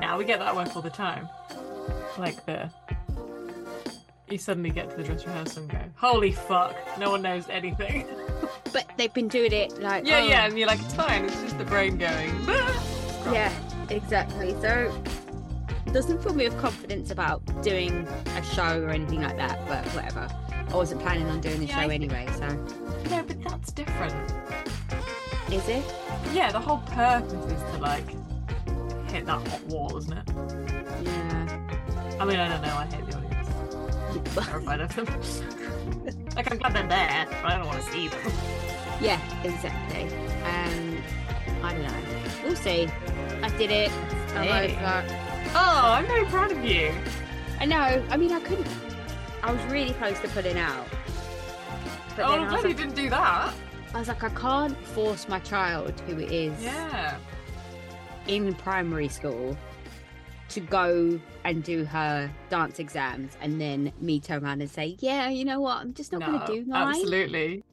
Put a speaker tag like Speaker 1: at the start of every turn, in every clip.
Speaker 1: now. We get that work all the time. Like the. You suddenly get to the dress rehearsal and go, holy fuck, no one knows anything. Um,
Speaker 2: But they've been doing it like
Speaker 1: yeah,
Speaker 2: oh,
Speaker 1: yeah, and you're like, it's fine, it's just the brain going. "Ah."
Speaker 2: oh, yeah, exactly. So it doesn't fill me with confidence about doing a show or anything like that. But whatever, I wasn't planning on doing the
Speaker 1: Yeah, I
Speaker 2: show
Speaker 1: think-
Speaker 2: anyway. So
Speaker 1: No, but that's different.
Speaker 2: is it?
Speaker 1: Yeah, the whole purpose is to like hit that hot wall, isn't it?
Speaker 2: Yeah.
Speaker 1: I mean, I don't know. I hate the audience. Terrified of them. like I'm glad they're there, but I don't want to see them.
Speaker 2: Yeah, exactly. Um, I don't know. We'll see. I did it. I'm
Speaker 1: Hey.
Speaker 2: over that.
Speaker 1: Oh, I'm very proud of you.
Speaker 2: I know. I mean, I couldn't. I was really close to pulling out. But
Speaker 1: oh, I'm
Speaker 2: then I was,
Speaker 1: glad you
Speaker 2: like,
Speaker 1: didn't do that.
Speaker 2: I was like, I can't force my child who it is
Speaker 1: Yeah.
Speaker 2: in primary school to go and do her dance exams and then me turn around and say, Yeah, you know what? I'm just not
Speaker 1: no,
Speaker 2: going to do mine.
Speaker 1: absolutely.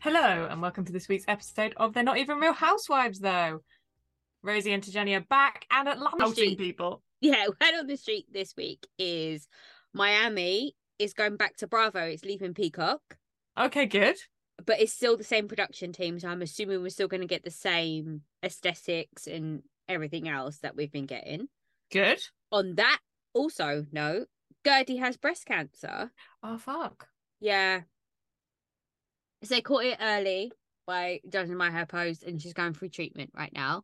Speaker 1: Hello, and welcome to this week's episode of They're Not Even Real Housewives, though. Rosie and Tajani are back and at
Speaker 2: Outing.
Speaker 1: louting people.
Speaker 2: Yeah, word on the street this week is Miami is going back to Bravo. It's leaving Peacock,
Speaker 1: Okay, good.
Speaker 2: but it's still the same production team. So I'm assuming we're still going to get the same aesthetics and everything else that we've been getting.
Speaker 1: Good.
Speaker 2: On that also note, Gertie has breast cancer.
Speaker 1: Oh, fuck.
Speaker 2: Yeah. So they caught it early by judging by her post, and she's going through treatment right now.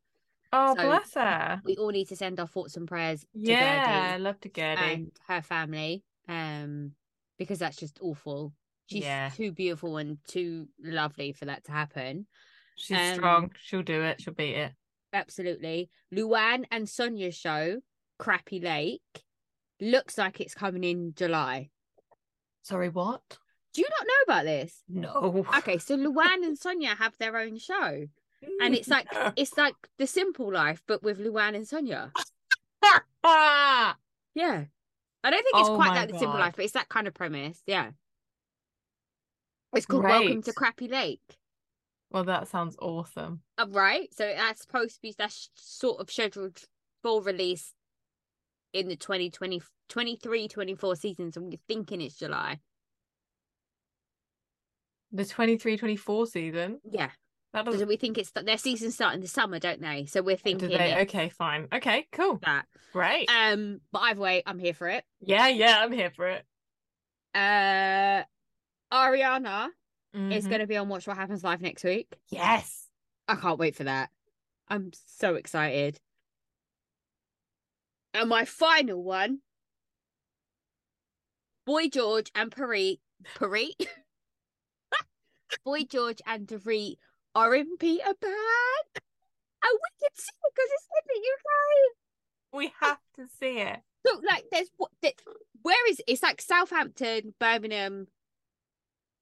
Speaker 1: Oh,
Speaker 2: So-
Speaker 1: bless her.
Speaker 2: We all need to send our thoughts and prayers to
Speaker 1: Yeah, I love to
Speaker 2: Gertie
Speaker 1: Gertie.
Speaker 2: and her family, um, because that's just awful. She's
Speaker 1: Yeah.
Speaker 2: too beautiful and too lovely for that to happen.
Speaker 1: She's
Speaker 2: um,
Speaker 1: strong. She'll do it. She'll beat it.
Speaker 2: Absolutely. Luann and Sonia's show, Crappy Lake, looks like it's coming in July.
Speaker 1: Sorry, what?
Speaker 2: Do you not know about this?
Speaker 1: No.
Speaker 2: Okay, so Luann and Sonia have their own show. and it's like
Speaker 1: No.
Speaker 2: it's like the simple life but with luann and sonia
Speaker 1: Ah!
Speaker 2: yeah i don't think it's
Speaker 1: Oh
Speaker 2: quite
Speaker 1: my
Speaker 2: like the simple
Speaker 1: God.
Speaker 2: life but it's that kind of premise yeah it's called welcome to
Speaker 1: Great.
Speaker 2: crappy lake
Speaker 1: Well, that sounds awesome.
Speaker 2: Uh, right so that's supposed to be that's sort of scheduled for release in the 2020 23 24 season so we're thinking it's july
Speaker 1: The 23 24 season.
Speaker 2: yeah
Speaker 1: That
Speaker 2: so
Speaker 1: doesn't.
Speaker 2: we think it's their season start in the summer don't they so we're
Speaker 1: Oh. Do
Speaker 2: thinking
Speaker 1: they?
Speaker 2: it's
Speaker 1: Okay, fine. Okay, cool.
Speaker 2: that
Speaker 1: Great.
Speaker 2: um but either way i'm here for it
Speaker 1: yeah, yeah, I'm here for it.
Speaker 2: uh ariana It's
Speaker 1: Mhm.
Speaker 2: going to be on Watch What Happens Live next week.
Speaker 1: Yes.
Speaker 2: I can't wait for that. I'm so excited. And my final one Boy George and Parit. Parit? Boy George and Dorit are in Peter Pan. And we can see it because it's in the UK.
Speaker 1: We have to see it.
Speaker 2: Look, like there's what? There, where is it? It's like Southampton, Birmingham,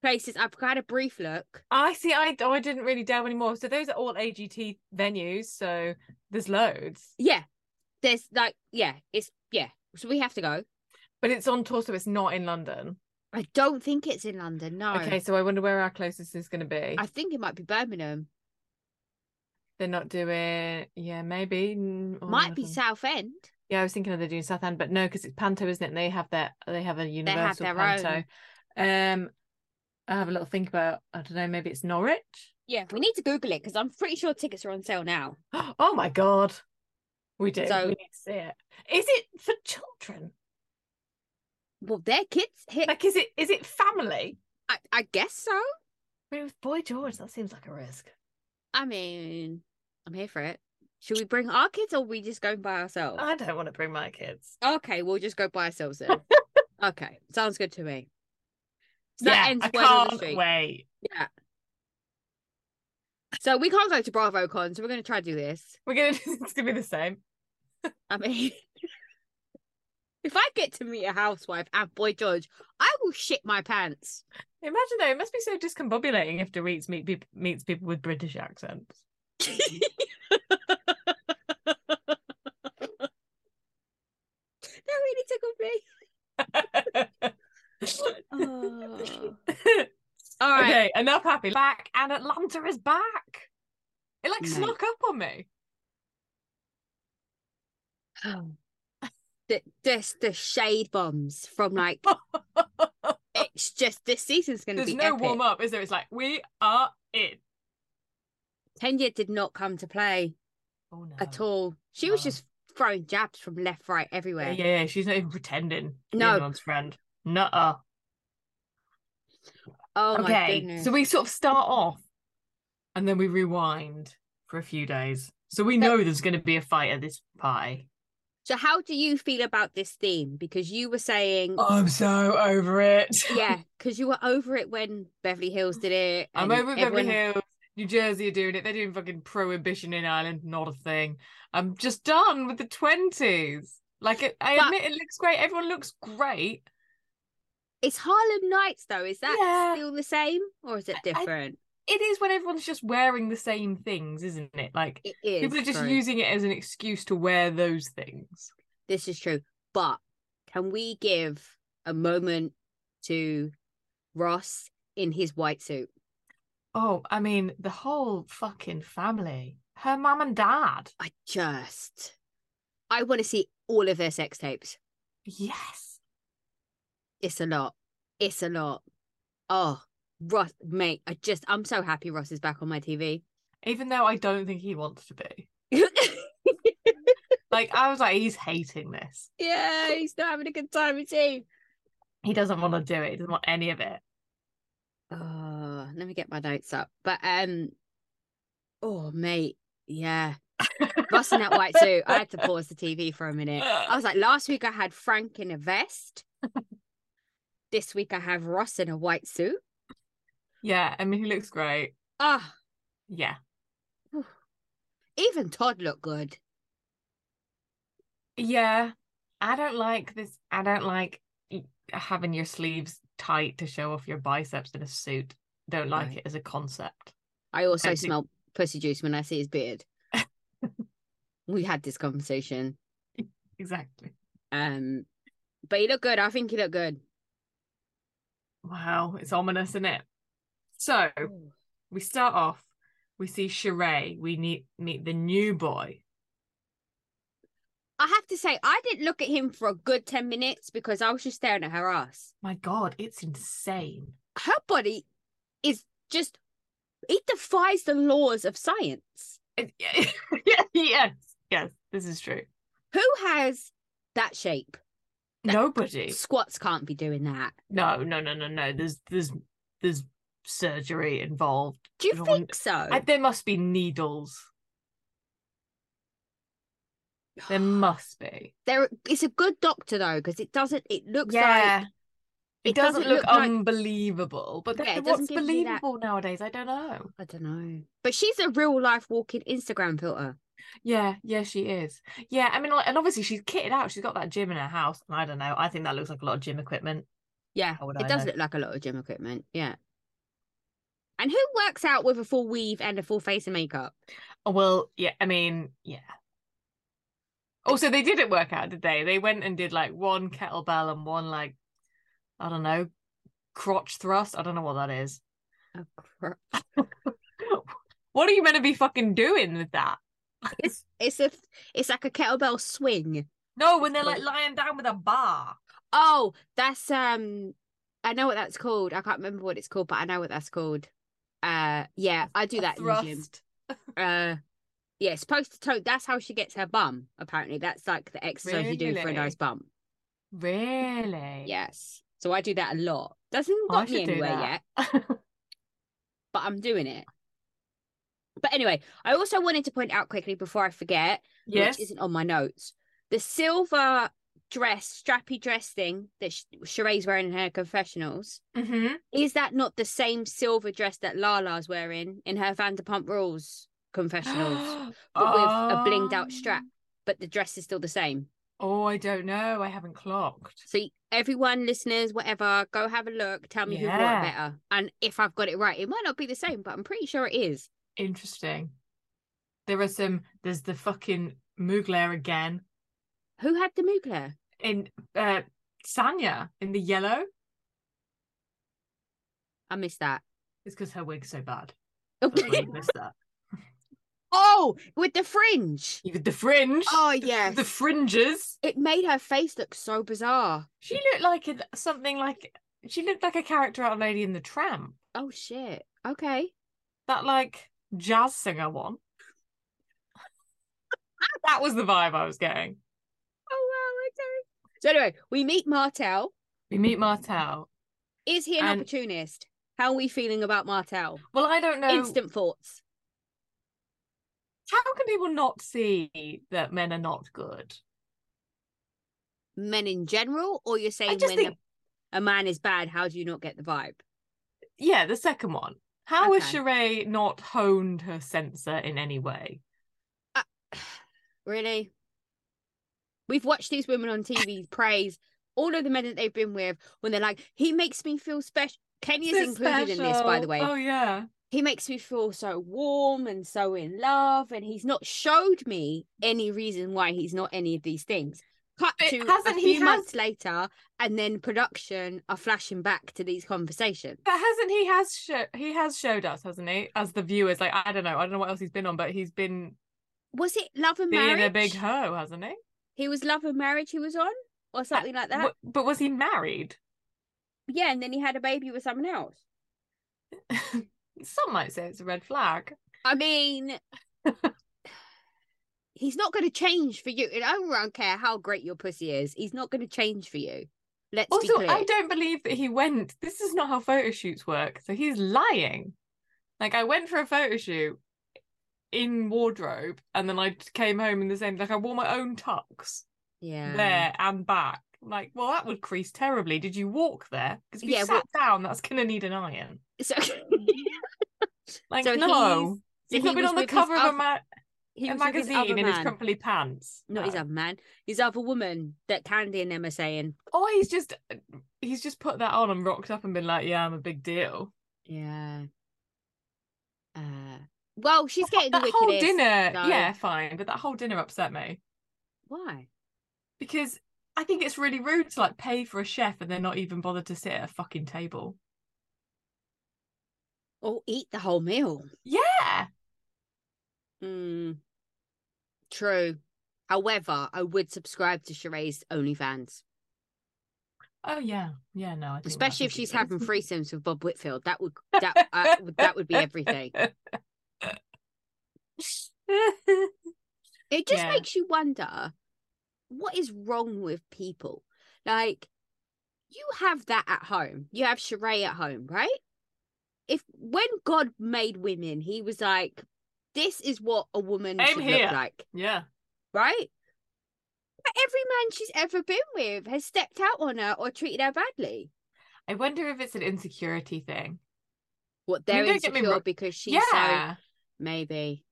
Speaker 2: places. I've had a brief look.
Speaker 1: I see. I, oh, I didn't really delve anymore. So those are all AGT venues. So there's loads,
Speaker 2: Yeah. There's like, yeah, it's, yeah. So we have to go.
Speaker 1: but it's on tour, so it's not in London.
Speaker 2: I don't think it's in London. No.
Speaker 1: Okay, so I wonder where our closest is going to be.
Speaker 2: I think it might be Birmingham.
Speaker 1: They're not doing. Yeah, maybe. mm, or
Speaker 2: might be
Speaker 1: nothing.
Speaker 2: Southend.
Speaker 1: Yeah, I was thinking of they're doing Southend, but no, because it's Panto, isn't it? And they have their they have a
Speaker 2: have
Speaker 1: universal
Speaker 2: their
Speaker 1: Panto. Um, I have a little think about. I don't know. Maybe it's Norwich.
Speaker 2: Yeah. We need to Google it because I'm pretty sure tickets are on sale now.
Speaker 1: Oh my god, we do.
Speaker 2: So-
Speaker 1: we need to see it. Is it for children?
Speaker 2: Well, their kids hit.
Speaker 1: Like, is it is it family?
Speaker 2: I, I guess so.
Speaker 1: I mean, with Boy George, that seems like a risk.
Speaker 2: I mean, I'm here for it. Should we bring our kids or we just go by ourselves?
Speaker 1: I don't want to bring my kids.
Speaker 2: okay, we'll just go by ourselves then. okay, sounds good to me. So that ends
Speaker 1: I
Speaker 2: Word on the
Speaker 1: can't
Speaker 2: Street.
Speaker 1: wait.
Speaker 2: So we can't go to BravoCon, so we're going to try to do this.
Speaker 1: We're gonna. It's gonna be the same.
Speaker 2: I mean, if I get to meet a housewife and boy George, I will shit my pants.
Speaker 1: Imagine though, it must be so discombobulating if Dorit meet peop meets people with British accents.
Speaker 2: They're really tickled me.
Speaker 1: Oh.
Speaker 2: All right.
Speaker 1: Okay, enough happy. Back and Atlanta is back. It like
Speaker 2: Mate.
Speaker 1: snuck up on me.
Speaker 2: the just the shade bombs from like it's just this season's going to
Speaker 1: There's
Speaker 2: be
Speaker 1: no
Speaker 2: epic.
Speaker 1: warm up, is there? It's like we are in.
Speaker 2: Tenya did not come to play
Speaker 1: Oh no.
Speaker 2: at all. She was
Speaker 1: No.
Speaker 2: just throwing jabs from left, right,
Speaker 1: Yeah,
Speaker 2: everywhere.
Speaker 1: yeah, yeah, she's not even pretending. to be
Speaker 2: No.
Speaker 1: anyone's friend. Nuh-uh.
Speaker 2: Oh my
Speaker 1: okay,
Speaker 2: goodness!
Speaker 1: so we sort of start off, and then we rewind for a few days. So we know there's going to be a fight at this party.
Speaker 2: So how do you feel about this theme? Because you were saying,
Speaker 1: I'm so over it.
Speaker 2: yeah, because you were over it when Beverly Hills did it.
Speaker 1: I'm
Speaker 2: and
Speaker 1: over Beverly
Speaker 2: everyone-
Speaker 1: Hills. New Jersey are doing it. They're doing fucking prohibition in Ireland. Not a thing. I'm just done with the twenties. Like it, I
Speaker 2: But-
Speaker 1: admit, it looks great. Everyone looks great.
Speaker 2: It's Harlem Nights though. Is that
Speaker 1: Yeah.
Speaker 2: still the same or is it different?
Speaker 1: It is when everyone's just wearing the same things, isn't it? Like
Speaker 2: it is.
Speaker 1: people are just
Speaker 2: true.
Speaker 1: using it as an excuse to wear those things.
Speaker 2: This is true. But can we give a moment to Ross in his white suit?
Speaker 1: Oh, I mean, the whole fucking family. Her mum and dad.
Speaker 2: I just, I want to see all of their sex tapes.
Speaker 1: Yes.
Speaker 2: It's a lot. It's a lot. Oh, Ross, mate, I just, I'm so happy Ross is back on my TV.
Speaker 1: Even though I don't think he wants to be. Like I was like, he's hating this.
Speaker 2: yeah, he's not having a good time, is he?
Speaker 1: He doesn't want to do it. He doesn't want any of it.
Speaker 2: Oh, let me get my notes up. But um, oh mate, yeah, Ross in that white suit. I had to pause the TV for a minute. I was like, last week I had Frank in a vest. this week I have Ross in a white suit.
Speaker 1: Yeah, I mean, he looks great.
Speaker 2: Ah,
Speaker 1: Yeah,
Speaker 2: even Todd looked good.
Speaker 1: yeah. I don't like this. I don't like y- having your sleeves tight to show off your biceps in a suit. Don't like
Speaker 2: Right.
Speaker 1: it as a concept.
Speaker 2: I also
Speaker 1: Don't do-
Speaker 2: smell pussy juice when I see his beard. we had this conversation.
Speaker 1: Exactly.
Speaker 2: Um, but he looked good. I think he looked good.
Speaker 1: Wow, it's ominous, isn't it? So
Speaker 2: Oh,
Speaker 1: we start off. We see Sheree. We meet meet the new boy.
Speaker 2: I have to say, I didn't look at him for a good 10 minutes because I was just staring at her ass.
Speaker 1: My God, it's insane.
Speaker 2: Her body is just, it defies the laws of science.
Speaker 1: It- yeah, yes, yes, this is true.
Speaker 2: Who has that shape? That-
Speaker 1: Nobody.
Speaker 2: Squats can't be doing that.
Speaker 1: No, no, no, no, no. There's there's there's surgery involved.
Speaker 2: Do you
Speaker 1: Everyone-
Speaker 2: think so?
Speaker 1: I, there must be needles. There must be.
Speaker 2: There, it's a good doctor though because it doesn't. It looks like
Speaker 1: it,
Speaker 2: it
Speaker 1: doesn't,
Speaker 2: doesn't
Speaker 1: look,
Speaker 2: look like-
Speaker 1: unbelievable, but
Speaker 2: Yeah,
Speaker 1: then
Speaker 2: it doesn't
Speaker 1: what's
Speaker 2: give you that-
Speaker 1: believable nowadays? I don't know.
Speaker 2: I don't know, but she's a real life walking Instagram filter.
Speaker 1: Yeah, yeah, she is. Yeah, I mean, like, and obviously she's kitted out. She's got that gym in her house, and I don't know. I think that looks like a lot of gym equipment.
Speaker 2: Yeah,
Speaker 1: How would
Speaker 2: it
Speaker 1: I
Speaker 2: does
Speaker 1: know?
Speaker 2: look like a lot of gym equipment. Yeah. And who works out with a full weave and a full face of makeup?
Speaker 1: Oh, Well, yeah, I mean, yeah. Also, they didn't work out, did they? They went and did like one kettlebell and one like, I don't know, crotch thrust. I don't know what that is.
Speaker 2: A cro-
Speaker 1: What are you meant to be fucking doing with that?
Speaker 2: It's it's a it's like a kettlebell swing.
Speaker 1: No, when they're like
Speaker 2: Cool.
Speaker 1: lying down with a bar.
Speaker 2: Oh, that's um I know what that's called. I can't remember what it's called, but I know what that's called. Uh yeah, I do
Speaker 1: A
Speaker 2: that in the
Speaker 1: thrust.
Speaker 2: gym. Uh yeah, supposed to toe that's how she gets her bum, apparently. That's like the exercise you do for a
Speaker 1: Really?
Speaker 2: nice bum.
Speaker 1: Really?
Speaker 2: Yes. So I do that a lot. Doesn't
Speaker 1: Oh, I
Speaker 2: got me
Speaker 1: should do
Speaker 2: anywhere
Speaker 1: that.
Speaker 2: yet. but I'm doing it. But anyway, I also wanted to point out quickly before I forget,
Speaker 1: Yes.
Speaker 2: which isn't on my notes, the silver dress, strappy dress thing that Sh- Sheree's wearing in her confessionals.
Speaker 1: Mm-hmm.
Speaker 2: Is that not the same silver dress that Lala's wearing in her Vanderpump Rules confessionals? but with a blinged out strap. but the dress is still the same.
Speaker 1: Oh, I don't know. I haven't clocked.
Speaker 2: So y- everyone, listeners, whatever, go have a look. Tell me who wore
Speaker 1: Yeah.
Speaker 2: it better, and if I've got it right, it might not be the same, but I'm pretty sure it is.
Speaker 1: Interesting. There are some. There's the fucking Mugler again
Speaker 2: Who had the Mugler?
Speaker 1: in uh, Sanya in the yellow.
Speaker 2: I missed that.
Speaker 1: It's because her wig's so bad. That's why you missed that.
Speaker 2: Oh, with the fringe.
Speaker 1: You- The fringe.
Speaker 2: Oh yes.
Speaker 1: The fringes.
Speaker 2: It made her face look so bizarre.
Speaker 1: She looked like a, something like she looked like a character out of Lady in the Tramp.
Speaker 2: Oh shit. Okay.
Speaker 1: That like jazz singer one. that was the vibe I was getting.
Speaker 2: Oh wow, okay. So anyway, we meet Martel.
Speaker 1: We meet Martel.
Speaker 2: Is he an
Speaker 1: And-
Speaker 2: opportunist? How are we feeling about Martel?
Speaker 1: Well, I don't know.
Speaker 2: Instant thoughts.
Speaker 1: How can people not see that men are not good?
Speaker 2: Men in general, or you're
Speaker 1: I
Speaker 2: saying
Speaker 1: just
Speaker 2: when
Speaker 1: think,
Speaker 2: a, a man is bad, how do you not get the vibe?
Speaker 1: yeah, the second one. How has
Speaker 2: Okay.
Speaker 1: Sheree not honed her sensor in any way?
Speaker 2: Really? We've watched these women on TV praise all of the men that they've been with when they're like, he makes me feel special. Kenny is
Speaker 1: So
Speaker 2: included in this, by the
Speaker 1: special.
Speaker 2: way.
Speaker 1: Oh yeah,
Speaker 2: He makes me feel so warm and so in love, and he's not showed me any reason why he's not any of these things. Cut
Speaker 1: But
Speaker 2: to a
Speaker 1: hasn't
Speaker 2: few
Speaker 1: he had-
Speaker 2: months later, and then production are flashing back to these conversations.
Speaker 1: but hasn't he has sho- he has showed us, hasn't he? As the viewers, like I don't know, I don't know what else he's been on, but he's been
Speaker 2: Was it Love and
Speaker 1: being
Speaker 2: Marriage?
Speaker 1: a big hoe, hasn't he?
Speaker 2: He was Love and Marriage. He was on,
Speaker 1: Uh,
Speaker 2: or something like that.
Speaker 1: But, but was he married?
Speaker 2: Yeah, and then he had a baby with someone else.
Speaker 1: Some might say it's a red flag.
Speaker 2: I mean, he's not going to change for you. And I don't care how great your pussy is. He's not going to change for you. Let's be
Speaker 1: Also,
Speaker 2: clear.
Speaker 1: I don't believe that he went. This is not how photo shoots work. So he's lying. Like I went for a photo shoot in wardrobe, and then I t- came home in the same. Like I wore my own tux
Speaker 2: yeah.
Speaker 1: there and back. I'm Like, well, that would crease terribly. Did you walk there? Because if you
Speaker 2: Yeah, well-
Speaker 1: sat down, that's gonna need an iron.
Speaker 2: So,
Speaker 1: Like,
Speaker 2: So
Speaker 1: no,
Speaker 2: so
Speaker 1: you've
Speaker 2: he
Speaker 1: not been
Speaker 2: was
Speaker 1: on the
Speaker 2: with his
Speaker 1: cover of a,
Speaker 2: oth-
Speaker 1: ma-
Speaker 2: he
Speaker 1: a
Speaker 2: was with his
Speaker 1: magazine
Speaker 2: other
Speaker 1: in his
Speaker 2: man.
Speaker 1: crumply pants.
Speaker 2: Not his
Speaker 1: No.
Speaker 2: other man. His other woman that Candy and them are saying.
Speaker 1: Or oh, he's just he's just put that on and rocked up and been like, yeah, I'm a big deal.
Speaker 2: Yeah. Uh, well, she's getting the
Speaker 1: that
Speaker 2: wickedest.
Speaker 1: whole dinner
Speaker 2: so-
Speaker 1: yeah fine but that whole dinner upset me
Speaker 2: Why?
Speaker 1: because i think it's really rude to like pay for a chef and then not even bother to sit at a fucking table
Speaker 2: Or eat the whole meal.
Speaker 1: yeah
Speaker 2: Mm. True. However, I would subscribe to Sheree's OnlyFans,
Speaker 1: oh yeah yeah no I think that
Speaker 2: especially if
Speaker 1: would be
Speaker 2: she's
Speaker 1: good.
Speaker 2: having threesomes with Bob Whitfield. That would that I, would- that would be everything. It just
Speaker 1: Yeah.
Speaker 2: makes you wonder what is wrong with people. Like, you have that at home. You have Sheree at home, right? If when God made women, he was like, This is what a woman
Speaker 1: Aim
Speaker 2: should
Speaker 1: here.
Speaker 2: look like,
Speaker 1: yeah
Speaker 2: right? But every man she's ever been with has stepped out on her or treated her badly.
Speaker 1: i wonder if it's an insecurity thing
Speaker 2: What
Speaker 1: I
Speaker 2: they're
Speaker 1: mean, don't get me
Speaker 2: insecure
Speaker 1: wrong-
Speaker 2: because she's so
Speaker 1: yeah
Speaker 2: maybe.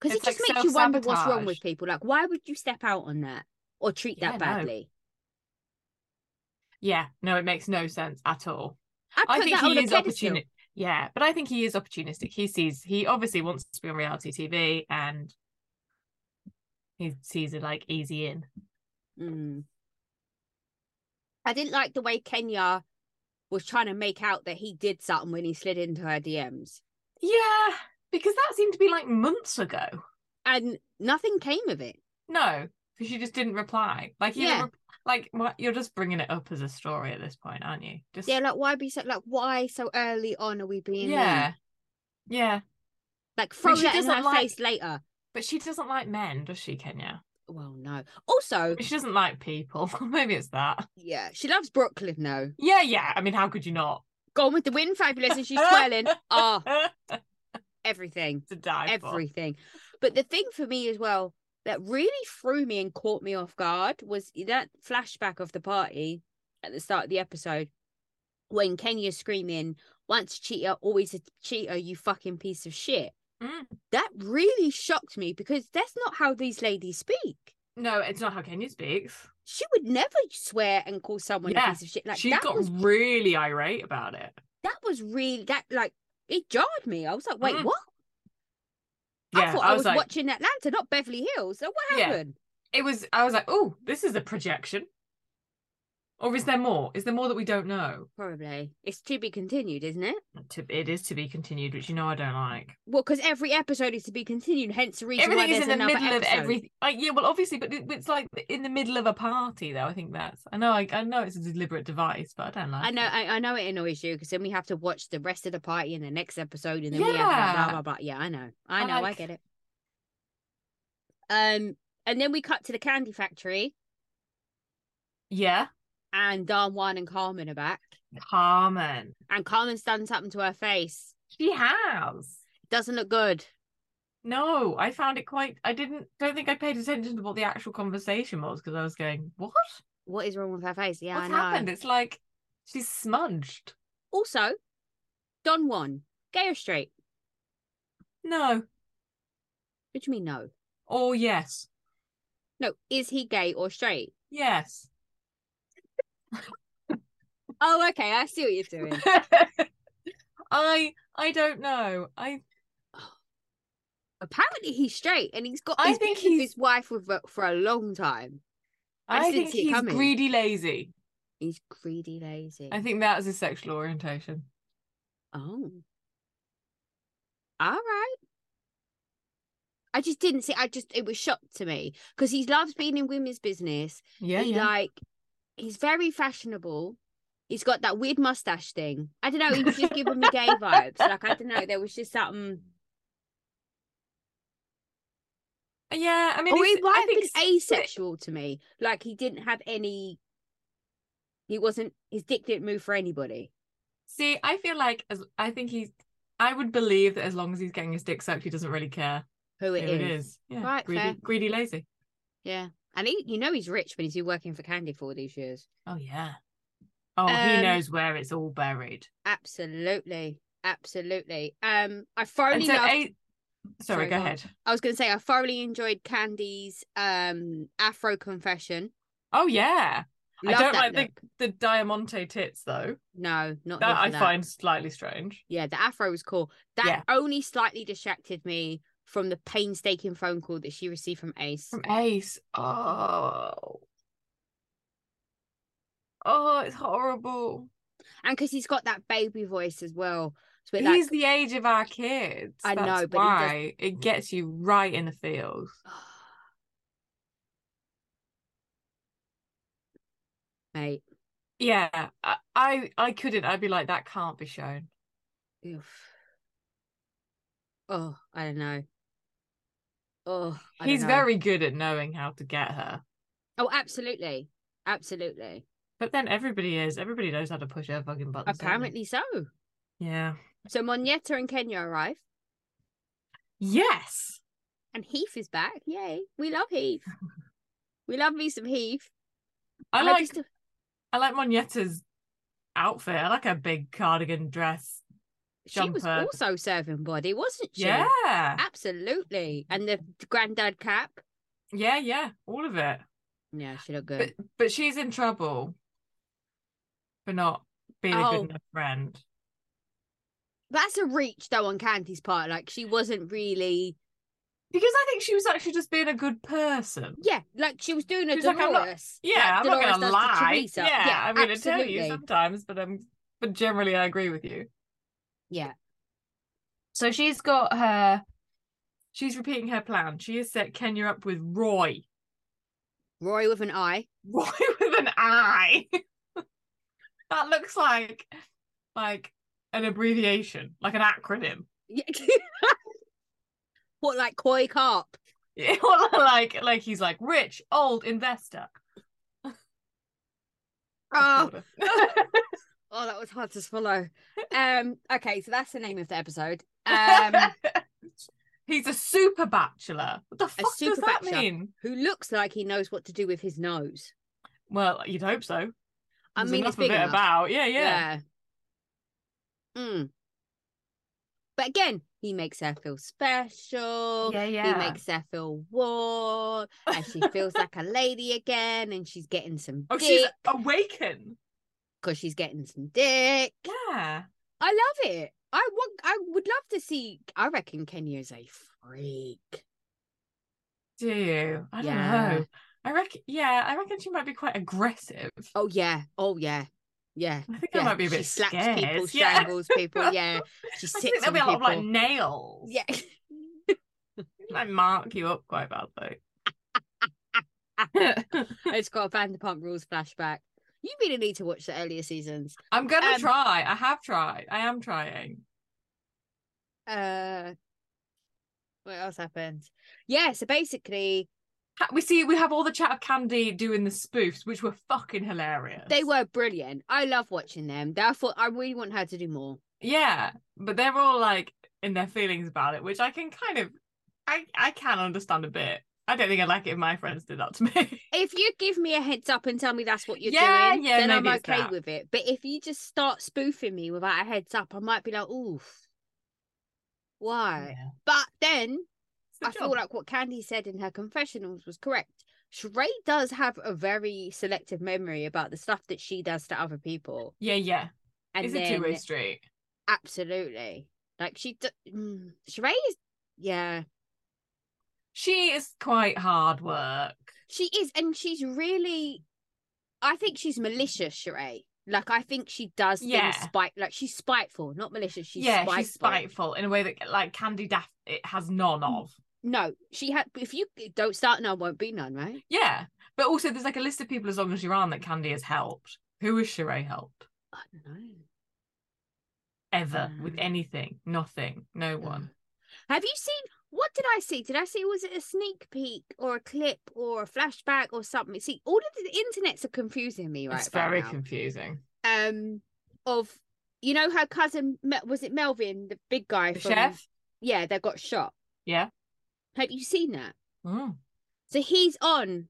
Speaker 2: Because it
Speaker 1: It's
Speaker 2: just
Speaker 1: like
Speaker 2: makes you wonder what's wrong with
Speaker 1: self-sabotage.
Speaker 2: people. Like, why would you step out on that or treat that
Speaker 1: Yeah, no.
Speaker 2: badly?
Speaker 1: yeah no it makes no sense at all
Speaker 2: I,
Speaker 1: I
Speaker 2: put
Speaker 1: think
Speaker 2: that on
Speaker 1: he
Speaker 2: a
Speaker 1: is
Speaker 2: pedestal.
Speaker 1: opportunistic. Yeah, but I think he is opportunistic. He sees he obviously wants to be on reality TV, and he sees it like easy in.
Speaker 2: Mm. I didn't like the way Kenya was trying to make out that he did something when he slid into her DMs,
Speaker 1: Yeah, because that seemed to be like months ago.
Speaker 2: and nothing came of it.
Speaker 1: No, because she just didn't reply. Like you,
Speaker 2: Yeah.
Speaker 1: yeah. like what? You're just bringing it up as a story at this point, aren't you? Just
Speaker 2: Yeah, like why be so like why so early on are we being mean?
Speaker 1: yeah, yeah.
Speaker 2: Like throw
Speaker 1: she
Speaker 2: that in
Speaker 1: doesn't
Speaker 2: her
Speaker 1: like-
Speaker 2: face later.
Speaker 1: But she doesn't like men, does she, Kenya?
Speaker 2: Well, no. Also,
Speaker 1: She doesn't like people. Maybe it's that.
Speaker 2: yeah, she loves Brooklyn though.
Speaker 1: Yeah, yeah. I mean, how could you not?
Speaker 2: Gone with the wind, fabulous, and she's twirling. Ah, everything.
Speaker 1: to die for.
Speaker 2: everything. But the thing for me as well that really threw me and caught me off guard was that flashback of the party at the start of the episode when Kenya's screaming, once a cheater, always a cheater, you fucking piece of shit.
Speaker 1: Mm.
Speaker 2: That really shocked me because that's not how these ladies speak.
Speaker 1: No, it's not how Kenya speaks.
Speaker 2: She would never swear and call someone a
Speaker 1: Yeah,
Speaker 2: piece of shit. Like
Speaker 1: she
Speaker 2: that
Speaker 1: got
Speaker 2: was
Speaker 1: really irate about it.
Speaker 2: that was really that like it jarred me. I was like, wait,
Speaker 1: Mm.
Speaker 2: what? I
Speaker 1: Yeah,
Speaker 2: thought
Speaker 1: I
Speaker 2: I
Speaker 1: was
Speaker 2: was
Speaker 1: like-
Speaker 2: watching Atlanta, not Beverly Hills. So what
Speaker 1: Yeah.
Speaker 2: happened?
Speaker 1: It was. I was like, oh, this is a projection. Or is there more? Is there more that we don't know?
Speaker 2: Probably. It's to be continued, isn't it?
Speaker 1: To, it is to be continued, which you know I don't like.
Speaker 2: Well, because every episode is to be continued, hence the reason
Speaker 1: everything
Speaker 2: why
Speaker 1: is
Speaker 2: there's
Speaker 1: in the
Speaker 2: another
Speaker 1: middle of
Speaker 2: episode.
Speaker 1: everything. Like, yeah, well, obviously, but it, it's like in the middle of a party, though. I think that's. I know. I, I know it's a deliberate device, but I don't like.
Speaker 2: I know,
Speaker 1: It.
Speaker 2: I, I know it annoys you because then we have to watch the rest of the party in the next episode, and then we have blah, blah
Speaker 1: Yeah.
Speaker 2: blah blah. Yeah, I know, I
Speaker 1: I
Speaker 2: know, I
Speaker 1: like-
Speaker 2: get it. Um, and then we cut to the candy factory,
Speaker 1: Yeah,
Speaker 2: and Don Juan and Carmen are back,
Speaker 1: Carmen.
Speaker 2: and Carmen's done something to her face.
Speaker 1: She has.
Speaker 2: Doesn't look good.
Speaker 1: No, I found it quite. I didn't. Don't think I paid attention to what the actual conversation was because I was going, "What?
Speaker 2: What is wrong with her face? Yeah,
Speaker 1: What's
Speaker 2: I know.
Speaker 1: happened?" It's like she's smudged.
Speaker 2: Also, Don Juan, gay or straight?
Speaker 1: No.
Speaker 2: What do you mean no?
Speaker 1: Or yes.
Speaker 2: No, is he gay or straight?
Speaker 1: Yes.
Speaker 2: Oh, okay, I see what you're doing.
Speaker 1: I I don't know. I
Speaker 2: Apparently, he's straight, and he's got.
Speaker 1: I
Speaker 2: He's
Speaker 1: think
Speaker 2: been with
Speaker 1: he's-
Speaker 2: his wife with, for a long time. I
Speaker 1: I,
Speaker 2: just didn't
Speaker 1: think
Speaker 2: see it
Speaker 1: he's
Speaker 2: coming.
Speaker 1: greedy lazy.
Speaker 2: He's greedy, lazy.
Speaker 1: I think that was his sexual orientation.
Speaker 2: Oh. All right. I just didn't see. I just it was shocked to me because he loves being in women's business.
Speaker 1: Yeah,
Speaker 2: he
Speaker 1: yeah.
Speaker 2: like he's very fashionable. He's got that weird mustache thing. I don't know. He was just giving me gay vibes. Like I don't know. There was just something.
Speaker 1: Uh, yeah, I mean,
Speaker 2: or Oh, he
Speaker 1: it's-
Speaker 2: might
Speaker 1: I
Speaker 2: have
Speaker 1: think
Speaker 2: been
Speaker 1: s-
Speaker 2: asexual to me. Like he didn't have any. He wasn't. His dick didn't move for anybody.
Speaker 1: See, I feel like as I think he's. I would believe that as long as he's getting his dick sucked, he doesn't really care
Speaker 2: Who
Speaker 1: who
Speaker 2: it is?
Speaker 1: it is. Yeah,
Speaker 2: Right,
Speaker 1: greedy,
Speaker 2: fair.
Speaker 1: greedy, lazy.
Speaker 2: Yeah, and he, you know, he's rich when he's been working for Candy for all these years.
Speaker 1: Oh yeah. Oh,
Speaker 2: Um,
Speaker 1: he knows where it's all buried.
Speaker 2: Absolutely, absolutely. Um, I thoroughly
Speaker 1: And so,
Speaker 2: loved-
Speaker 1: a-
Speaker 2: Sorry,
Speaker 1: sorry,
Speaker 2: go
Speaker 1: go
Speaker 2: on.
Speaker 1: ahead.
Speaker 2: I was going to say I thoroughly enjoyed Candy's um Afro confession.
Speaker 1: Oh yeah, I
Speaker 2: Love
Speaker 1: don't
Speaker 2: that
Speaker 1: like the-
Speaker 2: look.
Speaker 1: the diamante tits though.
Speaker 2: No, not here
Speaker 1: That
Speaker 2: for
Speaker 1: I
Speaker 2: that.
Speaker 1: find slightly strange.
Speaker 2: Yeah, the Afro was cool. That
Speaker 1: Yeah.
Speaker 2: only slightly distracted me from the painstaking phone call that she received from Ace.
Speaker 1: From Ace. Oh. Oh, it's horrible.
Speaker 2: And because he's got that baby voice as well. So it, like,
Speaker 1: He's the age of our kids.
Speaker 2: I know,
Speaker 1: That's
Speaker 2: but he does-
Speaker 1: why it gets you right in the feels.
Speaker 2: mate.
Speaker 1: Yeah, I, I, I couldn't. I'd be like, that can't be shown.
Speaker 2: Oof. Oh, I don't know. Oh, I don't
Speaker 1: He's
Speaker 2: know.
Speaker 1: very good at knowing how to get her,
Speaker 2: Oh, absolutely, absolutely.
Speaker 1: but then everybody is. Everybody knows how to push her fucking buttons. don't they?
Speaker 2: Apparently so.
Speaker 1: yeah.
Speaker 2: So Monietta and Kenya arrive,
Speaker 1: Yes.
Speaker 2: and Heath is back. Yay! We love Heath. we love me some Heath.
Speaker 1: I
Speaker 2: And
Speaker 1: like.
Speaker 2: just-
Speaker 1: I like Monietta's outfit. I like her big cardigan dress.
Speaker 2: she was
Speaker 1: jumper.
Speaker 2: also serving body, wasn't she?
Speaker 1: Yeah.
Speaker 2: absolutely. And the granddad cap.
Speaker 1: Yeah, yeah, all of it.
Speaker 2: Yeah, she looked
Speaker 1: But
Speaker 2: good.
Speaker 1: but she's in trouble for not being a
Speaker 2: Oh.
Speaker 1: good enough friend.
Speaker 2: That's a reach though on Candy's part. Like she wasn't really.
Speaker 1: Because I think she was actually just being a good person.
Speaker 2: Yeah, like she was doing a
Speaker 1: She's like, I'm not-
Speaker 2: Dolores.
Speaker 1: Yeah,
Speaker 2: like
Speaker 1: I'm not
Speaker 2: Dolores
Speaker 1: gonna
Speaker 2: does to
Speaker 1: lie.
Speaker 2: Teresa.
Speaker 1: Yeah, I'm gonna tell you
Speaker 2: absolutely.
Speaker 1: sometimes, but I'm but generally I agree with you.
Speaker 2: Yeah,
Speaker 1: So she's got her she's repeating her plan. She has set Kenya up with Roy.
Speaker 2: Roy with an eye.
Speaker 1: Roy with an I. that looks like like an abbreviation, like an acronym.
Speaker 2: Yeah. what like koi carp?
Speaker 1: Yeah, well, like like he's like rich old investor.
Speaker 2: Oh,
Speaker 1: Sort of.
Speaker 2: oh, that was hard to swallow. Um, okay, so that's the name of the episode. Um,
Speaker 1: he's a super bachelor. What the fuck
Speaker 2: super
Speaker 1: does that
Speaker 2: bachelor.
Speaker 1: mean?
Speaker 2: who looks like he knows what to do with his nose?
Speaker 1: Well, you'd hope so.
Speaker 2: I
Speaker 1: There's
Speaker 2: mean,
Speaker 1: enough
Speaker 2: it's big
Speaker 1: of it
Speaker 2: enough.
Speaker 1: about. Yeah, yeah,
Speaker 2: yeah. Mm. But again, he makes her feel special.
Speaker 1: yeah,
Speaker 2: He makes her feel warm, and she feels like a lady again, and she's getting some
Speaker 1: oh, she's
Speaker 2: dick
Speaker 1: awaken.
Speaker 2: because she's getting some dick.
Speaker 1: Yeah,
Speaker 2: I love it. I want. I would love to see. I reckon Kenya's a freak.
Speaker 1: do you? I don't
Speaker 2: Yeah.
Speaker 1: know. I reckon. Yeah, I reckon she might be quite aggressive.
Speaker 2: Oh yeah. Oh yeah. Yeah.
Speaker 1: I think
Speaker 2: yeah.
Speaker 1: I might be a
Speaker 2: she
Speaker 1: bit
Speaker 2: slaps
Speaker 1: scared.
Speaker 2: people,
Speaker 1: yeah.
Speaker 2: strangles people. Yeah. She
Speaker 1: I
Speaker 2: sits
Speaker 1: think there'll
Speaker 2: on
Speaker 1: be a lot
Speaker 2: people.
Speaker 1: of like nails.
Speaker 2: yeah.
Speaker 1: I mark you up quite bad though.
Speaker 2: it's got a Vanderpump Rules flashback. You really need to watch the earlier seasons.
Speaker 1: I'm gonna
Speaker 2: Um,
Speaker 1: try. I have tried. I am trying.
Speaker 2: Uh, what else happened? Yeah. So basically,
Speaker 1: Ha- We see we have all the chat of Candy doing the spoofs, which were fucking hilarious.
Speaker 2: they were brilliant. I love watching them. Therefore, I really want her to do more.
Speaker 1: Yeah, but they're all like in their feelings about it, which I can kind of, I I can understand a bit. I don't think I'd like it if my friends did that to me.
Speaker 2: If you give me a heads up and tell me that's what you're
Speaker 1: Yeah,
Speaker 2: doing,
Speaker 1: yeah,
Speaker 2: then I'm
Speaker 1: maybe it's
Speaker 2: okay
Speaker 1: that.
Speaker 2: with it. But if you just start spoofing me without a heads up, I might be like, oof, why?
Speaker 1: Yeah.
Speaker 2: But then
Speaker 1: It's the
Speaker 2: I feel
Speaker 1: job.
Speaker 2: like what Candy said in her confessionals was correct. Sheree does have a very selective memory about the stuff that she does to other people.
Speaker 1: yeah, yeah.
Speaker 2: And
Speaker 1: it's a
Speaker 2: then,
Speaker 1: two-way street.
Speaker 2: absolutely. Like she, d- mm, Sheree is, yeah,
Speaker 1: She is quite hard work.
Speaker 2: She is, and she's really. I think she's malicious, Sheree. Like I think she does
Speaker 1: Yeah.
Speaker 2: things spite. Like she's spiteful, not malicious. She's
Speaker 1: yeah,
Speaker 2: spiteful.
Speaker 1: she's spiteful in a way that like Candy Daff it has none
Speaker 2: Mm.
Speaker 1: of.
Speaker 2: No, she had. If you don't start none, won't be none, right?
Speaker 1: Yeah, but also there's like a list of people as long as you're on that Candy has helped. Who has Sheree helped
Speaker 2: I don't know.
Speaker 1: ever with
Speaker 2: Mm.
Speaker 1: anything? Nothing. No one.
Speaker 2: Have you seen? What did I see? Did I see? Was it a sneak peek or a clip or a flashback or something? See, all of the, the internets are confusing me right
Speaker 1: it's very
Speaker 2: now.
Speaker 1: confusing.
Speaker 2: um, of you know her cousin Me- was it Melvin, the big guy
Speaker 1: The
Speaker 2: from
Speaker 1: chef.
Speaker 2: Yeah, they got shot.
Speaker 1: Yeah.
Speaker 2: Have you seen that?
Speaker 1: Mm.
Speaker 2: So he's on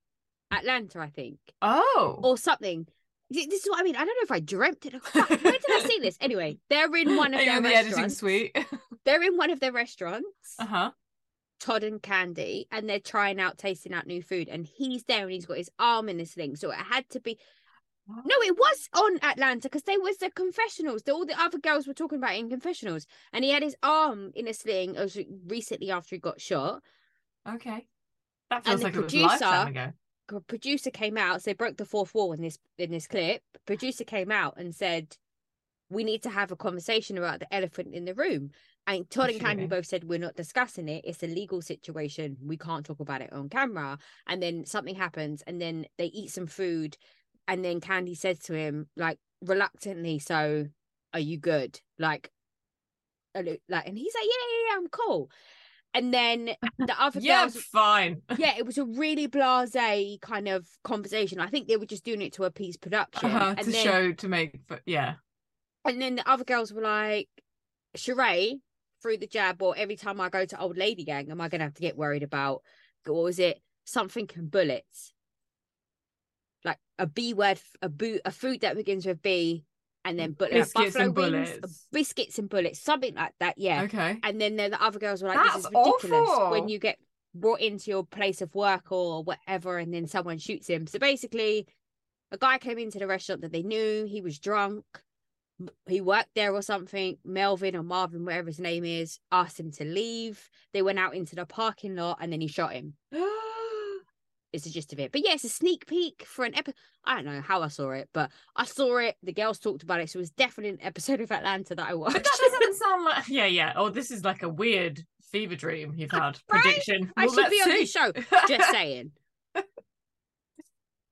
Speaker 2: Atlanta, I think,
Speaker 1: Oh.
Speaker 2: or something. Th- This is what I mean. I don't know if I dreamt it. Fuck, Where did I see this? Anyway, they're in one of
Speaker 1: Are you
Speaker 2: their
Speaker 1: in the editing
Speaker 2: restaurants.
Speaker 1: suite.
Speaker 2: They're in one of their restaurants,
Speaker 1: uh huh.
Speaker 2: Todd and Candy, and they're trying out, tasting out new food. And he's there, and he's got his arm in this thing. So it had to be. No, it was on Atlanta because they was the confessionals. The, all the other girls were talking about it in confessionals, and he had his arm in a sling. It was recently after he got shot,
Speaker 1: Okay. That
Speaker 2: And
Speaker 1: feels
Speaker 2: the
Speaker 1: like it was a lifetime
Speaker 2: producer-
Speaker 1: ago.
Speaker 2: a producer came out so they broke the fourth wall in this in this clip producer came out and said we need to have a conversation about the elephant in the room and todd and candy
Speaker 1: Shooting.
Speaker 2: both said we're not discussing it it's a legal situation we can't talk about it on camera and then something happens and then they eat some food and then candy says to him like reluctantly so are you good like a li- like and he's like yeah yeah, yeah i'm cool and then the other
Speaker 1: Yeah,
Speaker 2: girls
Speaker 1: fine.
Speaker 2: yeah, it was a really blase kind of conversation. I think they were just doing it to appease production.
Speaker 1: Uh-huh,
Speaker 2: and
Speaker 1: to
Speaker 2: then
Speaker 1: show to make, but yeah,
Speaker 2: and then the other girls were like, Sheree, through the jab, or every time I go to old lady gang, am I gonna have to get worried about what was it? Something and bullets. Like a B word, f- a boot, a food that begins with B and then bullet like
Speaker 1: biscuits
Speaker 2: uh, buffalo
Speaker 1: and
Speaker 2: wings,
Speaker 1: bullets.
Speaker 2: biscuits and bullets, something like that, yeah.
Speaker 1: Okay.
Speaker 2: And then the, the other girls were like, "This
Speaker 1: That's
Speaker 2: is ridiculous." When
Speaker 1: awful.
Speaker 2: you get brought into your place of work or whatever, and then someone shoots him. So basically, a guy came into the restaurant that they knew. He was drunk. M- He worked there or something. Melvin or Marvin, whatever his name is, asked him to leave. They went out into the parking lot, and then he shot him. It's the gist of it. But yeah, it's a sneak peek for an episode. I don't know how I saw it, but I saw it. The girls talked about it, so it was definitely an episode of Atlanta that I watched.
Speaker 1: but that doesn't sound like. Yeah, yeah. Oh, this is like a weird fever dream you've had.
Speaker 2: Right?
Speaker 1: Prediction.
Speaker 2: I
Speaker 1: Well,
Speaker 2: should be
Speaker 1: let's
Speaker 2: on this
Speaker 1: see.
Speaker 2: show. Just saying.
Speaker 1: Um,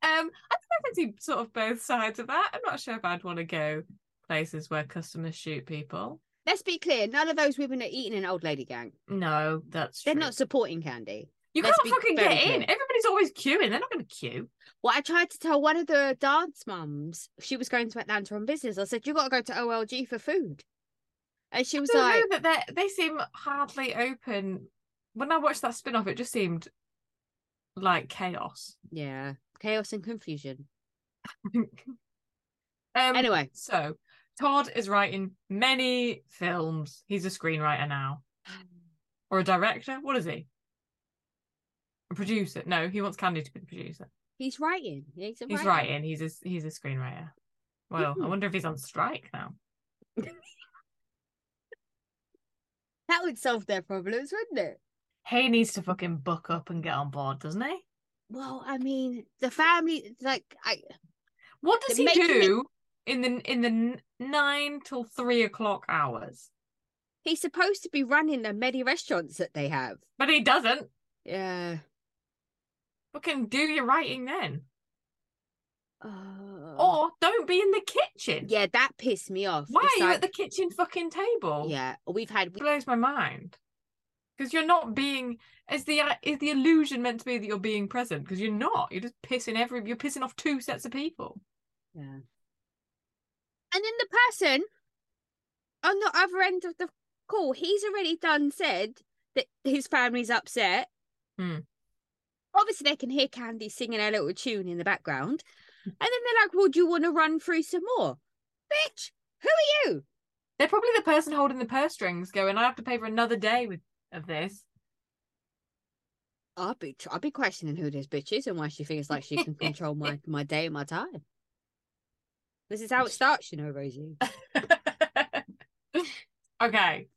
Speaker 1: I think I can see sort of both sides of that. I'm not sure if I'd want to go places where customers shoot people.
Speaker 2: Let's be clear, none of those women are eating an old lady gang.
Speaker 1: No, that's
Speaker 2: They're
Speaker 1: true.
Speaker 2: not supporting Candy.
Speaker 1: You
Speaker 2: let's
Speaker 1: can't
Speaker 2: be
Speaker 1: fucking
Speaker 2: very
Speaker 1: get in.
Speaker 2: clear.
Speaker 1: Everybody's always queuing. They're not going to queue.
Speaker 2: Well, I tried to tell one of the dance mums she was going to Atlanta on business. I said, You gotta go to OLG for food. And she was
Speaker 1: don't
Speaker 2: like,
Speaker 1: know that they they seem hardly open. When I watched that spin off, it just seemed like chaos.
Speaker 2: Yeah. Chaos and confusion.
Speaker 1: um,
Speaker 2: Anyway,
Speaker 1: so Todd is writing many films. He's a screenwriter now,
Speaker 2: Mm.
Speaker 1: or a director. What is he? A producer? No, he wants Candy to be the producer.
Speaker 2: he's writing. He's, a
Speaker 1: He's
Speaker 2: writer.
Speaker 1: writing. He's a he's a screenwriter. Well, I
Speaker 2: Mhm.
Speaker 1: wonder if he's on strike now.
Speaker 2: That would solve their problems, wouldn't it?
Speaker 1: Hay needs to fucking buck up and get on board, doesn't he?
Speaker 2: Well, I mean, the family, like, I
Speaker 1: What does
Speaker 2: They're
Speaker 1: he
Speaker 2: making it-
Speaker 1: do in the in the n- nine till three o'clock hours?
Speaker 2: he's supposed to be running the many restaurants that they have.
Speaker 1: But he doesn't.
Speaker 2: Yeah.
Speaker 1: Fucking do your writing then,
Speaker 2: Oh.
Speaker 1: or don't be in the kitchen.
Speaker 2: yeah, that pissed me off.
Speaker 1: Why
Speaker 2: It's
Speaker 1: are you
Speaker 2: like-
Speaker 1: at the kitchen fucking table?
Speaker 2: Yeah, we've had
Speaker 1: It blows my mind. Because you're not being is the uh, is the illusion meant to be that you're being present? Because you're not. You're just pissing every. You're pissing off two sets of people.
Speaker 2: Yeah. And then the person on the other end of the call, he's already done said that his family's upset.
Speaker 1: Hmm.
Speaker 2: Obviously, they can hear Candy singing her little tune in the background. And then they're like, Well, do you want to run through some more? Bitch, who are you?
Speaker 1: They're probably the person holding the purse strings, going, "I have to pay for another day with of this."
Speaker 2: I'll be, I'll be questioning who this bitch is and why she feels like she can control my, my day and my time. This is how it starts, you know, Rosie.
Speaker 1: okay,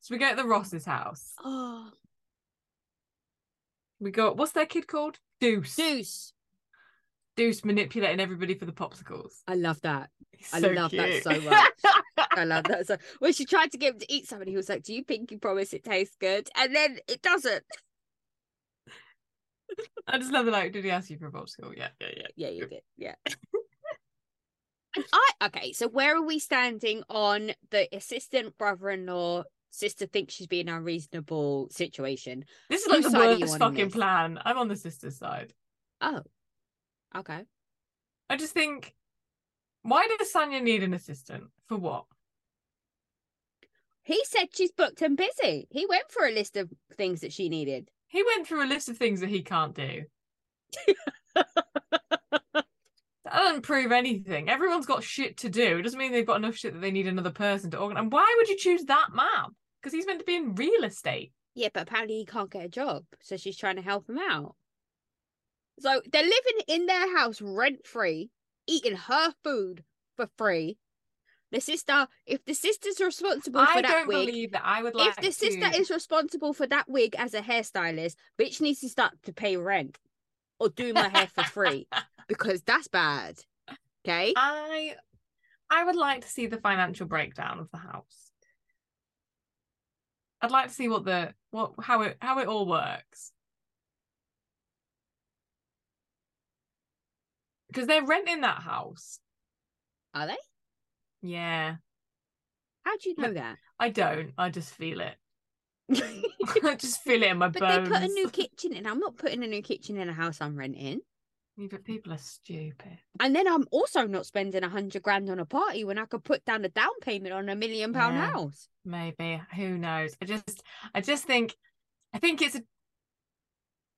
Speaker 1: so we go to the Ross's house.
Speaker 2: Oh,
Speaker 1: We got what's their kid called? Deuce.
Speaker 2: Deuce.
Speaker 1: Deuce manipulating everybody for the popsicles.
Speaker 2: I love that.
Speaker 1: He's
Speaker 2: I
Speaker 1: so
Speaker 2: love that
Speaker 1: cute.
Speaker 2: so much. I love that. So when she tried to get him to eat something, he was like, "Do you think you promise it tastes good?" And then it doesn't.
Speaker 1: I just love the like. Did he ask you for a popsicle? Yeah, yeah, yeah.
Speaker 2: Yeah, you
Speaker 1: Yep.
Speaker 2: did. Yeah. and I okay. So where are we standing on the assistant brother-in-law? Sister thinks she's being unreasonable situation.
Speaker 1: This is like
Speaker 2: Whose
Speaker 1: the
Speaker 2: side are you
Speaker 1: worst
Speaker 2: on in
Speaker 1: fucking
Speaker 2: this?
Speaker 1: plan. I'm on the sister's side.
Speaker 2: Oh, okay.
Speaker 1: I just think, why does Sanya need an assistant for what?
Speaker 2: He said she's booked and busy. He went for a list of things that she needed.
Speaker 1: He went through a list of things that he can't do. that doesn't prove anything. Everyone's got shit to do. It doesn't mean they've got enough shit that they need another person to organize. And why would you choose that map? Because he's meant to be in real estate.
Speaker 2: Yeah, but apparently he can't get a job, so she's trying to help him out. So they're living in their house rent free, eating her food for free. The sister, if the sister's responsible for
Speaker 1: I
Speaker 2: that
Speaker 1: don't
Speaker 2: wig,
Speaker 1: believe that. I would like
Speaker 2: if the sister
Speaker 1: to-
Speaker 2: is responsible for that wig as a hairstylist, bitch needs to start to pay rent or do my hair for free because that's bad. Okay.
Speaker 1: I I would like to see the financial breakdown of the house. I'd like to see what the what how it how it all works. Because they're renting that house.
Speaker 2: Are they?
Speaker 1: Yeah.
Speaker 2: How do you
Speaker 1: But-
Speaker 2: know that?
Speaker 1: I don't. I just feel it.
Speaker 2: but
Speaker 1: I just feel it in my
Speaker 2: they
Speaker 1: bones.
Speaker 2: put a new kitchen in. I'm not putting a new kitchen in a house I'm renting.
Speaker 1: Yeah, but people are stupid.
Speaker 2: And then I'm also not spending a hundred grand on a party when I could put down a down payment on a million pound
Speaker 1: Yeah.
Speaker 2: house.
Speaker 1: Maybe. Who knows? I just I just think I think it's a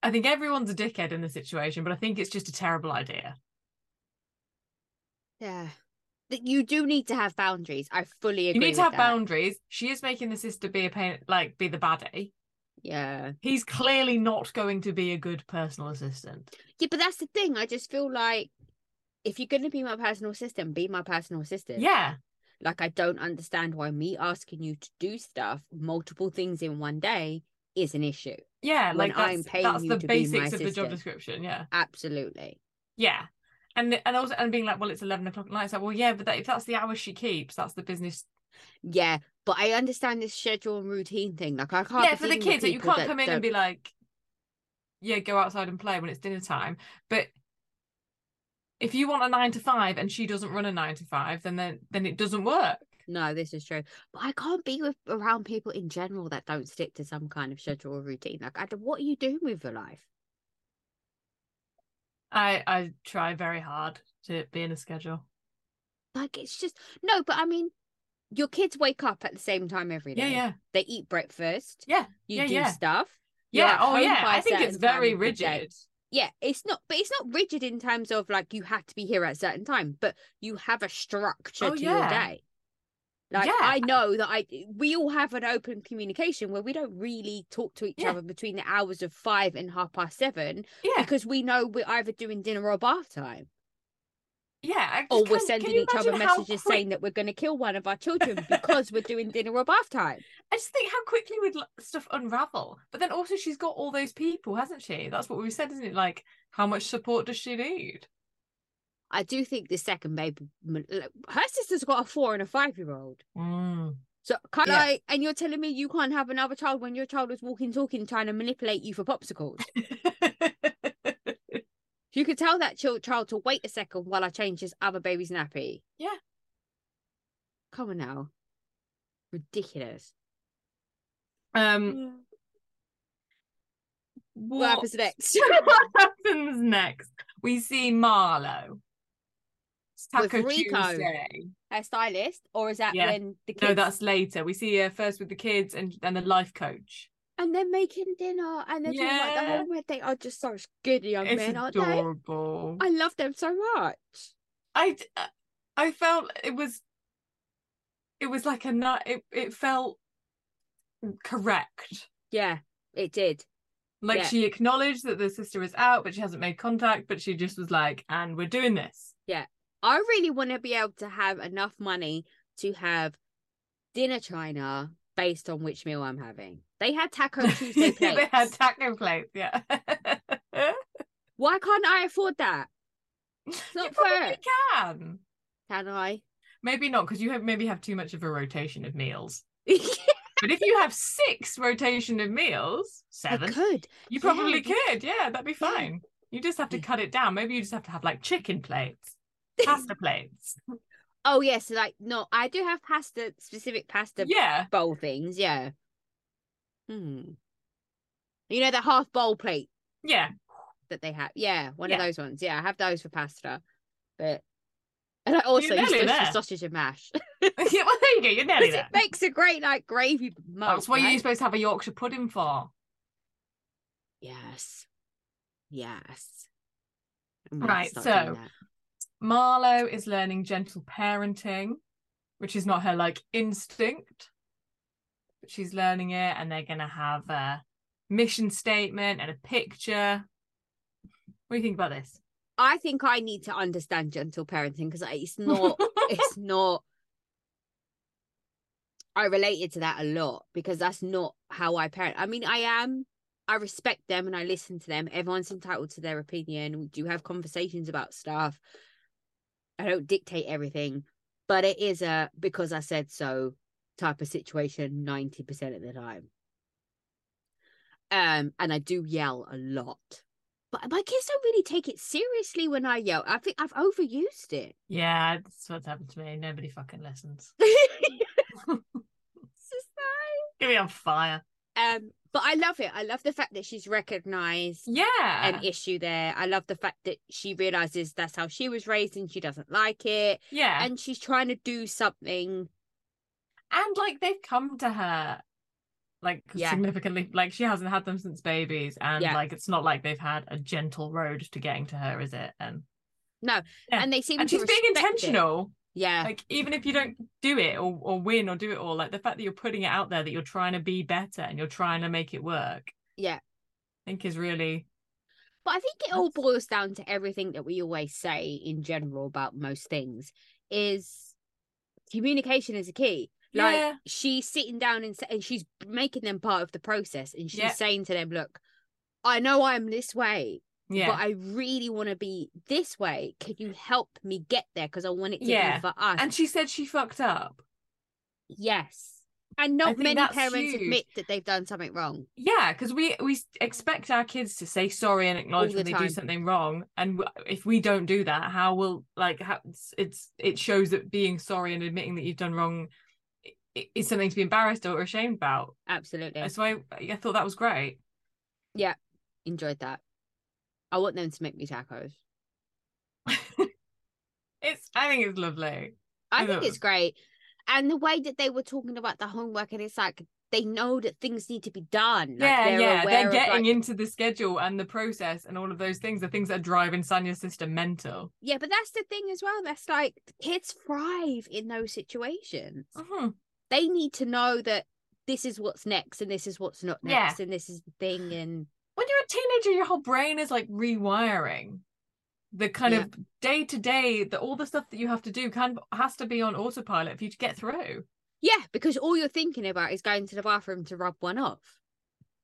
Speaker 1: I think everyone's a dickhead in the situation, but I think it's just a terrible idea.
Speaker 2: Yeah. That you do need to have boundaries. I fully
Speaker 1: you
Speaker 2: agree.
Speaker 1: need to have
Speaker 2: with that.
Speaker 1: boundaries. She is making the sister be a pain, like be the baddie.
Speaker 2: Yeah.
Speaker 1: He's clearly not going to be a good personal assistant.
Speaker 2: Yeah, but that's the thing. I just feel like if you're gonna be my personal assistant, be my personal assistant.
Speaker 1: Yeah,
Speaker 2: Like I don't understand why me asking you to do stuff, multiple things in one day, is an issue.
Speaker 1: yeah.
Speaker 2: When
Speaker 1: like
Speaker 2: I'm
Speaker 1: that's,
Speaker 2: paying
Speaker 1: that's
Speaker 2: you
Speaker 1: the
Speaker 2: to be my
Speaker 1: basics of the job
Speaker 2: assistant.
Speaker 1: description. Yeah,
Speaker 2: Absolutely.
Speaker 1: yeah. And and also and being like, well, it's eleven o'clock at night. It's like, well, yeah, but that, if that's the hour she keeps, that's the business.
Speaker 2: Yeah. But I understand this schedule and routine thing. Like I can't.
Speaker 1: yeah,
Speaker 2: be
Speaker 1: for the
Speaker 2: dealing with
Speaker 1: kids, like, you
Speaker 2: people
Speaker 1: can't
Speaker 2: that
Speaker 1: come in
Speaker 2: don't-
Speaker 1: and be like, yeah, go outside and play when it's dinner time. But if you want a nine to five and she doesn't run a nine to five, then then then it doesn't work.
Speaker 2: No, this is true. But I can't be with around people in general that don't stick to some kind of schedule or routine. Like, I, d- what are you doing with your life?
Speaker 1: I I try very hard to be in a schedule.
Speaker 2: Like, it's just no. But I mean, your kids wake up at the same time every
Speaker 1: Yeah,
Speaker 2: day.
Speaker 1: yeah,
Speaker 2: They eat breakfast.
Speaker 1: Yeah,
Speaker 2: You
Speaker 1: yeah,
Speaker 2: do
Speaker 1: yeah.
Speaker 2: stuff. You're
Speaker 1: yeah.
Speaker 2: at
Speaker 1: Oh,
Speaker 2: home
Speaker 1: yeah.
Speaker 2: by a
Speaker 1: I think it's
Speaker 2: certain time
Speaker 1: very
Speaker 2: of the day.
Speaker 1: rigid.
Speaker 2: Yeah, it's not, but it's not rigid in terms of like you have to be here at a certain time, but you have a structure
Speaker 1: Oh,
Speaker 2: to your
Speaker 1: yeah.
Speaker 2: day. Like
Speaker 1: Yeah.
Speaker 2: I know that I we all have an open communication where we don't really talk to each
Speaker 1: Yeah.
Speaker 2: other between the hours of five and half past seven
Speaker 1: Yeah,
Speaker 2: because we know we're either doing dinner or bath time.
Speaker 1: yeah. I just
Speaker 2: Or we're
Speaker 1: can't- can
Speaker 2: sending
Speaker 1: you
Speaker 2: each other
Speaker 1: imagine how
Speaker 2: messages
Speaker 1: quick-
Speaker 2: saying that we're going to kill one of our children because we're doing dinner or bath time.
Speaker 1: I just think how quickly would l- stuff unravel. But then also, she's got all those people, hasn't she? That's what we said, isn't it? Like, how much support does she need?
Speaker 2: I do think the second baby, her sister's got a four and a five year old.
Speaker 1: Mm.
Speaker 2: So can
Speaker 1: Yeah.
Speaker 2: I? And you're telling me you can't have another child when your child is walking, talking, trying to manipulate you for popsicles. you could tell that child child to wait a second while I change this other baby's nappy.
Speaker 1: Yeah.
Speaker 2: Come on now. Ridiculous.
Speaker 1: um,
Speaker 2: What,
Speaker 1: what,
Speaker 2: happens next?
Speaker 1: what happens next? We see Marlo. It's
Speaker 2: With
Speaker 1: Taco
Speaker 2: Rico.
Speaker 1: Tuesday.
Speaker 2: Her stylist, or is that
Speaker 1: Yeah.
Speaker 2: when the kids?
Speaker 1: No, that's later. We see her first with the kids and and the life coach.
Speaker 2: And they're making dinner, and they're talking about
Speaker 1: Yeah.
Speaker 2: the home where they are just such good young
Speaker 1: it's
Speaker 2: men, aren't they?
Speaker 1: adorable.
Speaker 2: I love them so much.
Speaker 1: I d- uh, I felt it was it was like a nut it, it felt correct.
Speaker 2: Yeah, it did.
Speaker 1: Like
Speaker 2: Yeah.
Speaker 1: she acknowledged that the sister was out, but she hasn't made contact, but she just was like, and we're doing this.
Speaker 2: I really want to be able to have enough money to have dinner china based on which meal I'm having. They had taco Tuesday plates.
Speaker 1: they had taco plates, yeah.
Speaker 2: Why can't I afford that? It's
Speaker 1: you
Speaker 2: not
Speaker 1: probably
Speaker 2: fair.
Speaker 1: can.
Speaker 2: Can I?
Speaker 1: Maybe not, because you have maybe have too much of a rotation of meals. But if you have six rotation of meals,
Speaker 2: I
Speaker 1: seven,
Speaker 2: could.
Speaker 1: you
Speaker 2: yeah,
Speaker 1: probably
Speaker 2: you-
Speaker 1: could. Yeah, that'd be fine. You just have to
Speaker 2: Yeah.
Speaker 1: cut it down. Maybe you just have to have like chicken plates. pasta plates.
Speaker 2: Oh yes, like no, I do have pasta specific pasta
Speaker 1: yeah,
Speaker 2: bowl things. Yeah. Hmm. You know the half bowl plate
Speaker 1: yeah.
Speaker 2: that they have. Yeah, one of
Speaker 1: Yeah.
Speaker 2: those ones. Yeah, I have those for pasta, but and I also use
Speaker 1: nearly
Speaker 2: those for
Speaker 1: there.
Speaker 2: sausage and mash.
Speaker 1: yeah well, there you go. You're nearly
Speaker 2: Because
Speaker 1: there.
Speaker 2: it makes a great like gravy mug.
Speaker 1: That's what you're
Speaker 2: right?
Speaker 1: supposed to have a Yorkshire pudding for.
Speaker 2: Yes. Yes. Oh
Speaker 1: Right, so- Marlo is learning gentle parenting, which is not her like instinct, but she's learning it, and they're gonna have a mission statement and a picture. What do you think about this?
Speaker 2: I think I need to understand gentle parenting because it's not it's not I related to that a lot because that's not how I parent. I mean, I am I respect them and I listen to them. Everyone's entitled to their opinion. We do have conversations about stuff. I don't dictate everything, but it is a because I said so type of situation 90% of the time. Um and I do yell a lot. But my kids don't really take it seriously when I yell. I think I've overused it.
Speaker 1: yeah, that's what's happened to me. Nobody fucking listens.
Speaker 2: It's just like-
Speaker 1: Give me on fire.
Speaker 2: Um, but I love it. I love the fact that she's recognized
Speaker 1: Yeah.
Speaker 2: an issue there. I love the fact that she realizes that's how she was raised and she doesn't like it.
Speaker 1: yeah.
Speaker 2: And she's trying to do something.
Speaker 1: and like they've come to her like
Speaker 2: Yeah.
Speaker 1: significantly like she hasn't had them since babies and
Speaker 2: Yeah.
Speaker 1: like it's not like they've had a gentle road to getting to her is it and Yeah.
Speaker 2: And they seem
Speaker 1: and
Speaker 2: to
Speaker 1: she's being
Speaker 2: respect it.
Speaker 1: intentional
Speaker 2: Yeah.
Speaker 1: like even if you don't do it or, or win or do it all like the fact that you're putting it out there that you're trying to be better and you're trying to make it work
Speaker 2: Yeah.
Speaker 1: i think is really
Speaker 2: But I think it all
Speaker 1: That's-
Speaker 2: boils down to everything that we always say in general about most things is communication is a key. Like
Speaker 1: Yeah.
Speaker 2: she's sitting down and, sa- and she's making them part of the process and she's
Speaker 1: Yeah.
Speaker 2: saying to them, look, I know I'm this way,
Speaker 1: yeah
Speaker 2: but I really want to be this way. Can you help me get there? Because I want it to
Speaker 1: Yeah.
Speaker 2: be for us.
Speaker 1: and she said she fucked up
Speaker 2: yes. And not
Speaker 1: think
Speaker 2: many
Speaker 1: that's
Speaker 2: parents
Speaker 1: huge.
Speaker 2: admit that they've done something wrong.
Speaker 1: yeah because we we s- expect our kids to say sorry and acknowledge
Speaker 2: the
Speaker 1: when they do
Speaker 2: time.
Speaker 1: something wrong and w- if we don't do that how will like how, it's- it's it shows that being sorry and admitting that you've done wrong i- i- is something to be embarrassed or ashamed about
Speaker 2: Absolutely.
Speaker 1: so i i thought that was great
Speaker 2: Enjoyed that. I want them to make me tacos.
Speaker 1: it's i think it's lovely
Speaker 2: I
Speaker 1: I
Speaker 2: think
Speaker 1: know.
Speaker 2: it's great. And the way that they were talking about the homework, and it's like they know that things need to be done. Like,
Speaker 1: yeah
Speaker 2: they're
Speaker 1: yeah
Speaker 2: aware
Speaker 1: they're
Speaker 2: of,
Speaker 1: getting
Speaker 2: like-
Speaker 1: into the schedule and the process and all of those things the things that are driving sanya's sister mental
Speaker 2: Yeah, but that's the thing as well. That's like kids thrive in those situations.
Speaker 1: Mhm.
Speaker 2: They need to know that this is what's next, and this is what's not
Speaker 1: Yeah.
Speaker 2: next, and this is the thing. And
Speaker 1: when you're a teenager your whole brain is like rewiring the kind
Speaker 2: Yeah.
Speaker 1: of day to day that all the stuff that you have to do can has to be on autopilot for you to get through.
Speaker 2: Yeah, because all you're thinking about is going to the bathroom to rub one off.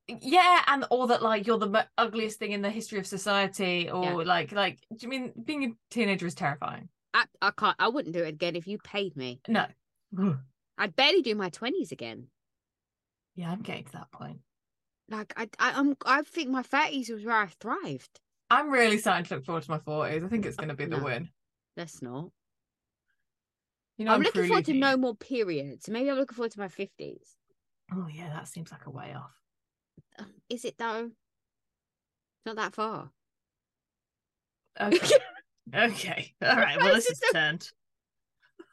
Speaker 1: Yeah, and or that like you're the mo- ugliest thing in the history of society, or
Speaker 2: Yeah.
Speaker 1: like like do you mean being a teenager is terrifying?
Speaker 2: I, I can't. I wouldn't do it again if you paid me.
Speaker 1: No.
Speaker 2: I'd barely do my twenties again.
Speaker 1: Yeah, I'm getting to that point.
Speaker 2: Like I, I, I'm, I think my thirties was where I thrived.
Speaker 1: I'm really starting to look forward to my forties. I think it's going to be the
Speaker 2: No.
Speaker 1: win.
Speaker 2: That's not.
Speaker 1: You know,
Speaker 2: I'm looking forward to
Speaker 1: truly-
Speaker 2: no more periods. Maybe I'm looking forward to my fifties.
Speaker 1: Oh yeah, that seems like a way off.
Speaker 2: Is it though? Not that far.
Speaker 1: Okay. okay. All right. Well,
Speaker 2: It's
Speaker 1: this is
Speaker 2: just
Speaker 1: turned.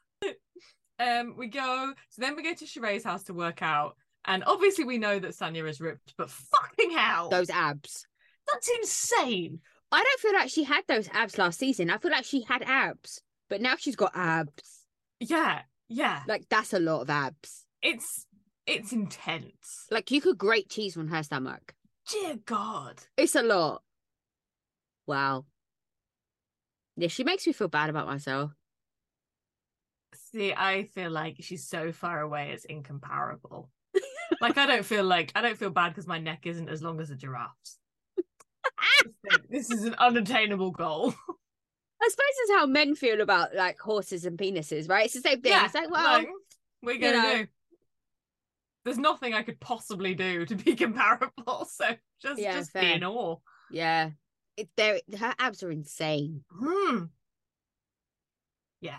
Speaker 1: um, we go. So then we go to Sheree's house to work out, and obviously we know that Sanya is ripped, but fucking hell,
Speaker 2: Those abs.
Speaker 1: that's insane.
Speaker 2: I don't feel like she had those abs last season. I feel like she had abs, but now she's got abs.
Speaker 1: Yeah, yeah.
Speaker 2: Like that's a lot of abs.
Speaker 1: It's it's intense.
Speaker 2: Like you could grate cheese on her stomach.
Speaker 1: Dear God.
Speaker 2: It's a lot. Wow. Yeah, she makes me feel bad about myself.
Speaker 1: See, I feel like she's so far away; it's incomparable. like I don't feel like I don't feel bad because my neck isn't as long as a giraffe's. this is an unattainable goal.
Speaker 2: I suppose it's how men feel about like horses and penises, right? It's the same thing. it's like, well,
Speaker 1: like, we're
Speaker 2: you
Speaker 1: gonna
Speaker 2: know.
Speaker 1: do. There's nothing I could possibly do to be comparable, so just
Speaker 2: Yeah,
Speaker 1: just be
Speaker 2: fair.
Speaker 1: in awe.
Speaker 2: yeah. It, they're- her abs are insane.
Speaker 1: Hmm. Yeah.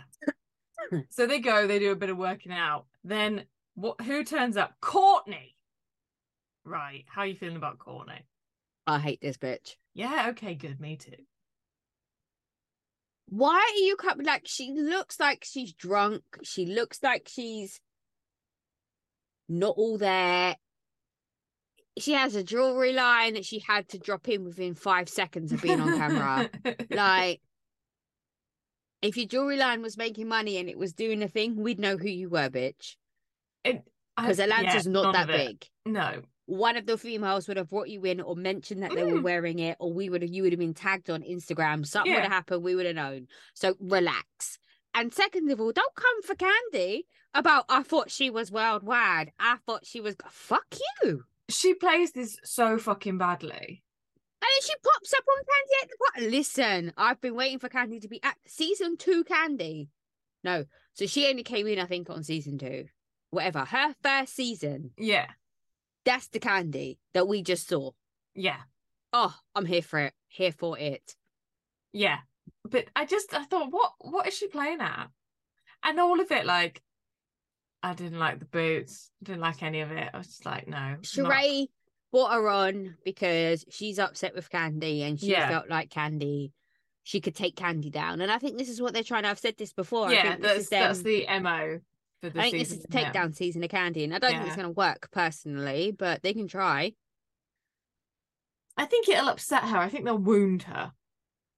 Speaker 1: so they go. They do a bit of working out. Then what? Who turns up? Courtney. Right. How are you feeling about Courtney?
Speaker 2: I hate this bitch.
Speaker 1: Yeah. Okay. Good. Me too.
Speaker 2: Why are you coming? Like, she looks like she's drunk. She looks like she's not all there. She has a jewelry line that she had to drop in within five seconds of being on camera. like if your jewelry line was making money and it was doing a thing we'd know who you were bitch
Speaker 1: I-
Speaker 2: because atlanta's
Speaker 1: yeah,
Speaker 2: not
Speaker 1: none of
Speaker 2: that
Speaker 1: it.
Speaker 2: big
Speaker 1: No.
Speaker 2: one of the females would have brought you in or mentioned that they were
Speaker 1: Mm.
Speaker 2: wearing it or we would have you would have been tagged on instagram something would
Speaker 1: Yeah.
Speaker 2: have happened we would have known so relax and second of all don't come for candy about i thought she was worldwide i thought she was fuck you and
Speaker 1: She plays this so fucking badly.
Speaker 2: then she pops up on candy at the what listen i've been waiting for candy to be at season two candy no so she only came in i think on season two whatever her first season
Speaker 1: Yeah.
Speaker 2: that's the candy that we just saw
Speaker 1: Yeah.
Speaker 2: oh i'm here for it here for it
Speaker 1: Yeah. But I just I thought, what what is she playing at? And all of it, like I didn't like the boots. I didn't like any of it. I was just like, no. not-
Speaker 2: Sheree brought her on because she's upset with Candy and she
Speaker 1: Yeah.
Speaker 2: felt like Candy, she could take Candy down. And I think this is what they're trying to. I've said this before. I
Speaker 1: yeah,
Speaker 2: think this
Speaker 1: that's
Speaker 2: is them.
Speaker 1: that's the MO for the
Speaker 2: I think this
Speaker 1: season.
Speaker 2: is the
Speaker 1: for him.
Speaker 2: takedown season of Candy, and I don't think it's
Speaker 1: Yeah.
Speaker 2: going to work personally, but they can try.
Speaker 1: I think it'll upset her. I think they'll wound her.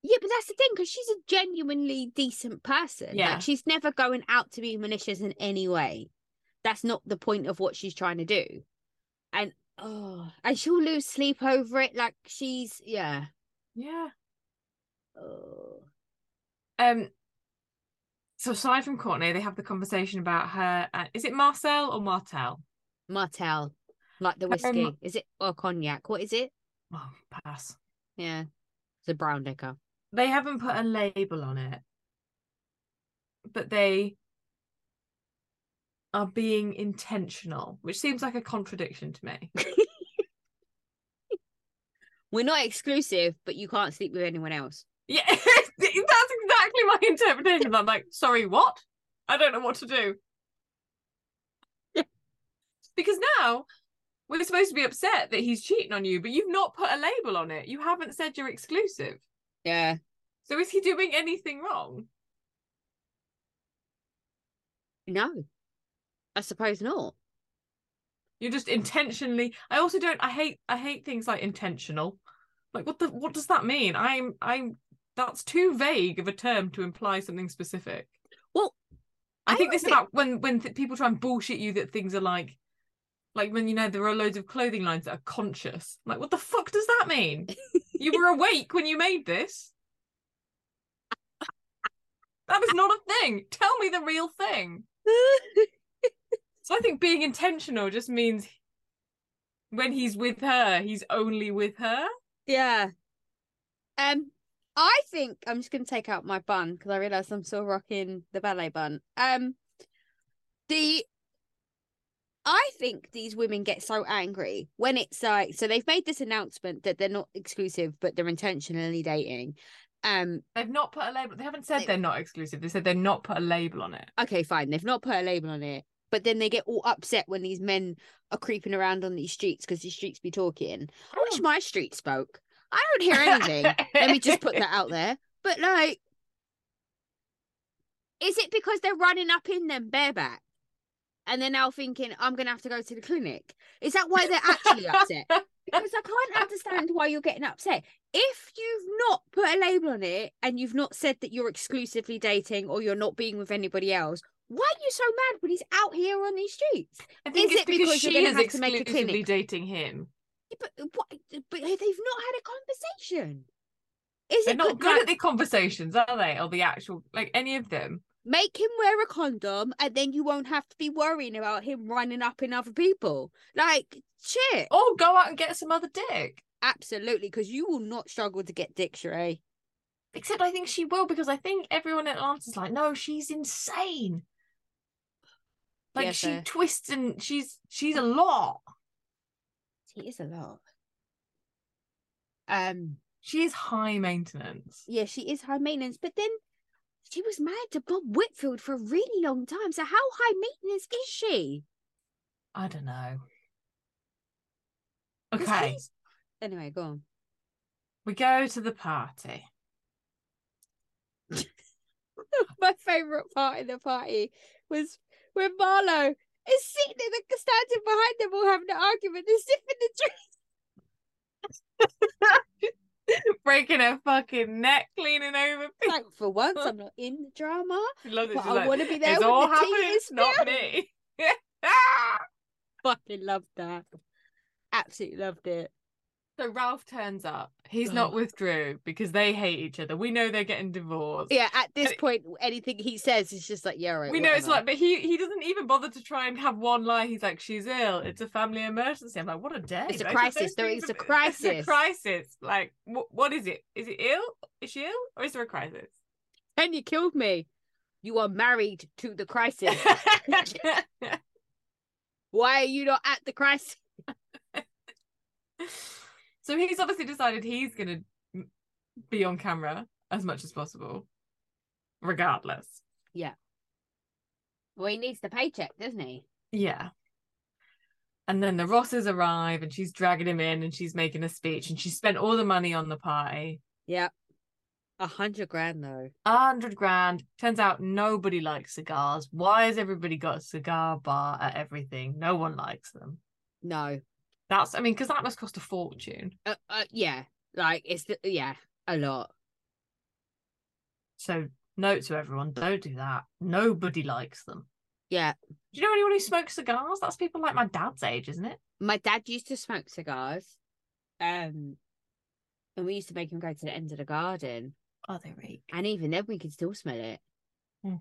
Speaker 2: Yeah, but that's the thing because she's a genuinely decent person.
Speaker 1: Yeah.
Speaker 2: Like she's never going out to be malicious in any way. That's not the point of what she's trying to do. And oh, and she'll lose sleep over it. Like she's yeah.
Speaker 1: Yeah.
Speaker 2: Oh.
Speaker 1: Um so aside from Courtney, they have the conversation about her and is it Marcel or Martel?
Speaker 2: Martel, like the
Speaker 1: Um,
Speaker 2: whiskey. is it or cognac? What is it?
Speaker 1: Oh, pass.
Speaker 2: Yeah, it's a brown liquor.
Speaker 1: They haven't put a label on it. But they are being intentional, which seems like a contradiction to me.
Speaker 2: We're not exclusive, but you can't sleep with anyone else.
Speaker 1: Yeah, that's exactly my interpretation. I'm like, sorry, what? I don't know what to do.
Speaker 2: Yeah.
Speaker 1: Because now we're supposed to be upset that he's cheating on you, but you've not put a label on it. You haven't said you're exclusive.
Speaker 2: Yeah,
Speaker 1: So is he doing anything wrong?
Speaker 2: no, I suppose not.
Speaker 1: You're just intentionally. I also don't. I hate. I hate things like intentional. Like what the? What does that mean? I'm. I'm. That's too vague of a term to imply something specific.
Speaker 2: Well,
Speaker 1: I,
Speaker 2: I
Speaker 1: think
Speaker 2: would
Speaker 1: this is
Speaker 2: think-
Speaker 1: about when when th- people try and bullshit you that things are like, like when you know there are loads of clothing lines that are conscious. Like what the fuck does that mean? you were awake when you made this. was not a thing. Tell me the real thing. So I think being intentional just means when he's with her, he's only with her.
Speaker 2: yeah. Um, I think I'm just gonna take out my bun because I realise I'm still rocking the ballet bun. Um, the I think these women get so angry when it's like so they've made this announcement that they're not exclusive, but they're intentionally dating. Um,
Speaker 1: They've not put a label. They haven't said
Speaker 2: They-
Speaker 1: they're not exclusive. They said they're not put a label on it.
Speaker 2: okay, fine, they've not put a label on it, but then they get all upset when these men are creeping around on these streets because these streets be talking. I wish
Speaker 1: Oh.
Speaker 2: my street spoke. I don't hear anything. Let me just put that out there. But like, is it because they're running up in them bareback? And they're now thinking, I'm going to have to go to the clinic. Is that why they're actually upset? Because I can't understand why you're getting upset. If you've not put a label on it and you've not said that you're exclusively dating or you're not being with anybody else, why are you so mad when he's out here on these streets?
Speaker 1: I think
Speaker 2: Is
Speaker 1: it's
Speaker 2: it because
Speaker 1: she
Speaker 2: you're gonna
Speaker 1: is
Speaker 2: have to make a
Speaker 1: exclusively
Speaker 2: clinic?
Speaker 1: dating him.
Speaker 2: Yeah, But what? But they've not had a conversation. Is
Speaker 1: They're
Speaker 2: it
Speaker 1: not
Speaker 2: not
Speaker 1: good at the conversations, are they? Or the actual, like any of them.
Speaker 2: make him wear a condom and then you won't have to be worrying about him running up in other people? Like shit,
Speaker 1: Or go out and get some other dick.
Speaker 2: absolutely, because you will not struggle to get dick, Sheree.
Speaker 1: Except I think she will because I think everyone at Atlanta's like, no, she's insane. Like
Speaker 2: Yeah,
Speaker 1: she
Speaker 2: fair.
Speaker 1: twists and she's she's a lot.
Speaker 2: He is a lot. Um,
Speaker 1: She is high maintenance.
Speaker 2: yeah, she is high maintenance, but then she was married to Bob Whitfield for a really long time. So how high maintenance is she?
Speaker 1: I don't know.
Speaker 2: 'Cause
Speaker 1: Okay,
Speaker 2: he's- Anyway, go on.
Speaker 1: we go to the party.
Speaker 2: my favourite part in the party was when Marlo is sitting in the standing behind them all having an argument and sipping the drink.
Speaker 1: Breaking her fucking neck, leaning over.
Speaker 2: It's Like for once, I'm not in the drama,
Speaker 1: I love that
Speaker 2: but
Speaker 1: she's
Speaker 2: I
Speaker 1: like,
Speaker 2: want to be there
Speaker 1: It's
Speaker 2: when
Speaker 1: all
Speaker 2: the tea
Speaker 1: happening,
Speaker 2: is
Speaker 1: not
Speaker 2: spilled."
Speaker 1: me.
Speaker 2: Fucking loved that. Absolutely loved it.
Speaker 1: so Ralph turns up. He's not
Speaker 2: Ugh.
Speaker 1: with Drew because they hate each other. We know they're getting divorced.
Speaker 2: Yeah, at this
Speaker 1: And-
Speaker 2: point, anything he says is just like, yeah, right.
Speaker 1: we know it's
Speaker 2: whatever.
Speaker 1: like, but he he doesn't even bother to try and have one lie. He's like, she's ill. It's a family emergency. I'm like, what a day.
Speaker 2: It's a
Speaker 1: Like, don't
Speaker 2: crisis. There
Speaker 1: think
Speaker 2: is a
Speaker 1: of it. It's
Speaker 2: crisis.
Speaker 1: a crisis. Like, what what is it? Is it ill? Is she ill, or is there a crisis?
Speaker 2: Then you killed me. You are married to the crisis. Why are you not at the crisis?
Speaker 1: so he's obviously decided he's gonna be on camera as much as possible, regardless.
Speaker 2: Well, he needs the paycheck, doesn't he?
Speaker 1: Yeah. And then the Rosses arrive and she's dragging him in and she's making a speech and she spent all the money on the party.
Speaker 2: Yeah. A hundred grand though.
Speaker 1: A hundred grand. Turns out nobody likes cigars. Why has everybody got a cigar bar at everything? No one likes them.
Speaker 2: No.
Speaker 1: That's I mean, because that must cost a fortune.
Speaker 2: Uh, uh, yeah. Like it's the, yeah, a lot.
Speaker 1: So note to everyone, don't do that. Nobody likes them.
Speaker 2: Yeah.
Speaker 1: Do you know anyone who smokes cigars? That's people like my dad's age, isn't it?
Speaker 2: My dad used to smoke cigars. Um and we used to make him go to the end of the garden.
Speaker 1: Oh, they reek.
Speaker 2: And even then we could still smell it.
Speaker 1: Hmm.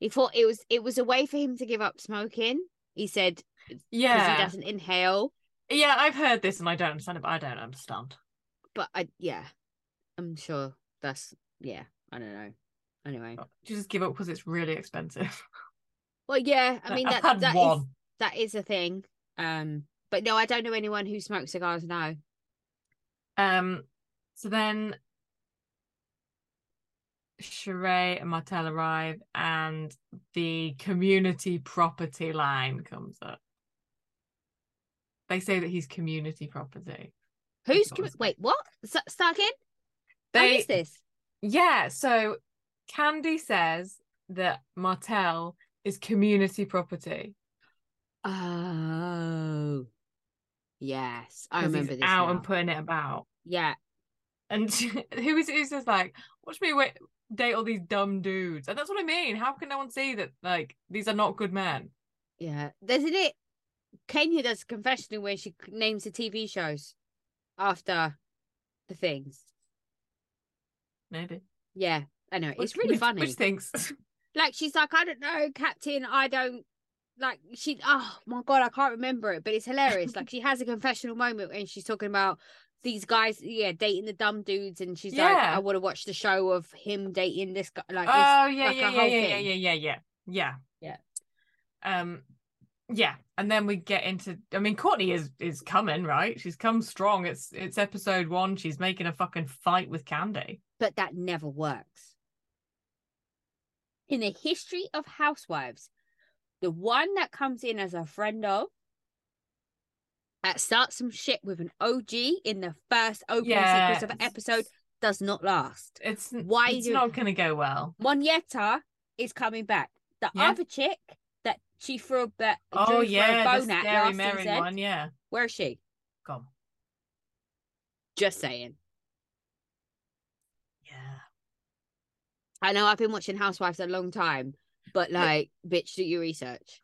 Speaker 2: He thought it was it was a way for him to give up smoking. He said because he
Speaker 1: Yeah.
Speaker 2: doesn't inhale.
Speaker 1: Yeah, I've heard this and I don't understand it, but I don't understand.
Speaker 2: But I yeah. I'm sure that's yeah, I don't know. Anyway.
Speaker 1: Do you just give up because it's really expensive?
Speaker 2: Well yeah, I mean
Speaker 1: I've
Speaker 2: that
Speaker 1: had
Speaker 2: that is
Speaker 1: one.
Speaker 2: that is a thing. Um, but no, I don't know anyone who smokes cigars now.
Speaker 1: Um, so then Sheree and Martel arrive, and the community property line comes up. They say that he's community property.
Speaker 2: Who's
Speaker 1: thought
Speaker 2: commu-
Speaker 1: it was me.
Speaker 2: wait? What? S- start again? I
Speaker 1: They,
Speaker 2: missed this.
Speaker 1: yeah. So Candy says that Martel is community property.
Speaker 2: Oh, yes, I
Speaker 1: 'cause he's
Speaker 2: remember this.
Speaker 1: out
Speaker 2: now.
Speaker 1: and putting it about.
Speaker 2: yeah,
Speaker 1: And who is who's just like, watch me wait, date all these dumb dudes. And that's what I mean. How can no one see that like these are not good men?
Speaker 2: yeah. Doesn't it? Kenya does a confessional where she c- names the TV shows after the things.
Speaker 1: Maybe.
Speaker 2: Yeah, I know it's
Speaker 1: Which-
Speaker 2: really
Speaker 1: which-
Speaker 2: funny.
Speaker 1: Which thinks
Speaker 2: Like she's like, I don't know, Captain. I don't like she. Oh my god, I can't remember it, but it's hilarious. like she has a confessional moment and she's talking about these guys, yeah, dating the dumb dudes, and she's like,
Speaker 1: Yeah.
Speaker 2: I want to watch the show of him dating this guy. Like, it's-
Speaker 1: Oh yeah,
Speaker 2: like a
Speaker 1: yeah, yeah,
Speaker 2: whole
Speaker 1: yeah, yeah,
Speaker 2: thing.
Speaker 1: yeah, yeah, yeah, yeah,
Speaker 2: Yeah.
Speaker 1: Um, yeah, and then we get into. I mean, Courtney is is coming right. She's come strong. It's it's episode one. She's making a fucking fight with Candy.
Speaker 2: but that never works. In the history of housewives, the one that comes in as a friend of that starts some shit with an OG in the first opening
Speaker 1: Yeah,
Speaker 2: sequence of an
Speaker 1: it's-
Speaker 2: episode does not last.
Speaker 1: It's
Speaker 2: Why
Speaker 1: It's
Speaker 2: do-
Speaker 1: not going to go well.
Speaker 2: Monietta is coming back. The
Speaker 1: Yeah.
Speaker 2: other chick that she threw a, ba-
Speaker 1: Oh
Speaker 2: drew for
Speaker 1: yeah, the
Speaker 2: a bone at
Speaker 1: scary
Speaker 2: last
Speaker 1: Mary
Speaker 2: season.
Speaker 1: one. Yeah,
Speaker 2: Where is she?
Speaker 1: gone.
Speaker 2: Just saying.
Speaker 1: Yeah,
Speaker 2: I know I've been watching Housewives a long time, but like, bitch, do your research.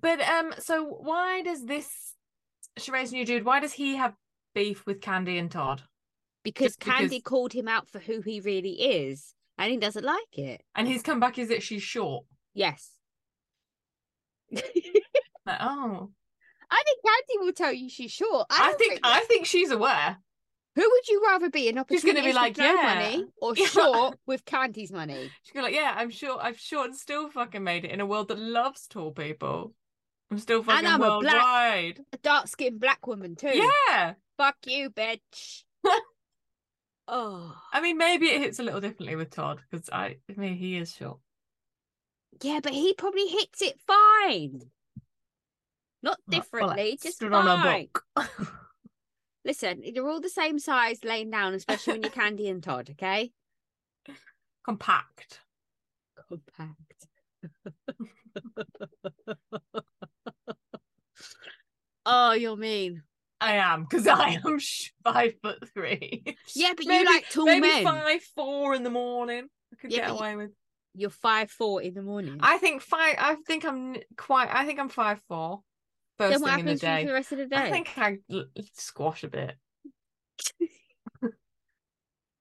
Speaker 1: but um, so why does this Sheree's new dude? Why does he have beef with Candy and Todd?
Speaker 2: because
Speaker 1: Just because-
Speaker 2: Candy called him out for who he really is, and he doesn't like it.
Speaker 1: And his comeback is that she's short.
Speaker 2: Yes,
Speaker 1: Like, oh,
Speaker 2: I think Candy will tell you she's short. I,
Speaker 1: I
Speaker 2: don't
Speaker 1: think I think she's aware.
Speaker 2: who would you rather be an
Speaker 1: She's gonna
Speaker 2: opportunity
Speaker 1: be
Speaker 2: with
Speaker 1: like,
Speaker 2: no
Speaker 1: yeah.
Speaker 2: money or
Speaker 1: Yeah.
Speaker 2: short with Candy's money?
Speaker 1: She's gonna be like, yeah, I'm sure I'm short and still fucking made it in a world that loves tall people. I'm still fucking
Speaker 2: I'm a black-
Speaker 1: worldwide.
Speaker 2: A dark skinned black woman too.
Speaker 1: Yeah.
Speaker 2: fuck you, bitch. oh,
Speaker 1: I mean, maybe it hits a little differently with Todd because I, I mean, he is short.
Speaker 2: yeah, but he probably hits it fine. Not
Speaker 1: Like, well, like,
Speaker 2: differently, just
Speaker 1: stood
Speaker 2: fine.
Speaker 1: on a book.
Speaker 2: Listen, they're all the same size laying down, especially when you're Candy and Todd, okay?
Speaker 1: Compact.
Speaker 2: compact. oh, you're mean.
Speaker 1: I am because I am sh- five foot three.
Speaker 2: Yeah, but
Speaker 1: Maybe-
Speaker 2: you like tall
Speaker 1: maybe
Speaker 2: men.
Speaker 1: five four in the morning. I could get
Speaker 2: Yeah, but you-
Speaker 1: away with.
Speaker 2: You're five four in the morning.
Speaker 1: I think five. I think I'm n- quite. I think I'm five four. First
Speaker 2: then what
Speaker 1: thing in the
Speaker 2: happens to you
Speaker 1: day.
Speaker 2: for the rest of the day?
Speaker 1: I think I l- squash a bit.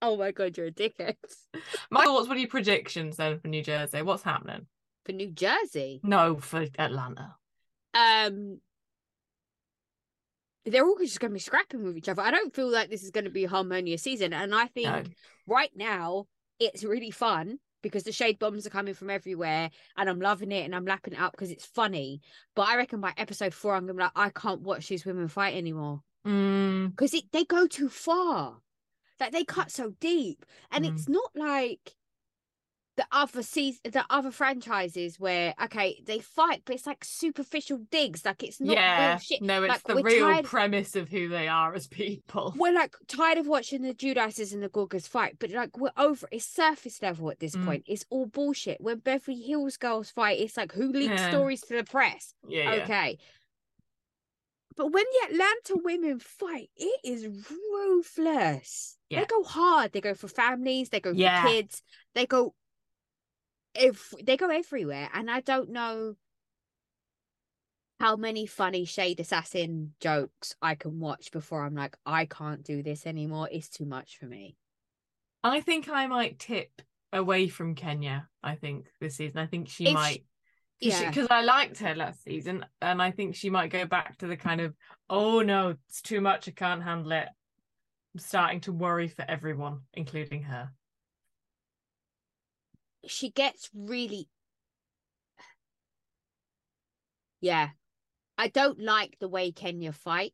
Speaker 2: Oh my god, you're a dickhead.
Speaker 1: My thoughts. What are your predictions then for New Jersey? What's happening?
Speaker 2: For New Jersey,
Speaker 1: No, for Atlanta.
Speaker 2: um, they're all just going to be scrapping with each other. I don't feel like this is going to be a harmonious season, and I think
Speaker 1: No.
Speaker 2: right now it's really fun because the shade bombs are coming from everywhere and I'm loving it and I'm lapping it up because it's funny. But I reckon by episode four, I'm gonna be like, I can't watch these women fight anymore
Speaker 1: Mm,
Speaker 2: because they go too far. Like they cut so deep, and
Speaker 1: Mm.
Speaker 2: it's not like the other seas the other franchises where okay they fight, but it's like superficial digs. Like it's not
Speaker 1: yeah.
Speaker 2: real shit.
Speaker 1: No, it's
Speaker 2: Like,
Speaker 1: the
Speaker 2: we're
Speaker 1: real
Speaker 2: tired-
Speaker 1: premise of who they are as people.
Speaker 2: we're like tired of watching the Judases and the Gorgas fight, but like we're over it. it's surface level at this
Speaker 1: Mm.
Speaker 2: point. It's all bullshit. When Beverly Hills girls fight, it's like who leaks
Speaker 1: Yeah.
Speaker 2: stories to the press?
Speaker 1: Yeah. yeah.
Speaker 2: Okay. But when the Atlanta women fight, it is ruthless.
Speaker 1: Yeah.
Speaker 2: They go hard. They go for families. They go
Speaker 1: Yeah.
Speaker 2: for kids. They go if they go everywhere. And I don't know how many funny shade assassin jokes I can watch before I'm like, I can't do this anymore. It's too much for me.
Speaker 1: I think I might tip away from Kenya. I think this season. I think she
Speaker 2: If she-
Speaker 1: might.
Speaker 2: Yeah.
Speaker 1: because I liked her last season, and I think she might go back to the kind of oh no, it's too much, I can't handle it. I'm starting to worry for everyone, including her.
Speaker 2: she gets really yeah i don't like the way kenya fights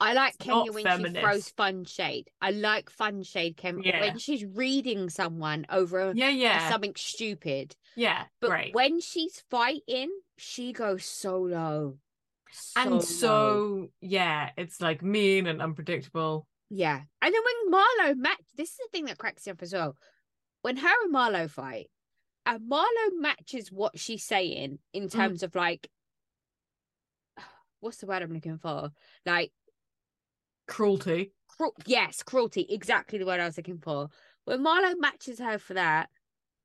Speaker 2: i like
Speaker 1: It's
Speaker 2: kenya
Speaker 1: not
Speaker 2: when she throws
Speaker 1: feminist.
Speaker 2: fun shade i like fun shade Ken-
Speaker 1: Yeah.
Speaker 2: when she's reading someone over
Speaker 1: Yeah, yeah,
Speaker 2: something stupid
Speaker 1: yeah.
Speaker 2: but
Speaker 1: great.
Speaker 2: when she's fighting she goes so low
Speaker 1: and
Speaker 2: low.
Speaker 1: so yeah, it's like mean and unpredictable.
Speaker 2: Yeah. And then when Marlo match this is the thing that cracks me up as well. When her and Marlo fight, and Marlo matches what she's saying in
Speaker 1: Mm.
Speaker 2: terms of like what's the word I'm looking for? Like
Speaker 1: Cruelty.
Speaker 2: cru- yes, cruelty, exactly the word I was looking for. When Marlo matches her for that,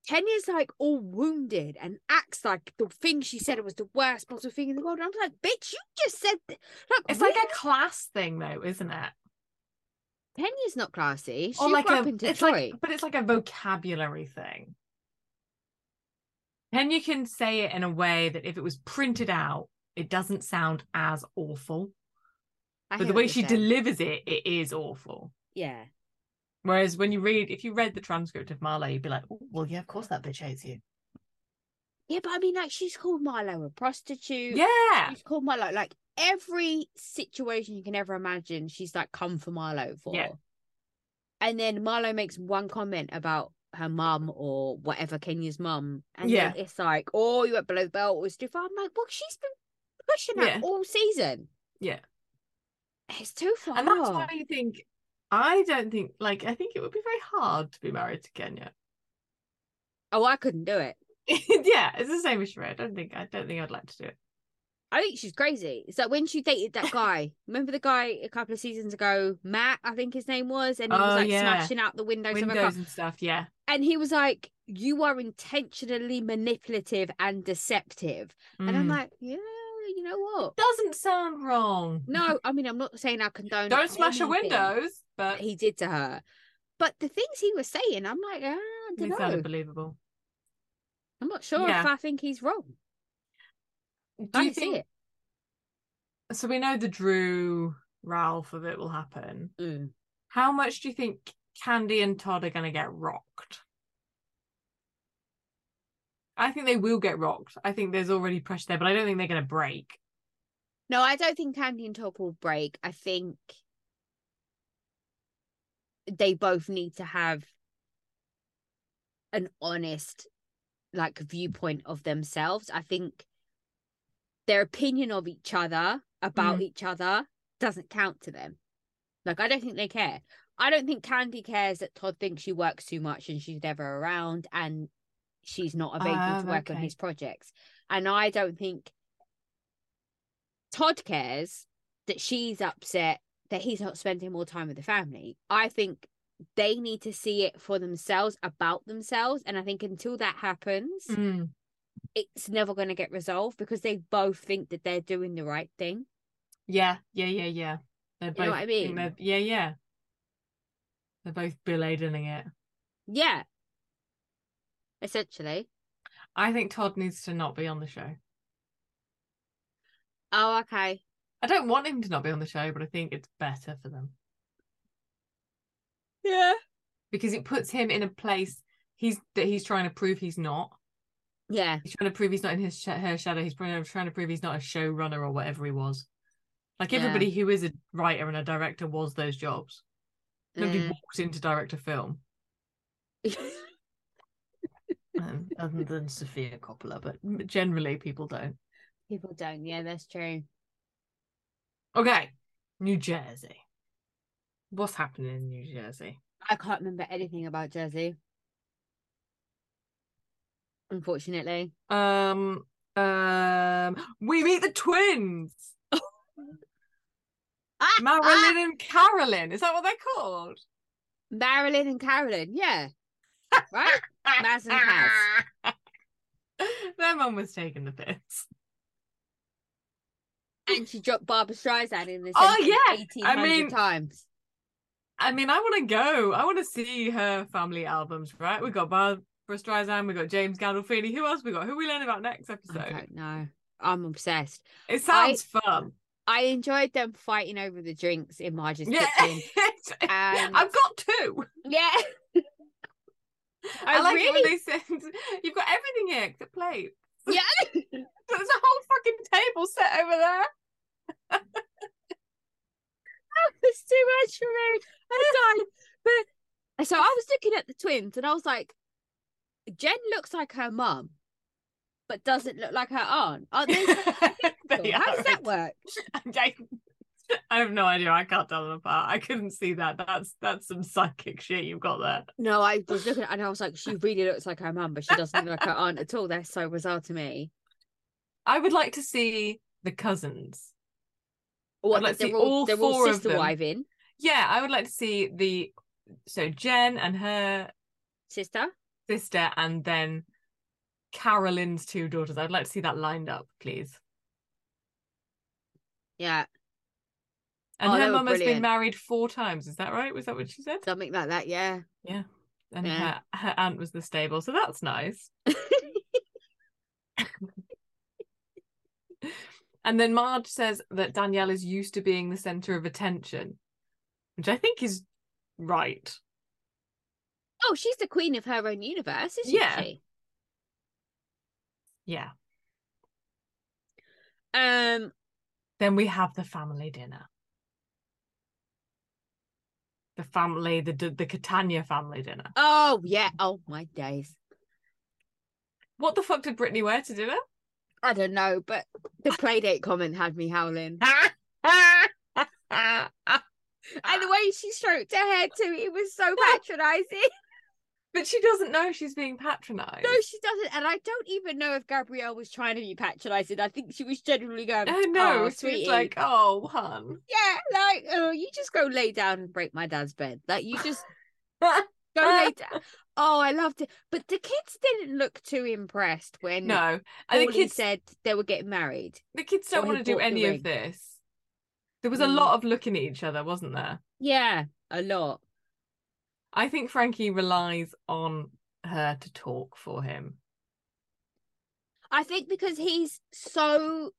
Speaker 2: Kenya's like all wounded and acts like the thing she said was the worst possible thing in the world. And I'm like, bitch, you just said th- like
Speaker 1: It's like a class thing though, isn't it?
Speaker 2: Kenya's not classy. She
Speaker 1: or like
Speaker 2: grew up
Speaker 1: a,
Speaker 2: in
Speaker 1: it's
Speaker 2: Detroit.
Speaker 1: like, but it's like a vocabulary thing. Then you can say it in a way that if it was printed out, it doesn't sound as awful.
Speaker 2: I
Speaker 1: But
Speaker 2: hear
Speaker 1: the
Speaker 2: what
Speaker 1: way
Speaker 2: you're
Speaker 1: she
Speaker 2: saying.
Speaker 1: delivers it, it is awful.
Speaker 2: yeah,
Speaker 1: Whereas when you read, if you read the transcript of Marlowe, you'd be like, "Oh, well, yeah, of course that bitch hates you.
Speaker 2: yeah, but I mean, like she's called Milo a prostitute.
Speaker 1: Yeah.
Speaker 2: she's called Milo. Like every situation you can ever imagine, she's like come for Marlo for.
Speaker 1: Yeah.
Speaker 2: And then Marlo makes one comment about her mum or whatever Kenya's mum, and then it's like, oh, you went below the belt, it was too far. I'm like, well, she's been pushing that
Speaker 1: Yeah.
Speaker 2: all season.
Speaker 1: Yeah.
Speaker 2: it's too far.
Speaker 1: And that's why I think, I don't think, like, I think it would be very hard to be married to Kenya.
Speaker 2: Oh, I couldn't do it.
Speaker 1: yeah, it's the same as Sheree. I don't think, I don't think I'd like to do it.
Speaker 2: I think she's crazy. It's like when she dated that guy. Remember the guy a couple of seasons ago, Matt, I think his name was, and he was
Speaker 1: Oh,
Speaker 2: like
Speaker 1: yeah.
Speaker 2: smashing out the windows, of her car.
Speaker 1: Windows and stuff. Yeah.
Speaker 2: And he was like, "You are intentionally manipulative and deceptive." And I'm
Speaker 1: Mm.
Speaker 2: like, "Yeah, you know what?
Speaker 1: doesn't sound wrong.
Speaker 2: No, I mean, I'm not saying I condone.
Speaker 1: Don't smash a
Speaker 2: anything
Speaker 1: windows,
Speaker 2: that
Speaker 1: but
Speaker 2: He did to her, but the things he was saying, I'm like, ah, I
Speaker 1: they
Speaker 2: don't know.
Speaker 1: sounded believable.
Speaker 2: I'm not sure if
Speaker 1: Yeah.
Speaker 2: I think he's wrong.
Speaker 1: Do
Speaker 2: I
Speaker 1: you
Speaker 2: can see
Speaker 1: think
Speaker 2: it.
Speaker 1: so? We know the Drew Ralph of it will happen.
Speaker 2: Mm.
Speaker 1: How much do you think Candy and Todd are going to get rocked? I think they will get rocked. I think there's already pressure there, but I don't think they're going to break.
Speaker 2: No, I don't think Candy and Top will break. I think they both need to have an honest like viewpoint of themselves. I think their opinion of each other about each other doesn't count to them. Like I don't think they care. I don't think Candy cares that Todd thinks she works too much and she's never around and she's not available
Speaker 1: Ah,
Speaker 2: to work on
Speaker 1: okay.
Speaker 2: his projects. And I don't think Todd cares that she's upset that he's not spending more time with the family. I think they need to see it for themselves about themselves. And I think until that happens,
Speaker 1: Mm.
Speaker 2: it's never going to get resolved because they both think that they're doing the right thing.
Speaker 1: Yeah, yeah, yeah, yeah. They're
Speaker 2: You know what I
Speaker 1: think
Speaker 2: mean?
Speaker 1: they're- Yeah, yeah. They're both beladening it.
Speaker 2: Yeah. Essentially.
Speaker 1: I think Todd needs to not be on the show.
Speaker 2: Oh, okay.
Speaker 1: I don't want him to not be on the show, but I think it's better for them.
Speaker 2: Yeah.
Speaker 1: because it puts him in a place he's that he's trying to prove he's not.
Speaker 2: Yeah.
Speaker 1: He's trying to prove he's not in his sh- her shadow. He's trying to, trying to prove he's not a showrunner or whatever he was. Like
Speaker 2: Yeah.
Speaker 1: everybody who is a writer and a director was those jobs. Nobody
Speaker 2: Mm.
Speaker 1: walks into director film, um, other than Sophia Coppola, but m- generally people don't.
Speaker 2: People don't. Yeah, that's true.
Speaker 1: Okay, New Jersey. What's happening in New Jersey?
Speaker 2: I can't remember anything about Jersey. Unfortunately.
Speaker 1: Um, um, we meet the twins,
Speaker 2: Ah,
Speaker 1: Marilyn
Speaker 2: ah,
Speaker 1: and Carolyn. Is that what they're called?
Speaker 2: Marilyn and Carolyn. Yeah. Right? Maz and
Speaker 1: Their mum was taking the piss.
Speaker 2: And she dropped Barbara Streisand in this.
Speaker 1: Oh, yeah.
Speaker 2: eighteen
Speaker 1: I
Speaker 2: hundred
Speaker 1: mean-
Speaker 2: times.
Speaker 1: I mean, I want to go. I want to see her family albums, right? We got Barbara Streisand, we got James Gandolfini. Who else we got? Who we learn about next episode?
Speaker 2: I don't know. I'm obsessed.
Speaker 1: It sounds fun.
Speaker 2: I enjoyed them fighting over the drinks in Marge's
Speaker 1: Yeah.
Speaker 2: kitchen. and-
Speaker 1: I've got two.
Speaker 2: Yeah.
Speaker 1: I,
Speaker 2: I
Speaker 1: like it when
Speaker 2: really-
Speaker 1: they said you've got everything here except plates.
Speaker 2: Yeah.
Speaker 1: There's a whole fucking table set over there.
Speaker 2: it's too much for me. I died. But so I was looking at the twins and I was like, Jen looks like her mum, but doesn't look like her aunt. Are they
Speaker 1: They
Speaker 2: How does
Speaker 1: are
Speaker 2: that work?
Speaker 1: I, I have no idea. I can't tell them apart. I couldn't see that. That's that's some psychic shit you've got there.
Speaker 2: No, I was looking at and I was like, she really looks like her mum, but she doesn't look like her aunt at all. They're so bizarre to me.
Speaker 1: I would like to see the cousins.
Speaker 2: What
Speaker 1: Oh, like to
Speaker 2: they're
Speaker 1: see
Speaker 2: all,
Speaker 1: all
Speaker 2: they're all
Speaker 1: four of
Speaker 2: sister
Speaker 1: them.
Speaker 2: wiving.
Speaker 1: Yeah, I would like to see the so Jen and her
Speaker 2: Sister?
Speaker 1: sister, and then Carolyn's two daughters. I'd like to see that lined up, please.
Speaker 2: Yeah.
Speaker 1: And
Speaker 2: Oh, they
Speaker 1: her
Speaker 2: were
Speaker 1: mum has been
Speaker 2: brilliant.
Speaker 1: married four times. Is that right? Was that what she said?
Speaker 2: something like that. Yeah.
Speaker 1: And
Speaker 2: Yeah.
Speaker 1: her, her aunt was the stable. So that's nice. And then Marge says that Danielle is used to being the center of attention, which I think is right.
Speaker 2: Oh, she's the queen of her own universe, isn't
Speaker 1: Yeah.
Speaker 2: she?
Speaker 1: Yeah.
Speaker 2: Um.
Speaker 1: Then we have the family dinner. The family, the the Catania family dinner.
Speaker 2: Oh yeah. Oh my days.
Speaker 1: What the fuck did Brittany wear to do
Speaker 2: I don't know, but the playdate comment had me howling.
Speaker 1: it? but
Speaker 2: And the way she stroked her hair too, it was so patronizing.
Speaker 1: she doesn't know she's being patronized.
Speaker 2: No, she doesn't. And I don't even know if Gabrielle was trying to be patronizing. I think she was generally going,
Speaker 1: I know.
Speaker 2: "Oh,
Speaker 1: she's
Speaker 2: sweetie.
Speaker 1: like, oh, hun.
Speaker 2: yeah, like, oh, you just go lay down and break my dad's bed. Like, you just go lay down. Oh, I loved it. But the kids didn't look too impressed when
Speaker 1: No, I
Speaker 2: Paulie
Speaker 1: think kids
Speaker 2: said they were getting married.
Speaker 1: the kids don't
Speaker 2: or
Speaker 1: want
Speaker 2: he
Speaker 1: to do
Speaker 2: bought the
Speaker 1: any of
Speaker 2: ring.
Speaker 1: this. There was a
Speaker 2: Mm.
Speaker 1: lot of looking at each other, wasn't there?
Speaker 2: Yeah, a lot.
Speaker 1: I think Frankie relies on her to talk for him.
Speaker 2: I think because he's so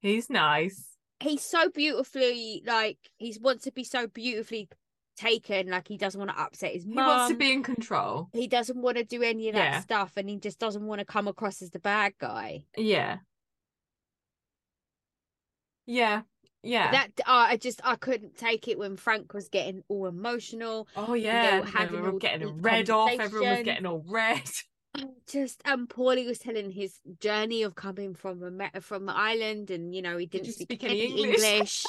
Speaker 1: He's nice.
Speaker 2: he's so beautifully like he's wants to be so beautifully taken like he doesn't want to upset his
Speaker 1: He
Speaker 2: mum
Speaker 1: wants to be in control.
Speaker 2: he doesn't want to do any of that
Speaker 1: Yeah.
Speaker 2: stuff and he just doesn't want to come across as the bad guy
Speaker 1: Yeah. Yeah. Yeah.
Speaker 2: that uh, i just i couldn't take it when frank was getting all emotional
Speaker 1: oh
Speaker 2: were
Speaker 1: yeah.
Speaker 2: having
Speaker 1: we were
Speaker 2: all
Speaker 1: getting
Speaker 2: these
Speaker 1: red off. Everyone was
Speaker 2: conversations.
Speaker 1: getting all red.
Speaker 2: just um paulie was telling his journey of coming from Amer- from ireland and you know he didn't
Speaker 1: you
Speaker 2: speak,
Speaker 1: speak any English?
Speaker 2: english,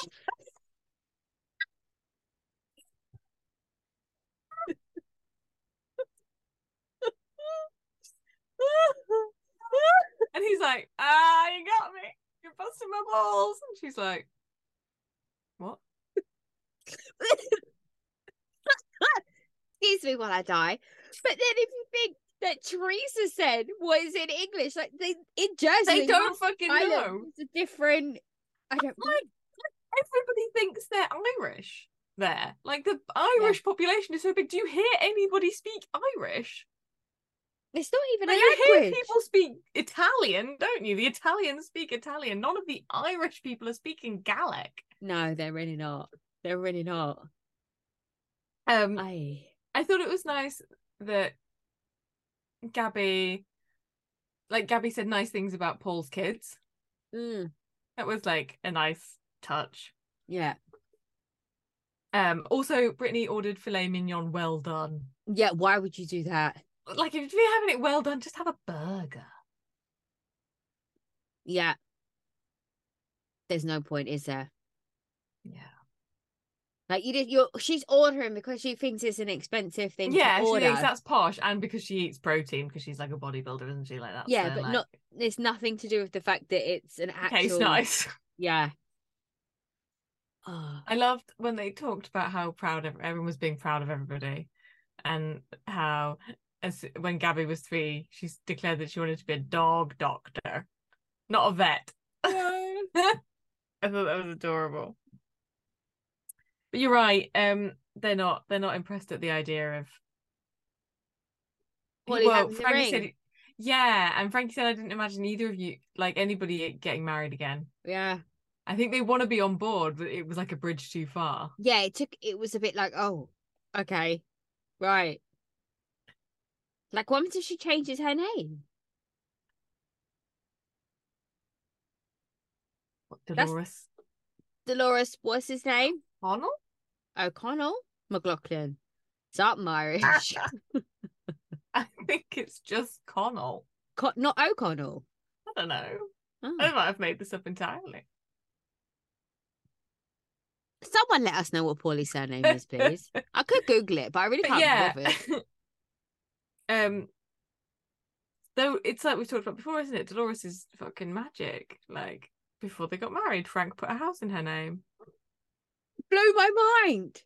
Speaker 2: english.
Speaker 1: And he's like, ah, you got me. You're busting my balls. And she's like, what?
Speaker 2: excuse me while I die. But then if you think that Teresa said was in English, like they in Jersey,
Speaker 1: They
Speaker 2: and
Speaker 1: don't fucking
Speaker 2: Ireland,
Speaker 1: know.
Speaker 2: It's a different. I don't know.
Speaker 1: everybody thinks they're Irish there. Like the Irish population is so big. Do you hear anybody speak Irish?
Speaker 2: It's not even
Speaker 1: Like,
Speaker 2: a
Speaker 1: you hear
Speaker 2: language.
Speaker 1: people speak Italian, don't you? The Italians speak Italian. None of the Irish people are speaking Gaelic.
Speaker 2: No, they're really not. They're really not.
Speaker 1: Um, I,
Speaker 2: I.
Speaker 1: thought it was nice that Gabby, like Gabby, said nice things about Paul's kids.
Speaker 2: Mm,
Speaker 1: That was like a nice touch.
Speaker 2: yeah.
Speaker 1: Um, also, Brittany ordered filet mignon. Well done.
Speaker 2: Yeah. Why would you do that?
Speaker 1: Like if you're having it well done, just have a burger.
Speaker 2: Yeah. There's no point, is there?
Speaker 1: Yeah.
Speaker 2: Like you did. You're. She's ordering because she thinks it's an expensive thing.
Speaker 1: yeah,
Speaker 2: To
Speaker 1: she
Speaker 2: order.
Speaker 1: thinks that's posh, and because she eats protein, because she's like a bodybuilder, isn't she? Like that.
Speaker 2: Yeah, but not It's nothing to do with the fact that it's an actual.
Speaker 1: taste nice.
Speaker 2: Yeah. Oh,
Speaker 1: I loved when they talked about how proud of, everyone was being proud of everybody, and how as when Gabby was three, she s- declared that she wanted to be a dog doctor, not a vet. I thought that was adorable. But you're right. Um, they're not. They're not impressed at the idea of.
Speaker 2: What, he having the
Speaker 1: Frankie said,
Speaker 2: ring?
Speaker 1: yeah, and Frankie said, I didn't imagine either of you, like anybody getting married again.
Speaker 2: yeah.
Speaker 1: I think they want to be on board, but it was like a bridge too far.
Speaker 2: Yeah, it took it was a bit like, oh, okay. Right. Like what happens if she changes her name?
Speaker 1: What,
Speaker 2: That's-
Speaker 1: Dolores
Speaker 2: Dolores, what's his name?
Speaker 1: Connell?
Speaker 2: O'Connell? McLaughlin. It's up Irish.
Speaker 1: I think it's just Connell.
Speaker 2: Co- not O'Connell.
Speaker 1: I don't know. I
Speaker 2: Oh.
Speaker 1: might have made this up entirely.
Speaker 2: Someone let us know what Paulie's surname is, please. I could Google it, but I really
Speaker 1: But
Speaker 2: can't
Speaker 1: yeah.
Speaker 2: be bothered.
Speaker 1: um though it's like we've talked about before, isn't it? Dolores is fucking magic. Like before they got married, Frank put a house in her name.
Speaker 2: Blew my mind.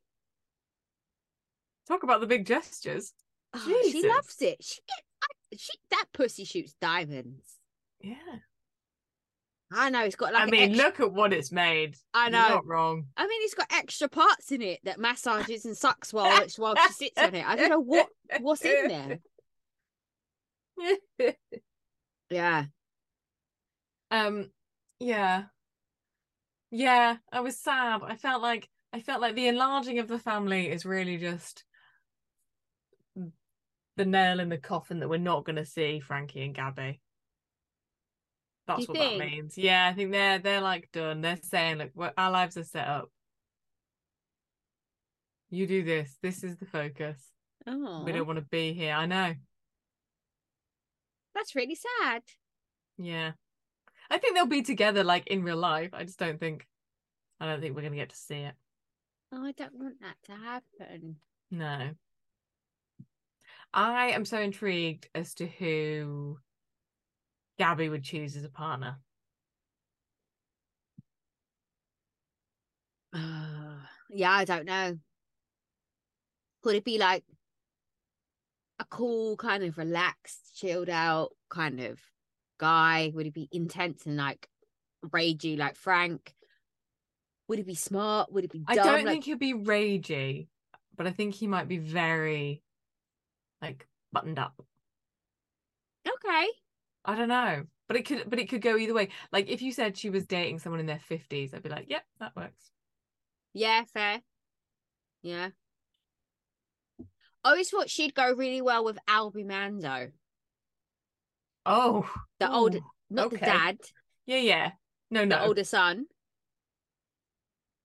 Speaker 1: Talk about the big gestures.
Speaker 2: Oh, she
Speaker 1: Jesus.
Speaker 2: loves it. She, get- I, she that pussy shoots diamonds.
Speaker 1: Yeah.
Speaker 2: I know it's got like
Speaker 1: I
Speaker 2: an
Speaker 1: mean,
Speaker 2: extra-
Speaker 1: look at what it's made.
Speaker 2: I
Speaker 1: You're
Speaker 2: know.
Speaker 1: not wrong.
Speaker 2: I mean, it's got extra parts in it that massages and sucks while it's- while she sits on it. I don't know what what's in there.
Speaker 1: there.
Speaker 2: Yeah,
Speaker 1: um, yeah, yeah. I was sad. I felt like I felt like the enlarging of the family is really just the nail in the coffin that we're not going to see Frankie and Gabby. That's
Speaker 2: you
Speaker 1: what that
Speaker 2: think?
Speaker 1: means. Yeah, I think they're they're like done. They're saying, look, we're- our lives are set up. You do this. This is the focus.
Speaker 2: oh,
Speaker 1: We don't want to be here. I know.
Speaker 2: that's really sad.
Speaker 1: Yeah. I think they'll be together like in real life. I just don't think I don't think we're gonna get to see it.
Speaker 2: Oh, I don't want that to happen.
Speaker 1: No. I am so intrigued as to who Gabby would choose as a partner.
Speaker 2: Uh, yeah, I don't know. Could it be like a cool, kind of relaxed, chilled out kind of guy? Would it be intense and like ragey like Frank? Would it be smart? Would it be dumb?
Speaker 1: I don't
Speaker 2: like,
Speaker 1: think he'll be ragey, but I think he might be very like buttoned up.
Speaker 2: okay.
Speaker 1: I don't know. But it could but it could go either way. Like if you said she was dating someone in their fifties, I'd be like, Yep, that works.
Speaker 2: Yeah, fair. Yeah. I always thought she'd go really well with Albie Mando,
Speaker 1: Oh.
Speaker 2: the older,
Speaker 1: ooh,
Speaker 2: not the
Speaker 1: okay.
Speaker 2: dad,
Speaker 1: Yeah, yeah. No,
Speaker 2: the
Speaker 1: no.
Speaker 2: older son.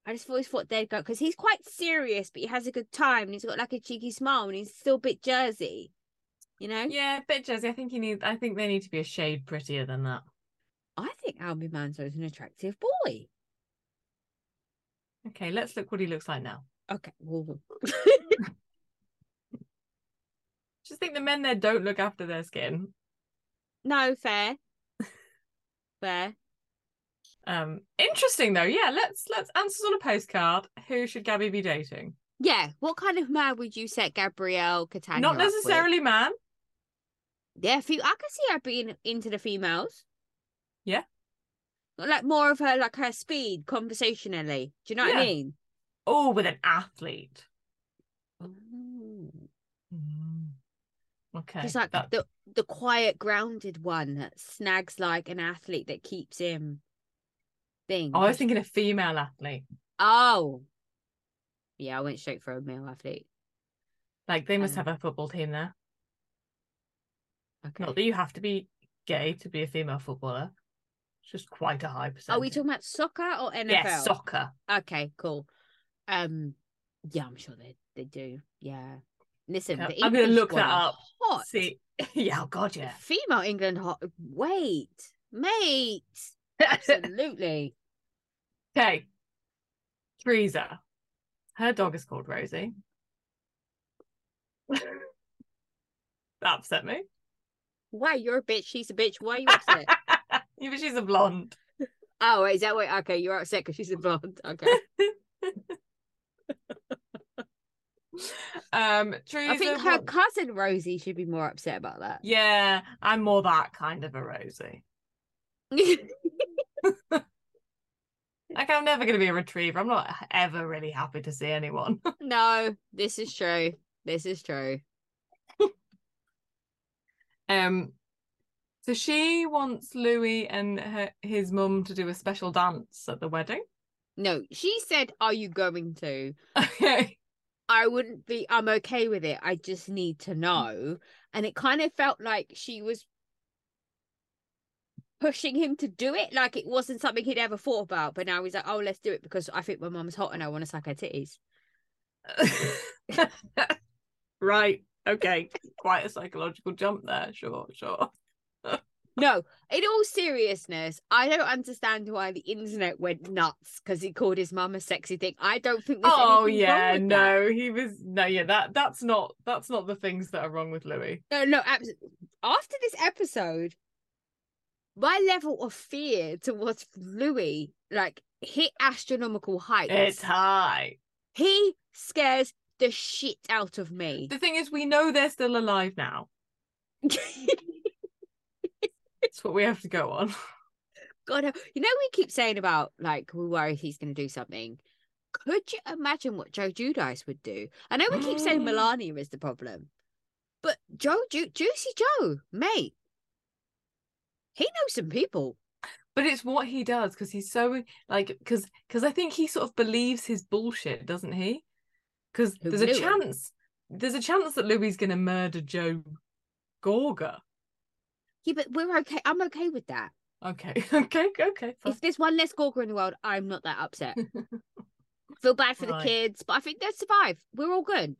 Speaker 2: I just always thought they'd go because he's quite serious, but he has a good time and he's got like a cheeky smile and he's still a bit Jersey, you know.
Speaker 1: Yeah, bit Jazzy. I think you need. I think they need to be a shade prettier than that.
Speaker 2: I think Albie Mando is an attractive boy.
Speaker 1: Okay, let's look what he looks like now.
Speaker 2: Okay, well,
Speaker 1: Just think the men there don't look after their skin.
Speaker 2: no, fair, fair.
Speaker 1: Um, interesting though. Yeah, let's let's answers on a postcard. Who should Gabby be dating?
Speaker 2: Yeah, what kind of man would you set Gabrielle Catania?
Speaker 1: Not
Speaker 2: up with?
Speaker 1: necessarily man.
Speaker 2: Yeah, fe- I can see her being into the females.
Speaker 1: Yeah.
Speaker 2: Like more of her, like her speed conversationally. Do you know what I
Speaker 1: Yeah.
Speaker 2: mean?
Speaker 1: Oh, with an athlete.
Speaker 2: Ooh.
Speaker 1: Mm. Okay.
Speaker 2: Just like
Speaker 1: that-
Speaker 2: the the quiet, grounded one that snags like an athlete that keeps him thing.
Speaker 1: Oh, I was thinking a female athlete.
Speaker 2: Oh, yeah, I went straight for a male athlete.
Speaker 1: Like they must
Speaker 2: Um,
Speaker 1: have a football team there.
Speaker 2: Okay.
Speaker 1: Not that you have to be gay to be a female footballer. It's just quite a high percentage.
Speaker 2: Are we talking about soccer or NFL?
Speaker 1: Yeah, soccer.
Speaker 2: Okay, cool. Um, yeah, I'm sure they they do. Yeah. Listen,
Speaker 1: Yeah,
Speaker 2: the
Speaker 1: I'm gonna
Speaker 2: English
Speaker 1: look that
Speaker 2: one are
Speaker 1: up.
Speaker 2: Hot.
Speaker 1: See, yeah, oh god, yeah.
Speaker 2: Female England hot. Wait, mate. Absolutely.
Speaker 1: okay, Teresa, her dog is called Rosie. that upset me.
Speaker 2: Why you're a bitch? She's a bitch. Why are you upset?
Speaker 1: yeah, but she's a blonde.
Speaker 2: oh, wait, is that what? Okay, you're upset because she's a blonde. Okay.
Speaker 1: Um, Teresa.
Speaker 2: I think her
Speaker 1: what-
Speaker 2: cousin Rosie should be more upset about that.
Speaker 1: Yeah, I'm more that kind of a Rosie. Like I'm never gonna be a retriever. I'm not ever really happy to see anyone.
Speaker 2: no, this is true. This is true.
Speaker 1: Um, so she wants Louis and her, his mum to do a special dance at the wedding.
Speaker 2: No, she said, "Are you going to?"
Speaker 1: Okay.
Speaker 2: I wouldn't be. I'm okay with it. I just need
Speaker 1: Mm.
Speaker 2: to know. And it kind of felt like she was pushing him to do it. Like it wasn't something he'd ever thought about. But now he's like, "Oh, let's do it because I think my mum's hot and I want to suck her titties."
Speaker 1: right. Okay. Quite a psychological jump there. Sure. Sure.
Speaker 2: No, in all seriousness, I don't understand why the internet went nuts because he called his mum a sexy thing. I don't think. There's
Speaker 1: Oh
Speaker 2: anything wrong
Speaker 1: yeah.
Speaker 2: with that.
Speaker 1: No, he was. No, yeah. That that's not that's not the things that are wrong with Louis.
Speaker 2: No, no, absolutely. After this episode, my level of fear towards Louis like hit astronomical heights.
Speaker 1: It's high.
Speaker 2: He scares the shit out of me.
Speaker 1: The thing is, we know they're still alive now. It's what we have to go on.
Speaker 2: God, help- you know, we keep saying about like we worry if he's going to do something. Could you imagine what Joe Judice would do? I know we keep saying Melania is the problem, but Joe, Ju- Juicy Joe, mate, he knows some people.
Speaker 1: But it's what he does because he's so like because because I think he sort of believes his bullshit, doesn't he? Because
Speaker 2: Who,
Speaker 1: there's a
Speaker 2: Louis?
Speaker 1: chance there's a chance that Louis going to murder Joe Gorga.
Speaker 2: Yeah, but we're okay. I'm okay with that.
Speaker 1: Okay, okay, okay. fine.
Speaker 2: If there's one less Gorga in the world, I'm not that upset. Feel bad for the
Speaker 1: Right.
Speaker 2: kids, but I think they'll survive. We're all good.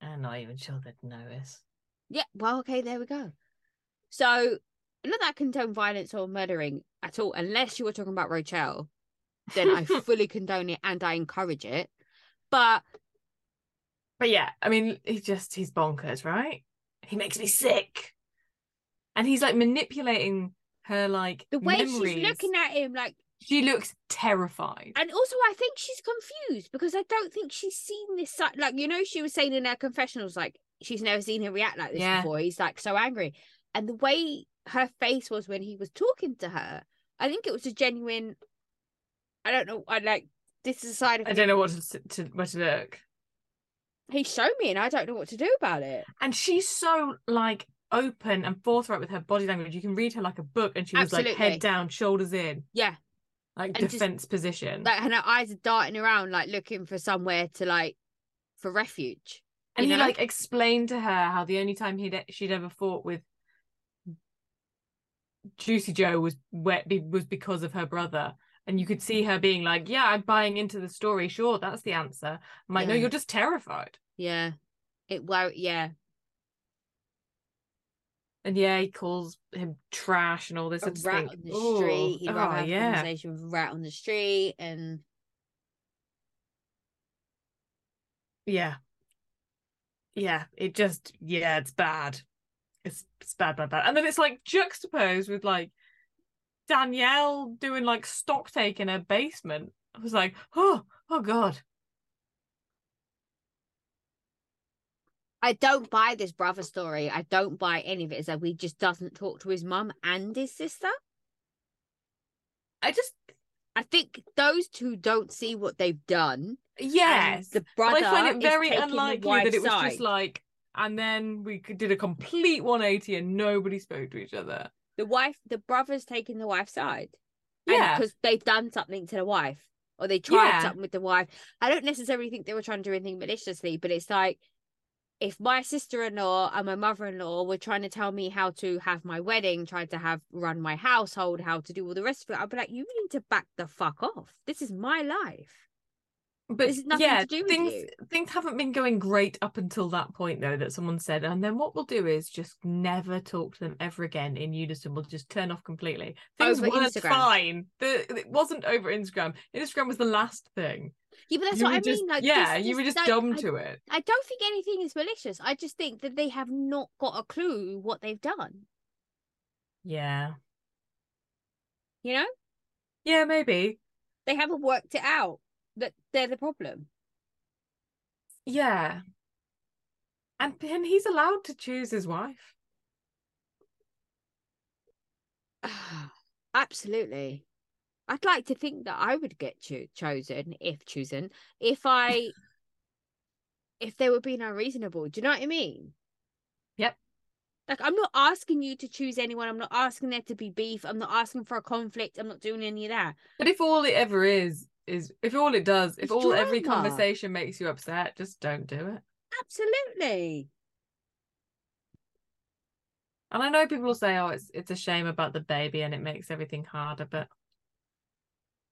Speaker 1: I'm not even sure they'd notice.
Speaker 2: Yeah, well, okay, there we go. So, not that I condone violence or murdering at all, unless you were talking about Rochelle, then I fully condone it and I encourage it. But
Speaker 1: But yeah, I mean, he just he's bonkers, right? He makes me sick, and he's like manipulating her like
Speaker 2: the way
Speaker 1: memories.
Speaker 2: she's looking at him, like,
Speaker 1: she looks terrified.
Speaker 2: and also I think she's confused because I don't think she's seen this side. Like, you know, she was saying in her confessionals, like, she's never seen him react like this
Speaker 1: Yeah.
Speaker 2: before. He's like so angry. And the way her face was when he was talking to her, I think it was a genuine, I don't know, I like, this is a side of
Speaker 1: I
Speaker 2: him
Speaker 1: don't know what to, to where to look.
Speaker 2: he showed me and I don't know what to do about it.
Speaker 1: And she's so like open and forthright with her body language. You can read her like a book, and she was like
Speaker 2: Absolutely.
Speaker 1: head down, shoulders in,
Speaker 2: Yeah.
Speaker 1: like
Speaker 2: And just-
Speaker 1: defense position.
Speaker 2: Like and her eyes are darting around like looking for somewhere to like for refuge.
Speaker 1: and
Speaker 2: you
Speaker 1: he
Speaker 2: know?
Speaker 1: like explained to her how the only time he'd e, she'd ever fought with Juicy Joe was wet be- was because of her brother. And you could see her being like, "Yeah, I'm buying into the story. Sure, that's the answer." I'm like, "No,
Speaker 2: Yeah.
Speaker 1: you're just terrified."
Speaker 2: Yeah. It won't yeah.
Speaker 1: And yeah, he calls him trash and all this. I
Speaker 2: A
Speaker 1: just
Speaker 2: rat
Speaker 1: think,
Speaker 2: on the
Speaker 1: "Ooh,
Speaker 2: street. He'd rather
Speaker 1: oh,
Speaker 2: have a
Speaker 1: yeah,
Speaker 2: conversation with a rat on the street and
Speaker 1: yeah, yeah." It just, yeah, it's bad. It's, it's bad, bad, bad. And then it's like juxtaposed with like Danielle doing like stock take in her basement. I was like, "Oh, oh god."
Speaker 2: I don't buy this brother story. I don't buy any of it. It's like he just doesn't talk to his mum and his sister.
Speaker 1: I just,
Speaker 2: I think those two don't see what they've done. and
Speaker 1: yes.
Speaker 2: The
Speaker 1: But
Speaker 2: brother
Speaker 1: I find it very
Speaker 2: is taking the
Speaker 1: unlikely
Speaker 2: wide
Speaker 1: that it was
Speaker 2: side.
Speaker 1: just like, and then we c- did a complete 180 and nobody spoke to each other.
Speaker 2: the wife the brother's taking the wife's side.
Speaker 1: Yeah.
Speaker 2: because they've done something to the wife or they tried
Speaker 1: Yeah.
Speaker 2: something with the wife. I don't necessarily think they were trying to do anything maliciously, but it's like if my sister-in-law and my mother-in-law were trying to tell me how to have my wedding, trying to have run my household, how to do all the rest of it, I'd be like, you need to back the fuck off. This is my life.
Speaker 1: But
Speaker 2: This has nothing
Speaker 1: yeah,
Speaker 2: to do with
Speaker 1: things
Speaker 2: you.
Speaker 1: things haven't been going great up until that point though that someone said, and then what we'll do is just never talk to them ever again in unison. We'll just turn off completely. Things
Speaker 2: Over
Speaker 1: weren't
Speaker 2: Instagram.
Speaker 1: fine. The, it wasn't over Instagram. Instagram was the last thing.
Speaker 2: Yeah, but that's
Speaker 1: you
Speaker 2: what
Speaker 1: were
Speaker 2: I mean.
Speaker 1: just,
Speaker 2: like,
Speaker 1: yeah,
Speaker 2: this-
Speaker 1: you
Speaker 2: this-
Speaker 1: were just
Speaker 2: like,
Speaker 1: dumb
Speaker 2: I
Speaker 1: to it.
Speaker 2: I don't think anything is malicious. I just think that they have not got a clue what they've done.
Speaker 1: Yeah.
Speaker 2: You know,
Speaker 1: Yeah, maybe.
Speaker 2: they haven't worked it out that they're the problem.
Speaker 1: Yeah. And then he's allowed to choose his wife.
Speaker 2: Absolutely. I'd like to think that I would get cho- chosen if chosen if I if they were being unreasonable. Do you know what I mean?
Speaker 1: Yep.
Speaker 2: Like I'm not asking you to choose anyone. I'm not asking there to be beef. I'm not asking for a conflict. I'm not doing any of that.
Speaker 1: But if all it ever is is if all it does, if
Speaker 2: It's
Speaker 1: all every
Speaker 2: drama.
Speaker 1: conversation makes you upset, just don't do it.
Speaker 2: Absolutely.
Speaker 1: And I know people will say, "Oh, it's it's a shame about the baby and it makes everything harder," but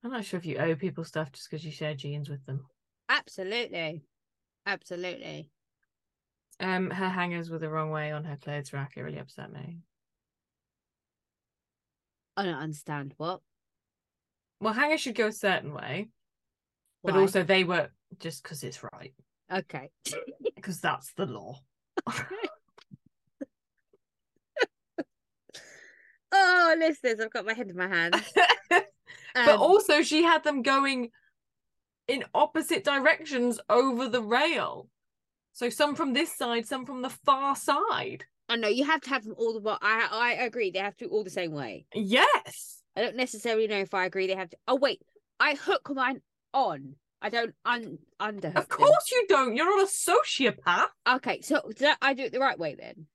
Speaker 1: I'm not sure if you owe people stuff just because you share genes with them.
Speaker 2: Absolutely. Absolutely.
Speaker 1: Um, her hangers were the wrong way on her clothes rack. It really upset me.
Speaker 2: I don't understand what.
Speaker 1: Well, hangers should go a certain way, but
Speaker 2: why.
Speaker 1: also they were just because it's right,
Speaker 2: okay.
Speaker 1: because that's the law.
Speaker 2: Oh, listeners, I've got my head in my hand.
Speaker 1: but
Speaker 2: Um,
Speaker 1: also, she had them going in opposite directions over the rail. So some from this side, some from the far side.
Speaker 2: I know you have to have them all the way. I I agree. They have to be all the same way.
Speaker 1: Yes.
Speaker 2: I don't necessarily know if I agree they have to. Oh, wait. I hook mine on. I don't un- underhook.
Speaker 1: Of
Speaker 2: them.
Speaker 1: course you don't. You're not a sociopath.
Speaker 2: Okay, so did I- I do it the right way then?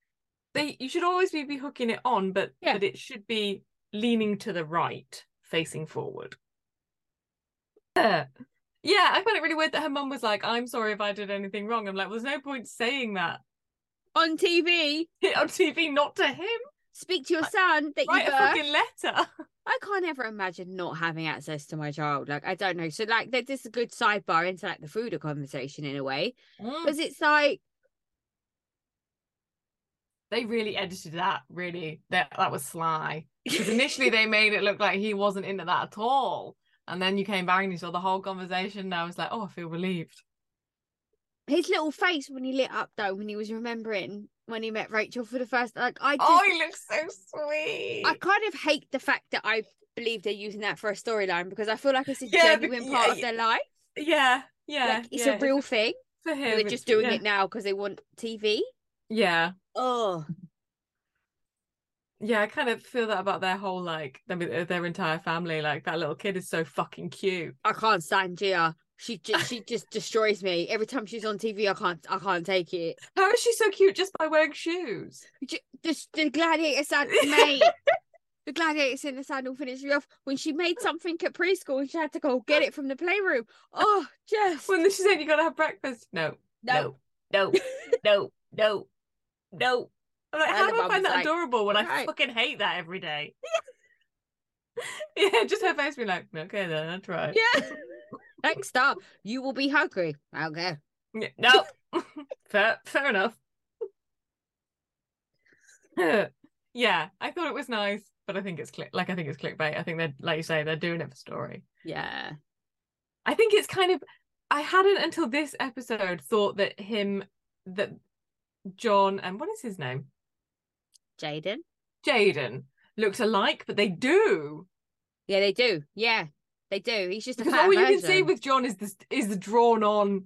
Speaker 1: They you should always be, be hooking it on, but
Speaker 2: Yeah.
Speaker 1: but it should be leaning to the right, facing forward. Yeah. Yeah, I found it really weird that her mum was like, I'm sorry if I did anything wrong. I'm like, well, there's no point saying that
Speaker 2: On TV,
Speaker 1: on TV, not to him.
Speaker 2: speak to your
Speaker 1: Like,
Speaker 2: son that
Speaker 1: Write
Speaker 2: you
Speaker 1: a
Speaker 2: birthed.
Speaker 1: fucking letter.
Speaker 2: I can't ever imagine not having access to my child. Like, I don't know. So, like, that- this is a good sidebar into like the food conversation in a way,
Speaker 1: Mm.
Speaker 2: because it's like,
Speaker 1: They really edited that, really. That that was sly. Because initially they made it look like he wasn't into that at all. And then you came back and you saw the whole conversation. And I was like, oh, I feel relieved.
Speaker 2: his little face when he lit up though, when he was remembering when he met Rachel for the first, like, I just,
Speaker 1: Oh, he looks so sweet.
Speaker 2: I kind of hate the fact that I believe they're using that for a storyline because I feel like it's a
Speaker 1: Yeah, bec-
Speaker 2: genuine
Speaker 1: yeah,
Speaker 2: part of
Speaker 1: yeah.
Speaker 2: their life.
Speaker 1: Yeah, yeah.
Speaker 2: like, it's
Speaker 1: yeah.
Speaker 2: a real thing.
Speaker 1: for him.
Speaker 2: They're
Speaker 1: it's-
Speaker 2: just doing
Speaker 1: yeah.
Speaker 2: it now because they want TV.
Speaker 1: Yeah.
Speaker 2: Oh,
Speaker 1: Yeah, I kind of feel that about their whole like I mean uh, their entire family. Like that little kid is so fucking cute.
Speaker 2: I can't stand Gia. She just she just destroys me every time she's on TV. I can't I can't take it.
Speaker 1: How is she so cute just by wearing shoes?
Speaker 2: J- Just the gladiator sandal, mate. The gladiators in the sandal finished me off when she made something at preschool and she had to go get it from the playroom. Oh, just
Speaker 1: When she said you gotta have breakfast. No,
Speaker 2: no.
Speaker 1: no, no, no, no, no. I'm like,
Speaker 2: And
Speaker 1: how
Speaker 2: the
Speaker 1: do I
Speaker 2: mum
Speaker 1: find
Speaker 2: was
Speaker 1: that
Speaker 2: like,
Speaker 1: adorable when I
Speaker 2: "Right."
Speaker 1: fucking hate that every day? yeah, just her face be like, okay then, that's right.
Speaker 2: Yeah. Next up, you will be hungry. Okay.
Speaker 1: Yeah, No, fair, fair enough. yeah, I thought it was nice, but I think it's click like I think it's clickbait. I think they're like you say they're doing it for story.
Speaker 2: Yeah.
Speaker 1: I think it's kind of I hadn't until this episode thought that him that John and what is his name
Speaker 2: Jaden.
Speaker 1: Jaden looked alike, but they do
Speaker 2: Yeah, they do. Yeah. They do. He's just a
Speaker 1: because
Speaker 2: fat
Speaker 1: all you can see
Speaker 2: version.
Speaker 1: with John is this is the drawn on.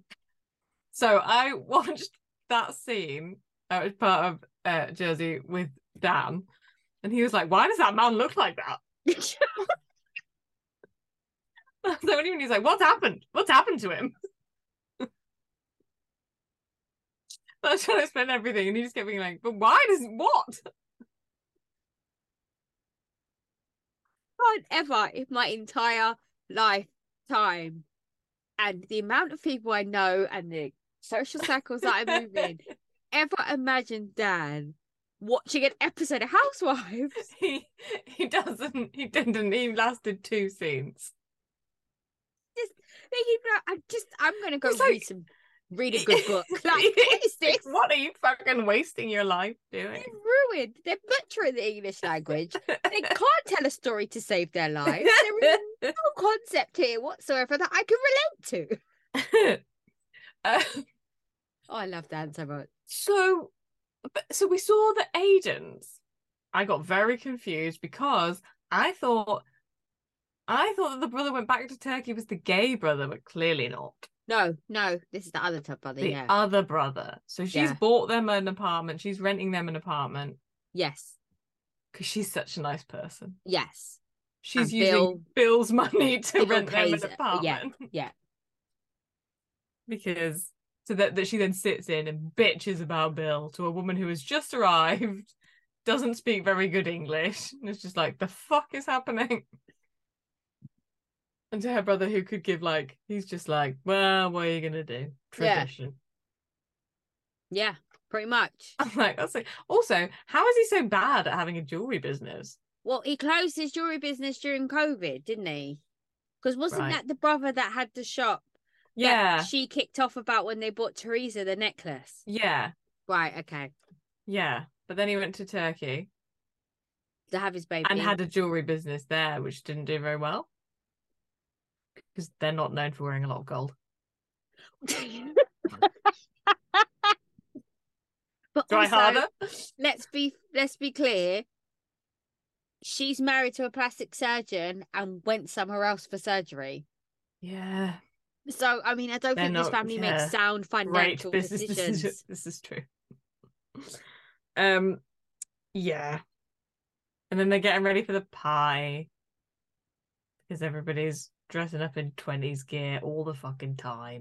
Speaker 1: So I watched that scene. I was part of uh, Jersey with Dan, and he was like, "Why does that man look like that?" I was like, "What do you mean?" He's like, "What's happened? What's happened to him?" I was trying to explain everything, and he just kept being like, "But why does what?"
Speaker 2: can't ever in my entire lifetime and the amount of people I know and the social circles that I move in ever imagine Dan watching an episode of Housewives.
Speaker 1: he he doesn't. He didn't. He lasted two scenes.
Speaker 2: Then he'd be like, I'm just I'm gonna go
Speaker 1: It's
Speaker 2: read
Speaker 1: like-
Speaker 2: some read a good book. Like what is this?
Speaker 1: What are you fucking wasting your life doing?
Speaker 2: They're ruined. They're butchering the English language. They can't tell a story to save their lives. There is no concept here whatsoever that I can relate to.
Speaker 1: Uh,
Speaker 2: Oh, I love Dan so much.
Speaker 1: so, but- so we saw the Aidens. I got very confused because I thought, I thought that the brother went back to Turkey was the gay brother, but clearly not
Speaker 2: No, no, this is the other tough brother.
Speaker 1: the
Speaker 2: yeah.
Speaker 1: other brother. So she's
Speaker 2: Yeah.
Speaker 1: bought them an apartment. She's renting them an apartment
Speaker 2: Yes.
Speaker 1: because she's such a nice person.
Speaker 2: Yes.
Speaker 1: She's
Speaker 2: And
Speaker 1: using
Speaker 2: Bill-
Speaker 1: Bill's money to
Speaker 2: Bill
Speaker 1: rent them
Speaker 2: pays
Speaker 1: an
Speaker 2: it. Yeah,
Speaker 1: apartment.
Speaker 2: yeah.
Speaker 1: Because so that, that she then sits in and bitches about Bill to a woman who has just arrived, doesn't speak very good English, and it's just like, the fuck is happening? And to her brother who could give like he's just like, Well, what are you gonna do?
Speaker 2: Yeah.
Speaker 1: Tradition.
Speaker 2: Yeah. Pretty much.
Speaker 1: I'm like, that's like also, how is he so bad at having a jewelry business?
Speaker 2: Well, he closed his jewelry business during COVID, didn't he? Because wasn't
Speaker 1: Right.
Speaker 2: that the brother that had the shop that
Speaker 1: Yeah.
Speaker 2: she kicked off about when they bought Teresa the necklace?
Speaker 1: Yeah.
Speaker 2: Right. Okay.
Speaker 1: Yeah. But then he went to Turkey.
Speaker 2: To have his baby.
Speaker 1: and had a jewelry business there, which didn't do very well because they're not known for wearing a lot of gold.
Speaker 2: but
Speaker 1: Try
Speaker 2: also,
Speaker 1: harder.
Speaker 2: let's be let's be clear. She's married to a plastic surgeon and went somewhere else for surgery.
Speaker 1: Yeah,
Speaker 2: So I mean, I don't
Speaker 1: They're
Speaker 2: think this
Speaker 1: not-
Speaker 2: family
Speaker 1: yeah.
Speaker 2: makes sound
Speaker 1: great
Speaker 2: financial
Speaker 1: business decision.
Speaker 2: decisions.
Speaker 1: This is true. Um, yeah, and then they're getting ready for the pie, because everybody's dressing up in 20s gear all the fucking time.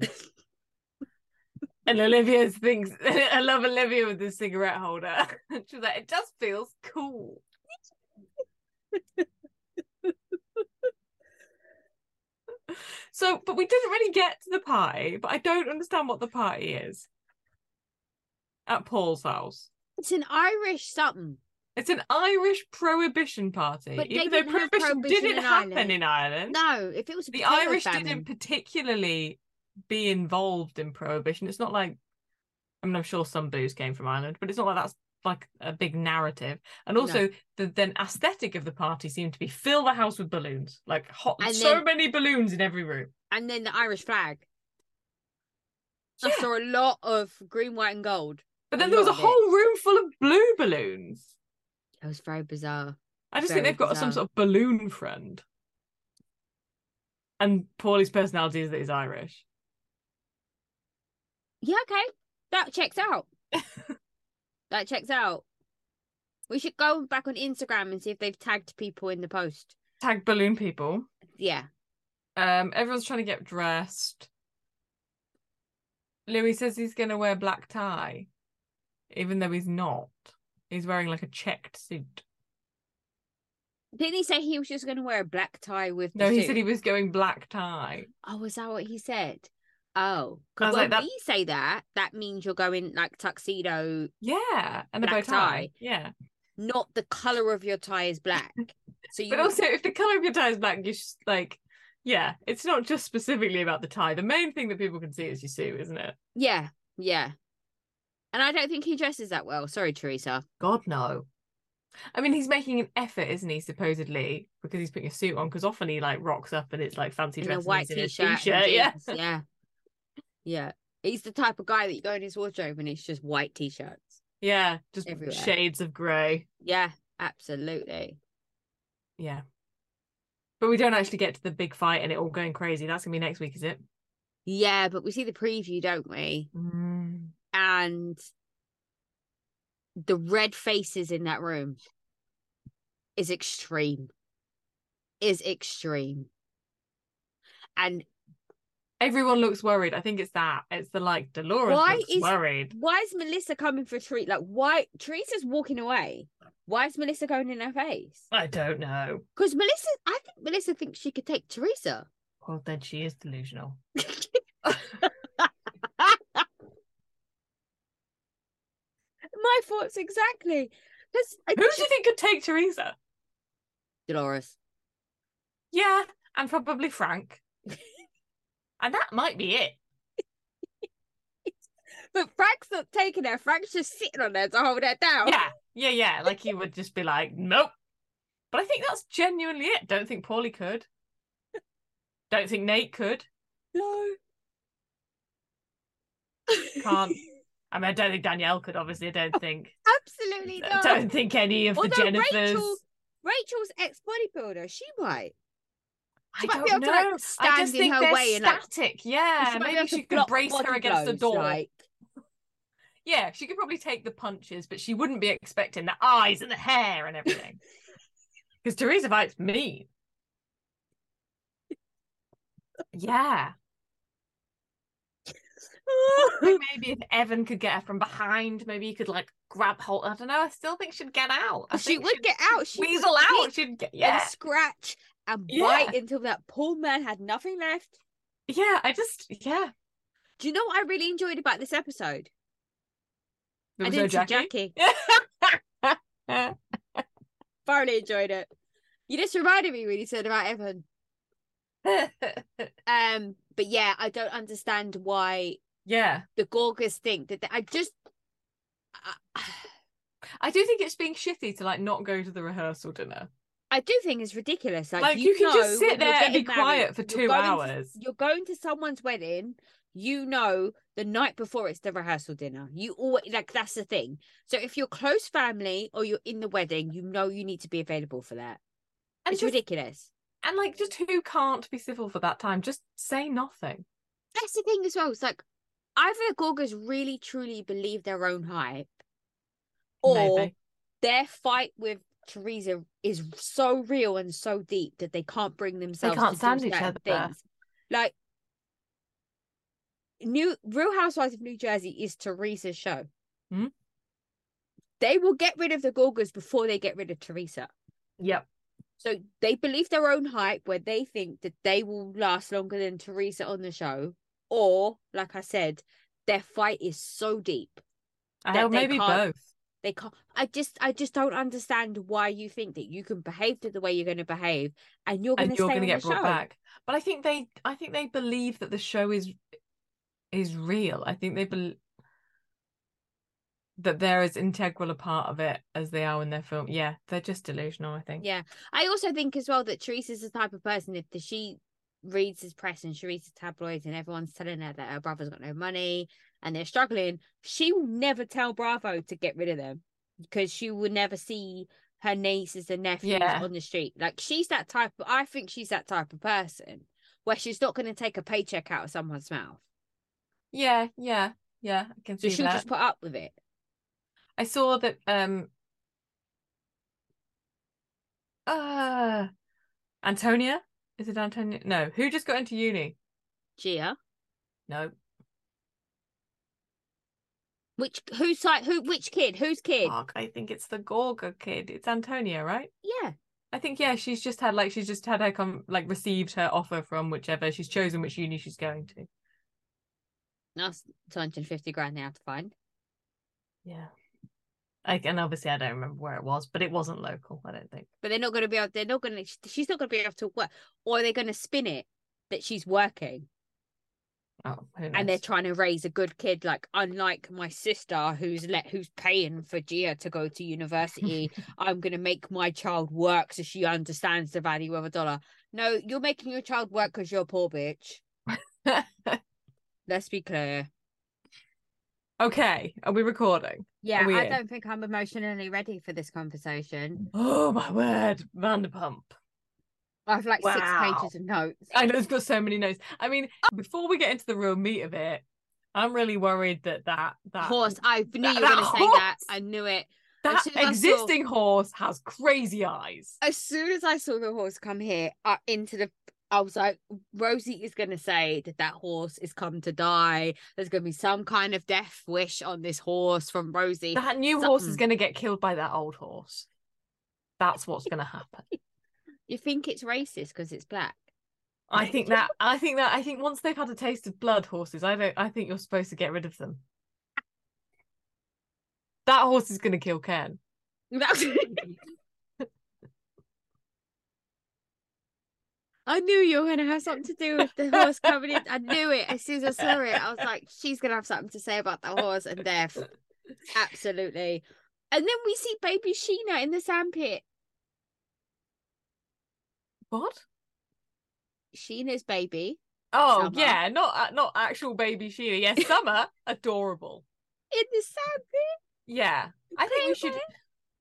Speaker 1: and Olivia thinks, I love Olivia with the cigarette holder. She's like, it just feels cool. so, but we didn't really get to the party, but I don't understand what the party is at Paul's house.
Speaker 2: It's an Irish something.
Speaker 1: It's an Irish prohibition party,
Speaker 2: But they
Speaker 1: even though
Speaker 2: didn't have
Speaker 1: prohibition,
Speaker 2: prohibition
Speaker 1: didn't
Speaker 2: in
Speaker 1: happen
Speaker 2: Ireland.
Speaker 1: in Ireland.
Speaker 2: No, if it was a
Speaker 1: the
Speaker 2: potato
Speaker 1: Irish
Speaker 2: famine,
Speaker 1: didn't particularly be involved in prohibition. It's not like I mean, I'm sure some booze came from Ireland, but it's not like that's like a big narrative. And
Speaker 2: No.
Speaker 1: also, the then aesthetic of the party seemed to be fill the house with balloons, like hot,
Speaker 2: And
Speaker 1: so
Speaker 2: then-
Speaker 1: many balloons in every room.
Speaker 2: and then the Irish flag. I
Speaker 1: Yeah.
Speaker 2: saw a lot of green, white, and gold.
Speaker 1: But
Speaker 2: I
Speaker 1: then there was a
Speaker 2: love it.
Speaker 1: whole room full of blue balloons.
Speaker 2: It was very bizarre.
Speaker 1: I just think
Speaker 2: Very
Speaker 1: they've got some
Speaker 2: bizarre.
Speaker 1: sort of balloon friend. And Paulie's personality is that he's Irish.
Speaker 2: Yeah, okay, that checks out. that checks out. We should go back on Instagram and see if they've tagged people in the post.
Speaker 1: Tag balloon people.
Speaker 2: Yeah,
Speaker 1: Um, everyone's trying to get dressed. Louis says he's going to wear black tie, even though he's not. He's wearing like a checked suit.
Speaker 2: didn't he say he was just going to wear a black tie with? the
Speaker 1: No, he
Speaker 2: suit?
Speaker 1: said he was going black tie.
Speaker 2: Oh, was that what he said? Oh,
Speaker 1: I
Speaker 2: because
Speaker 1: was like,
Speaker 2: when
Speaker 1: that-
Speaker 2: we say that, that means you're going like tuxedo,
Speaker 1: Yeah, and a
Speaker 2: Black
Speaker 1: bow tie.
Speaker 2: tie.
Speaker 1: Yeah,
Speaker 2: not the color of your tie is black. So you
Speaker 1: but also if the color of your tie is black, you should like. Yeah, it's not just specifically about the tie. The main thing that people can see is your suit, isn't it?
Speaker 2: Yeah, yeah. And I don't think he dresses that well. Sorry, Teresa.
Speaker 1: God no. I mean, he's making an effort, isn't he? Supposedly because he's putting a suit on. Because often he like rocks up and it's like fancy
Speaker 2: In
Speaker 1: dress.
Speaker 2: a
Speaker 1: and
Speaker 2: white
Speaker 1: he's in a
Speaker 2: t shirt.
Speaker 1: t-shirt, Yeah.
Speaker 2: Yeah. Yeah. He's the type of guy that you go in his wardrobe and it's just white t shirts.
Speaker 1: Yeah, just
Speaker 2: Everywhere.
Speaker 1: shades of grey.
Speaker 2: Yeah, absolutely.
Speaker 1: Yeah. But we don't actually get to the big fight and it all going crazy. That's gonna be next week, is it?
Speaker 2: Yeah, but we see the preview, don't we?
Speaker 1: Mm.
Speaker 2: And the red faces in that room is extreme. Is extreme. And
Speaker 1: Everyone looks worried. I think it's that. It's the like Dolores
Speaker 2: Why
Speaker 1: looks
Speaker 2: is-
Speaker 1: worried.
Speaker 2: why is Melissa coming for Teresa? Like, why Teresa's walking away? Why is Melissa going in her face?
Speaker 1: I don't know.
Speaker 2: Because Melissa, I think Melissa thinks she could take Teresa.
Speaker 1: Well, then she is delusional.
Speaker 2: My thoughts exactly. Because
Speaker 1: Who do you think could take Teresa?
Speaker 2: Dolores?
Speaker 1: Yeah, and probably Frank. and that might be it.
Speaker 2: But Frank's not taking her. Frank's just sitting on her to hold her down.
Speaker 1: Yeah, yeah, yeah. Like he would just be like, nope. But I think that's genuinely it. Don't think Paulie could. Don't think Nate could.
Speaker 2: No.
Speaker 1: Can't. I mean, I don't think Danielle could. Obviously, I don't think.
Speaker 2: Absolutely
Speaker 1: I
Speaker 2: not.
Speaker 1: don't think any of the
Speaker 2: Although
Speaker 1: Jennifers.
Speaker 2: Rachel, Rachel's ex bodybuilder, she might.
Speaker 1: I
Speaker 2: she
Speaker 1: don't
Speaker 2: might be able to,
Speaker 1: know.
Speaker 2: like,
Speaker 1: I
Speaker 2: stand
Speaker 1: just
Speaker 2: in
Speaker 1: think
Speaker 2: her
Speaker 1: they're
Speaker 2: way and, like-
Speaker 1: static. yeah,
Speaker 2: she might be
Speaker 1: maybe
Speaker 2: able to
Speaker 1: she could
Speaker 2: block
Speaker 1: brace her
Speaker 2: body
Speaker 1: against the
Speaker 2: blows,
Speaker 1: door.
Speaker 2: Like,
Speaker 1: Yeah, she could probably take the punches, but she wouldn't be expecting the eyes and the hair and everything. Because Teresa fights mean. Yeah, I think maybe if Evan could get her from behind, maybe you could like grab hold. I don't know. I still think she'd get out. I
Speaker 2: she
Speaker 1: think
Speaker 2: would
Speaker 1: she'd
Speaker 2: get out. She
Speaker 1: weasel out. She'd get yeah.
Speaker 2: and scratch and
Speaker 1: Yeah.
Speaker 2: bite until that poor man had nothing left.
Speaker 1: Yeah, I just yeah.
Speaker 2: Do you know what I really enjoyed about this episode?
Speaker 1: There
Speaker 2: I
Speaker 1: was
Speaker 2: didn't
Speaker 1: no
Speaker 2: see
Speaker 1: Jackie.
Speaker 2: Jackie. Thoroughly enjoyed it. You just reminded me when you said about Evan. Um, but yeah, I don't understand why
Speaker 1: yeah.
Speaker 2: the Gorgas think that they, I just I,
Speaker 1: I do think it's being shitty to like not go to the rehearsal dinner.
Speaker 2: I do think it's ridiculous. Like,
Speaker 1: Like, you, can
Speaker 2: know
Speaker 1: just
Speaker 2: when
Speaker 1: sit
Speaker 2: you're
Speaker 1: there and be
Speaker 2: getting married,
Speaker 1: quiet for
Speaker 2: you're
Speaker 1: two
Speaker 2: going to-
Speaker 1: hours.
Speaker 2: you're going to someone's wedding. You know, the night before it's the rehearsal dinner. You always like that's the thing. So if you're close family or you're in the wedding, you know you need to be available for that.
Speaker 1: And
Speaker 2: it's
Speaker 1: just-
Speaker 2: ridiculous.
Speaker 1: And like just who can't be civil for that time? Just say nothing.
Speaker 2: That's the thing as well. It's like either the Gorgas really truly believe their own hype, or
Speaker 1: Maybe.
Speaker 2: their fight with Teresa is so real and so deep that they can't bring themselves
Speaker 1: can't
Speaker 2: to
Speaker 1: stand
Speaker 2: do
Speaker 1: each
Speaker 2: certain
Speaker 1: other.
Speaker 2: things. Like New Real Housewives of New Jersey is Teresa's show.
Speaker 1: Hmm?
Speaker 2: They will get rid of the Gorgons before they get rid of Teresa.
Speaker 1: Yep.
Speaker 2: So they believe their own hype where they think that they will last longer than Teresa on the show. Or, like I said, their fight is so deep. That
Speaker 1: Oh,
Speaker 2: they
Speaker 1: maybe
Speaker 2: can't-
Speaker 1: both.
Speaker 2: They can't I just I just don't understand why you think that you can behave the way you're gonna behave and you're gonna
Speaker 1: and you're
Speaker 2: stay
Speaker 1: going to
Speaker 2: on
Speaker 1: get
Speaker 2: the
Speaker 1: brought
Speaker 2: show.
Speaker 1: back. But I think they, I think they believe that the show is is real. I think they believe that they're as integral a part of it as they are in their film. Yeah, they're just delusional. I think.
Speaker 2: Yeah. I also think as well that Teresa's the type of person if the, she reads his press and she reads the tabloids and everyone's telling her that her brother's got no money and they're struggling, she will never tell Bravo to get rid of them because she will never see her nieces and nephews
Speaker 1: Yeah.
Speaker 2: on the street. Like she's that type I think she's that type of person where she's not going to take a paycheck out of someone's mouth.
Speaker 1: Yeah, yeah, yeah. I can
Speaker 2: So
Speaker 1: see
Speaker 2: she'll
Speaker 1: that.
Speaker 2: just put up with it.
Speaker 1: I saw that. Um. Uh Antonia. Is it Antonia? No. Who just got into uni?
Speaker 2: Gia.
Speaker 1: No.
Speaker 2: Which who's like who which kid? Whose kid?
Speaker 1: Fuck, I think it's the Gorga kid. It's Antonia, right?
Speaker 2: Yeah.
Speaker 1: I think yeah, she's just had like she's just had her come like received her offer from whichever she's chosen which uni she's going to.
Speaker 2: That's 250 grand now to find.
Speaker 1: Yeah. Like and obviously I don't remember where it was, but it wasn't local, I don't think.
Speaker 2: but they're not going to be able. They're not going to. She's not going to be able to work, or they're going to spin it that she's working
Speaker 1: Oh, who knows?
Speaker 2: and they're trying to raise a good kid. Like unlike my sister, who's let who's paying for Gia to go to university. I'm going to make my child work so she understands the value of a dollar. No, you're making your child work because you're a poor bitch. Let's be clear.
Speaker 1: okay, are we recording?
Speaker 2: Yeah,
Speaker 1: we
Speaker 2: I
Speaker 1: in?
Speaker 2: don't think I'm emotionally ready for this conversation.
Speaker 1: Oh my word, Vanderpump.
Speaker 2: I've like six
Speaker 1: Wow.
Speaker 2: pages of notes.
Speaker 1: I know it's got so many notes. I mean,
Speaker 2: Oh.
Speaker 1: before we get into the real meat of it, I'm really worried that that that
Speaker 2: horse. I knew
Speaker 1: that-
Speaker 2: you were
Speaker 1: that
Speaker 2: going to say that.
Speaker 1: horse!
Speaker 2: I knew it.
Speaker 1: that
Speaker 2: soon as I saw-
Speaker 1: existing horse has crazy eyes.
Speaker 2: as soon as I saw the horse come here uh, into the, I was like, Rosie is going to say that that horse is come to die. There's going to be some kind of death wish on this horse from Rosie.
Speaker 1: That new horse is
Speaker 2: something.
Speaker 1: going to get killed by that old horse. That's what's going to happen.
Speaker 2: You think it's racist because it's black?
Speaker 1: I think that I think that I think once they've had a taste of blood horses, I don't I think you're supposed to get rid of them. That horse is going to kill Ken.
Speaker 2: I knew you were going to have something to do with the horse coming in. I knew it as soon as I saw it. I was like, she's going to have something to say about the horse and death. Absolutely. And then we see baby Sheena in the sandpit.
Speaker 1: What?
Speaker 2: Sheena's baby.
Speaker 1: Oh
Speaker 2: Summer.
Speaker 1: yeah, not not actual baby Sheena. Yeah, Summer, adorable.
Speaker 2: in the sandpit.
Speaker 1: Yeah, I think we
Speaker 2: Clever.
Speaker 1: should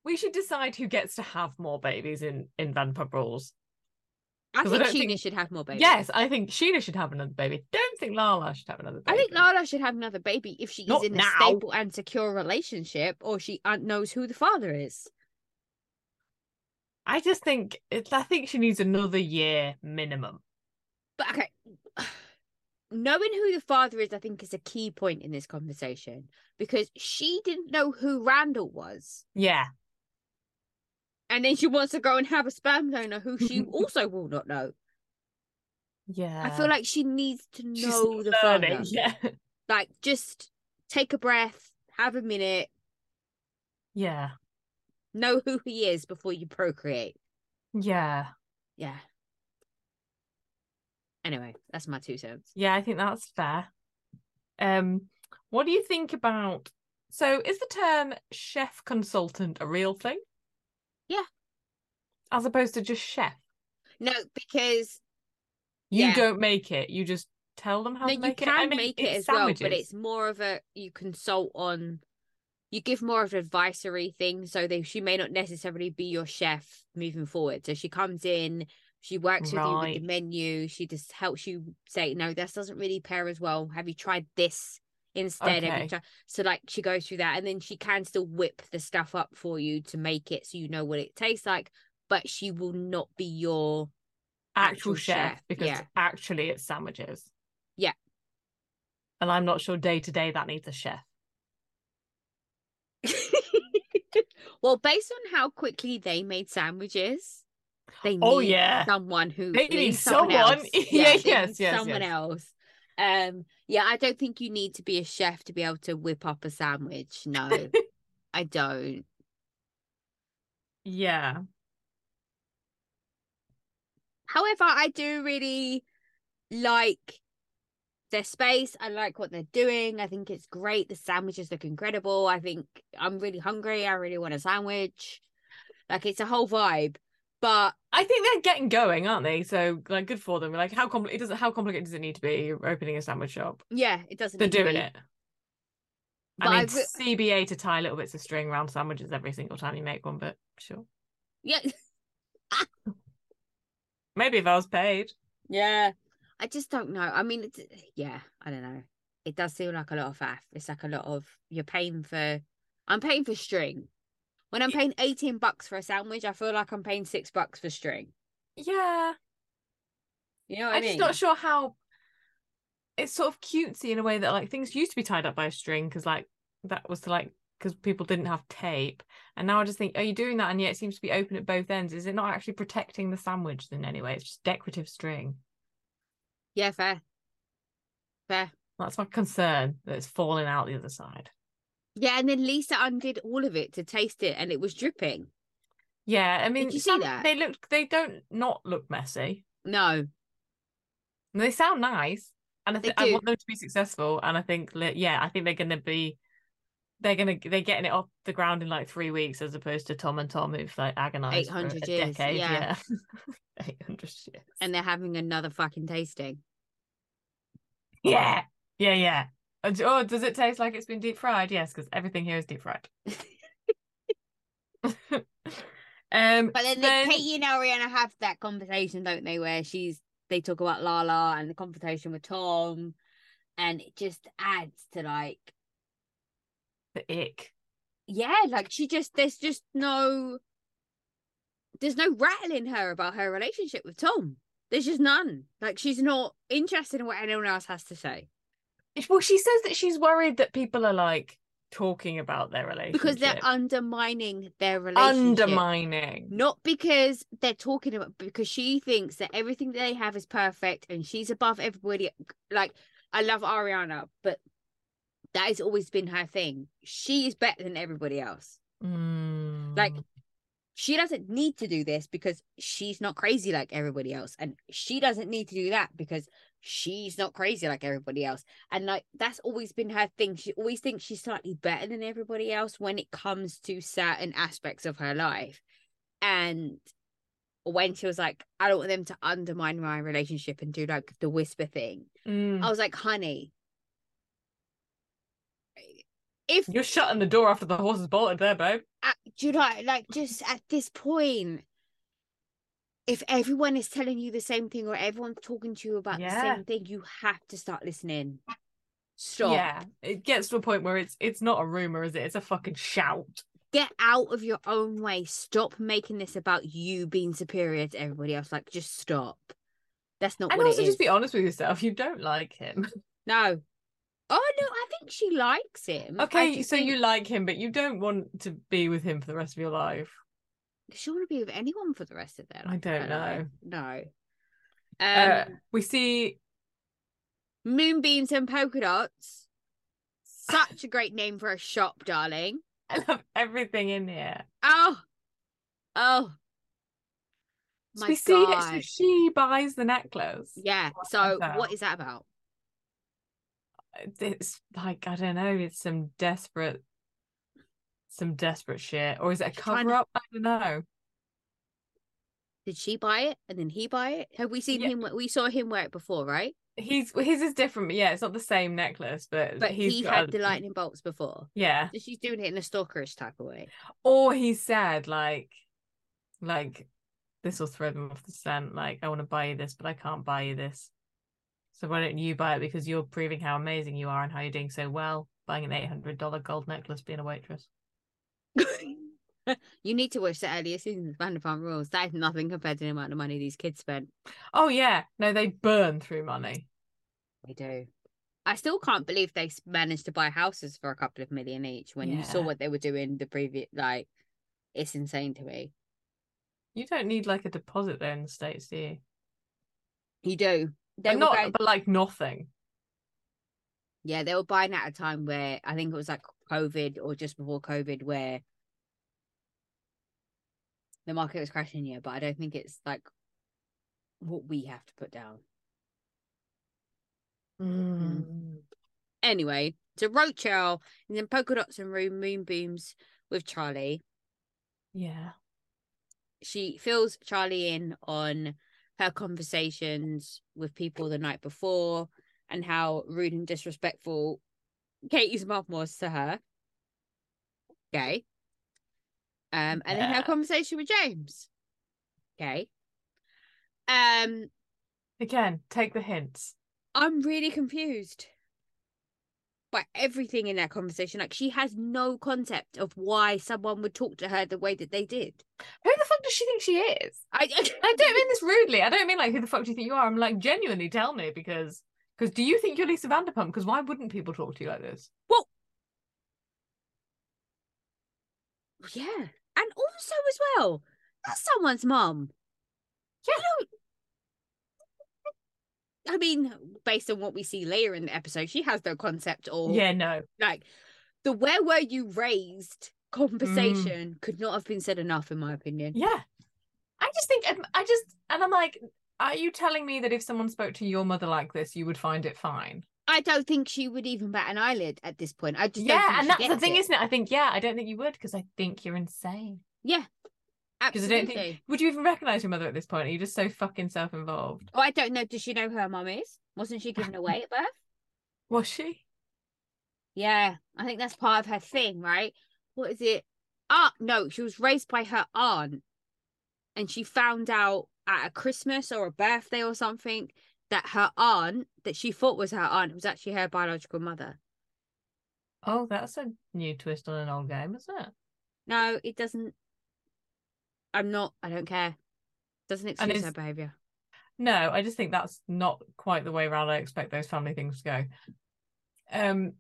Speaker 1: we should decide who gets to have more babies in in Vanderpump Rules.
Speaker 2: I
Speaker 1: 'Cause I
Speaker 2: think Sheena
Speaker 1: don't think-
Speaker 2: should have more babies.
Speaker 1: Yes, I think Sheena should have another baby. Don't think Lala should have another
Speaker 2: I
Speaker 1: baby.
Speaker 2: think Lala should have another baby if she
Speaker 1: Not
Speaker 2: is in
Speaker 1: now.
Speaker 2: a stable and secure relationship or she un- knows who the father is.
Speaker 1: I just think it's, I think she needs another year minimum.
Speaker 2: But okay. Knowing who the father is, I think, is a key point in this conversation because she didn't know who Randall was.
Speaker 1: Yeah,
Speaker 2: And then she wants to go and have a sperm donor who she also will not know.
Speaker 1: yeah.
Speaker 2: I feel like she needs to
Speaker 1: she's
Speaker 2: know the
Speaker 1: learning.
Speaker 2: father.
Speaker 1: Yeah,
Speaker 2: Like, just take a breath, have a minute,
Speaker 1: yeah,
Speaker 2: know who he is before you procreate.
Speaker 1: yeah,
Speaker 2: yeah. Anyway, that's my two cents.
Speaker 1: yeah. I think that's fair. Um, what do you think about? So, is the term chef consultant a real thing?
Speaker 2: Yeah.
Speaker 1: as opposed to just chef.
Speaker 2: No, because
Speaker 1: You
Speaker 2: Yeah.
Speaker 1: don't make it. You just tell them how
Speaker 2: no,
Speaker 1: to
Speaker 2: you
Speaker 1: make
Speaker 2: can
Speaker 1: it. I mean,
Speaker 2: make it
Speaker 1: it's
Speaker 2: as
Speaker 1: sandwiches.
Speaker 2: well, but it's more of a you consult on. You give more of an advisory thing, so they she may not necessarily be your chef moving forward. So she comes in, she works with you with
Speaker 1: Right.
Speaker 2: the menu. She just helps you say, no, this doesn't really pair as well. Have you tried this instead every
Speaker 1: Okay.
Speaker 2: time. So like she goes through that and then she can still whip the stuff up for you to make it so you know what it tastes like, but she will not be your
Speaker 1: actual,
Speaker 2: Actual
Speaker 1: chef,
Speaker 2: chef,
Speaker 1: because
Speaker 2: yeah.
Speaker 1: actually it's sandwiches.
Speaker 2: Yeah.
Speaker 1: And I'm not sure day to day that needs a chef.
Speaker 2: well, based on how quickly they made sandwiches, they
Speaker 1: Oh
Speaker 2: need
Speaker 1: yeah.
Speaker 2: someone who
Speaker 1: They
Speaker 2: they
Speaker 1: need someone.
Speaker 2: someone. else.
Speaker 1: Yeah,
Speaker 2: they
Speaker 1: yes,
Speaker 2: need
Speaker 1: yes,
Speaker 2: someone
Speaker 1: yes.
Speaker 2: else. Um, yeah, I don't think you need to be a chef to be able to whip up a sandwich. No, I don't.
Speaker 1: Yeah.
Speaker 2: However, I do really like their space. I like what they're doing. I think it's great. The sandwiches look incredible. I think I'm really hungry. I really want a sandwich. Like it's a whole vibe. But
Speaker 1: I think they're getting going, aren't they? So like good for them. Like how compli it doesn't how complicated does it need to be You're opening a sandwich shop?
Speaker 2: yeah, it doesn't.
Speaker 1: They're
Speaker 2: need to
Speaker 1: doing
Speaker 2: be-
Speaker 1: it.
Speaker 2: But I
Speaker 1: I need
Speaker 2: wi-
Speaker 1: CBA to tie little bits of string around sandwiches every single time you make one, but sure.
Speaker 2: Yeah,
Speaker 1: Maybe if I was paid.
Speaker 2: yeah. I just don't know. I mean, it's, yeah, I don't know. It does seem like a lot of faff. It's like a lot of you're paying for. I'm paying for string. When I'm
Speaker 1: Ye-
Speaker 2: paying eighteen bucks for a sandwich, I feel like I'm paying six bucks for string.
Speaker 1: Yeah.
Speaker 2: You know what I
Speaker 1: I'm
Speaker 2: mean?
Speaker 1: just not sure how it's sort of cutesy in a way that like things used to be tied up by a string because like that was to like because people didn't have tape and now I just think are you doing that and yet it seems to be open at both ends is it not actually protecting the sandwich in any way it's just decorative string
Speaker 2: Yeah, fair. Fair.
Speaker 1: that's my concern that it's falling out the other side
Speaker 2: Yeah, and then Lisa undid all of it to taste it and it was dripping.
Speaker 1: yeah I mean
Speaker 2: you see
Speaker 1: some-
Speaker 2: that?
Speaker 1: they look they don't not look messy
Speaker 2: No.
Speaker 1: And they sound nice and I
Speaker 2: They
Speaker 1: think I
Speaker 2: do.
Speaker 1: want them to be successful and I think li- yeah I think they're gonna be they're gonna they're getting it off the ground in like three weeks as opposed to Tom and Tom who've like agonized for
Speaker 2: 800
Speaker 1: a
Speaker 2: years,
Speaker 1: decade
Speaker 2: yeah.
Speaker 1: yeah, 800 years
Speaker 2: And they're having another fucking tasting.
Speaker 1: yeah yeah yeah And- oh does it taste like it's been deep fried yes because everything here is deep fried um
Speaker 2: But then,
Speaker 1: Then-
Speaker 2: Katie and Ariana have that conversation, don't they, where she's they talk about Lala and the confrontation with Tom and it just adds to like
Speaker 1: the ick
Speaker 2: yeah, like she just there's just no there's no rattling her about her relationship with Tom. There's just none. Like she's not interested in what anyone else has to say.
Speaker 1: If- well she says that she's worried that people are like talking about their relationship
Speaker 2: because they're undermining their relationship.
Speaker 1: undermining
Speaker 2: Not because they're talking about, because she thinks that everything they have is perfect and she's above everybody. Like, I love Ariana, but that has always been her thing. She is better than everybody else. Like,
Speaker 1: Mm.
Speaker 2: She doesn't need to do this because she's not crazy like everybody else. And she doesn't need to do that because she's not crazy like everybody else. And like, that's always been her thing. She always thinks she's slightly better than everybody else when it comes to certain aspects of her life and when she was like, I don't want them to undermine my relationship and do like the whisper thing,
Speaker 1: Mm.
Speaker 2: I was like, honey, if
Speaker 1: You're shutting the door after the horse has bolted there, babe.
Speaker 2: at, do you know, like, just at this point, if everyone is telling you the same thing or everyone's talking to you about the
Speaker 1: Yeah.
Speaker 2: same thing, you have to start listening. Stop.
Speaker 1: Yeah, it gets to a point where it's it's not a rumor, is it? It's a fucking shout.
Speaker 2: Get out of your own way. Stop making this about you being superior to everybody else. Like, just stop. That's not
Speaker 1: And
Speaker 2: what it
Speaker 1: also,
Speaker 2: is. Mm,
Speaker 1: just be honest with yourself. You don't like him.
Speaker 2: No. Oh no, I think she likes him. I
Speaker 1: Okay,
Speaker 2: just
Speaker 1: so you
Speaker 2: think
Speaker 1: like him, but you don't want to be with him for the rest of your life.
Speaker 2: she want to be with anyone for the rest of their
Speaker 1: I
Speaker 2: life.
Speaker 1: don't
Speaker 2: life. No. Um,
Speaker 1: Uh, we see,
Speaker 2: moonbeams and polka dots. Such a great name for a shop, darling.
Speaker 1: I love everything in here.
Speaker 2: Oh, oh
Speaker 1: So
Speaker 2: my
Speaker 1: we see, it- so
Speaker 2: god.
Speaker 1: she buys the necklace.
Speaker 2: Yeah. So
Speaker 1: her.
Speaker 2: what is that about?
Speaker 1: It's like I don't know. It's some desperate, some desperate shit, or is it a
Speaker 2: She's trying to-
Speaker 1: cover up? I don't know.
Speaker 2: Did she buy it and then he buy it? Have we seen
Speaker 1: Yeah.
Speaker 2: him? we- We saw him wear it before, right?
Speaker 1: He's his is different, but yeah, it's not the same necklace, but
Speaker 2: But
Speaker 1: he's
Speaker 2: he
Speaker 1: got
Speaker 2: had
Speaker 1: a-
Speaker 2: the lightning bolts before.
Speaker 1: Yeah.
Speaker 2: So she's doing it in a stalkerish type of way.
Speaker 1: Or he said like like this will throw them off the scent, like I want to buy you this, but I can't buy you this. So why don't you buy it because you're proving how amazing you are and how you're doing so well buying an eight hundred dollar gold necklace being a waitress.
Speaker 2: you need to watch the earlier seasons of Vanderpump Rules. That is nothing compared to the amount of money these kids spent.
Speaker 1: Oh yeah, no, they burn through money.
Speaker 2: They do. I still can't believe they s- managed to buy houses for a couple of million each when you saw
Speaker 1: Yeah.
Speaker 2: what they were doing the previous. Like, it's insane to me.
Speaker 1: You don't need like a deposit there in the states, do you?
Speaker 2: You do. They
Speaker 1: But
Speaker 2: were
Speaker 1: not,
Speaker 2: going-
Speaker 1: but like nothing.
Speaker 2: Yeah, they were buying at a time where I think it was like COVID or just before COVID where the market was crashing, yeah, but I don't think it's like what we have to put down. Mm.
Speaker 1: Mm.
Speaker 2: Anyway, so Rochelle and then polka dots and room moonbeams with Charlie.
Speaker 1: Yeah.
Speaker 2: She fills Charlie in on her conversations with people the night before and how rude and disrespectful Katie's mum was to her. Okay. Um, and then her
Speaker 1: Yeah.
Speaker 2: conversation with James. Okay. Um,
Speaker 1: Again, take the hints.
Speaker 2: I'm really confused by everything in that conversation. Like she has no concept of why someone would talk to her the way that they did.
Speaker 1: Who the fuck does she think she is?
Speaker 2: I,
Speaker 1: I don't mean this rudely. I don't mean like who the fuck do you think you are. I'm like genuinely tell me because because do you think you're Lisa Vanderpump? Because why wouldn't people talk to you like this?
Speaker 2: yeah. And also as well, that's someone's mum.
Speaker 1: Yeah.
Speaker 2: I mean, based on what we see later in the episode, she has no concept or
Speaker 1: Yeah, no.
Speaker 2: like the where were you raised conversation
Speaker 1: Mm.
Speaker 2: could not have been said enough in my opinion
Speaker 1: Yeah. I just think I'm- I just and I'm like, are you telling me that if someone spoke to your mother like this, you would find it fine?
Speaker 2: i don't think she would even bat an eyelid at this point i just don't think
Speaker 1: Yeah,
Speaker 2: she
Speaker 1: and that's the
Speaker 2: gets
Speaker 1: thing,
Speaker 2: it.
Speaker 1: is isn't it? I think yeah, I don't think you would because I think you're insane.
Speaker 2: yeah
Speaker 1: Because I
Speaker 2: absolutely
Speaker 1: don't think would you even recognize your mother at this point? Are you just so fucking self-involved?
Speaker 2: oh i don't know does she know who her mum is wasn't she given away at birth
Speaker 1: Was she?
Speaker 2: yeah i think that's part of her thing right what is it ah no she was raised by her aunt and she found out at a christmas or a birthday or something that her aunt that she thought was her aunt was actually her biological mother
Speaker 1: Oh, that's a new twist on an old game, isn't it?
Speaker 2: No, it doesn't. I'm not. I don't care. Doesn't excuse her
Speaker 1: it's-
Speaker 2: behavior.
Speaker 1: No, I just think that's not quite the way around I expect those family things to go. Um,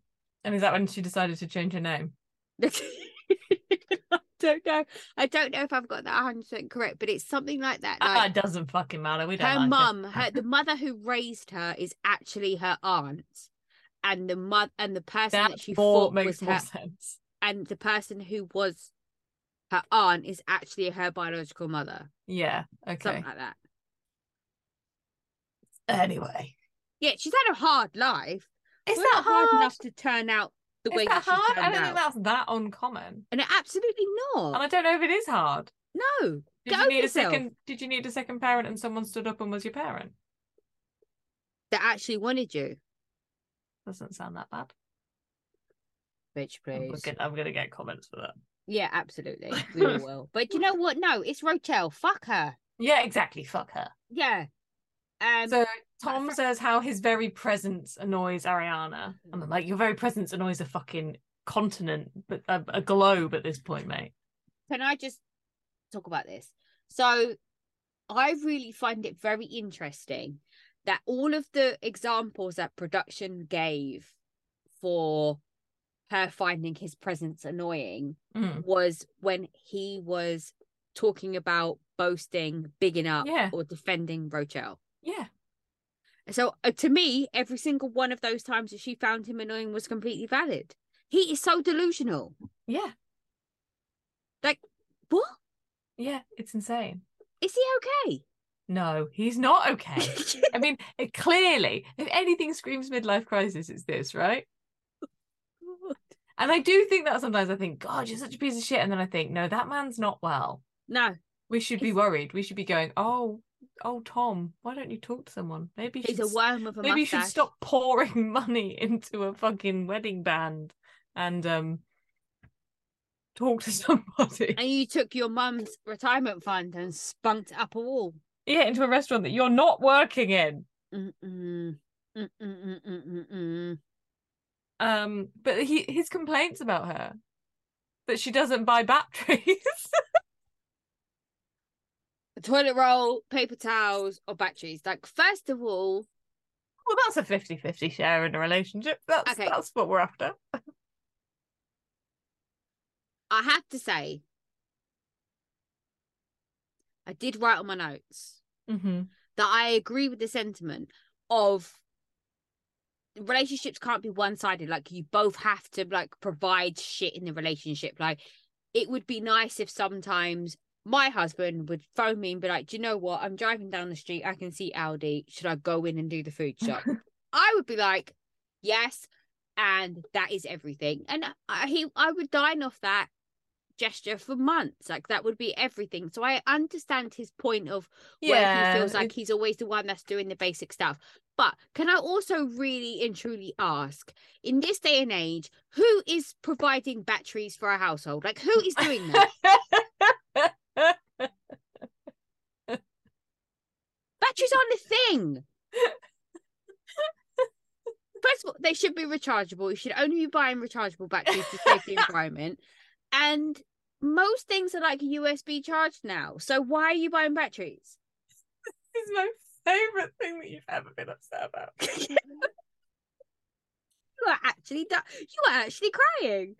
Speaker 1: and is that when she decided to change her name?
Speaker 2: I don't know. I don't know if I've got that 100 percent correct, but it's something like that.
Speaker 1: Ah,
Speaker 2: Like
Speaker 1: it doesn't fucking matter. We don't.
Speaker 2: her
Speaker 1: like it.
Speaker 2: mum, her the mother who raised her is actually her aunt, and the mother and the person that,
Speaker 1: That
Speaker 2: she
Speaker 1: more
Speaker 2: thought was
Speaker 1: makes more
Speaker 2: her,
Speaker 1: sense.
Speaker 2: and the person who was her aunt is actually her biological mother.
Speaker 1: Yeah. Okay.
Speaker 2: Something like that.
Speaker 1: Anyway,
Speaker 2: Yeah, she's had a hard life.
Speaker 1: is
Speaker 2: Wasn't
Speaker 1: that hard?
Speaker 2: enough to turn out the way
Speaker 1: is that
Speaker 2: that,
Speaker 1: hard?
Speaker 2: she
Speaker 1: I
Speaker 2: turned
Speaker 1: don't
Speaker 2: out?
Speaker 1: think that's that uncommon.
Speaker 2: And absolutely not.
Speaker 1: And I don't know if it is hard.
Speaker 2: No.
Speaker 1: Did
Speaker 2: Go
Speaker 1: you need
Speaker 2: yourself.
Speaker 1: a second? Did you need a second parent, and someone stood up and was your parent?
Speaker 2: That actually wanted you.
Speaker 1: Doesn't sound that bad.
Speaker 2: Bitch,
Speaker 1: I'm
Speaker 2: please.
Speaker 1: gonna, I'm gonna get comments for that.
Speaker 2: Yeah, absolutely. We all will. But you know what? No, it's Rochelle. Fuck her.
Speaker 1: Yeah, exactly. Fuck her.
Speaker 2: Yeah. Um
Speaker 1: So Tom says how his very presence annoys Ariana.
Speaker 2: Hmm.
Speaker 1: And I'm like, your very presence annoys a fucking continent, but a, a globe at this point, mate.
Speaker 2: can I just talk about this? So I really find it very interesting that all of the examples that production gave for her finding his presence annoying
Speaker 1: Mm.
Speaker 2: was when he was talking about boasting, bigging up,
Speaker 1: Yeah.
Speaker 2: or defending Rochelle.
Speaker 1: Yeah.
Speaker 2: So uh, to me, every single one of those times that she found him annoying was completely valid. He is so delusional.
Speaker 1: Yeah.
Speaker 2: What?
Speaker 1: Yeah. It's insane.
Speaker 2: Is he
Speaker 1: No, he's not okay.
Speaker 2: okay?
Speaker 1: I mean, it, clearly, if anything screams midlife crisis, it's this, right? And I do think that sometimes I think, God, you're such a piece of shit. And then I think, no, that man's not well.
Speaker 2: no,
Speaker 1: We should be
Speaker 2: He's-
Speaker 1: worried. We should be going, oh, oh, Tom, why don't you talk to someone? Maybe you
Speaker 2: he's
Speaker 1: should
Speaker 2: a worm with a
Speaker 1: Maybe you
Speaker 2: mustache.
Speaker 1: should stop pouring money into a fucking wedding band and um talk to somebody.
Speaker 2: And you took your mum's retirement fund and spunked up a wall.
Speaker 1: Yeah, into a restaurant that you're not working in.
Speaker 2: Mm-mm. Mm, mm, mm, mm, mm, mm.
Speaker 1: Um, but he his complaints about her that she doesn't buy batteries.
Speaker 2: Toilet roll, paper towels, or batteries. Like, first of all,
Speaker 1: well, that's a 50-50 share in a relationship. That's
Speaker 2: Okay.
Speaker 1: that's what we're after.
Speaker 2: I have to say, I did write on my notes
Speaker 1: Mm-hmm.
Speaker 2: that I agree with the sentiment of relationships can't be one sided. Like you both have to like provide shit in the relationship. Like it would be nice if sometimes my husband would phone me and be like, Do you know what? I'm driving down the street, I can see Aldi. Should I go in and do the food shop? I would be like, Yes, and that is everything. And I, he I would dine off that gesture for months like that would be everything so i understand his point of where he feels like he's always the one that's doing the basic stuff. But can I also really and truly ask, in this day and age, who is providing batteries for a household? Like, who is doing that? batteries aren't a thing. First of all, they should be rechargeable. You should only be buying rechargeable batteries to save the environment. And most things are like USB charged now. So why are you buying batteries?
Speaker 1: is my favorite thing that you've ever been upset about.
Speaker 2: you are actually da- you are actually crying.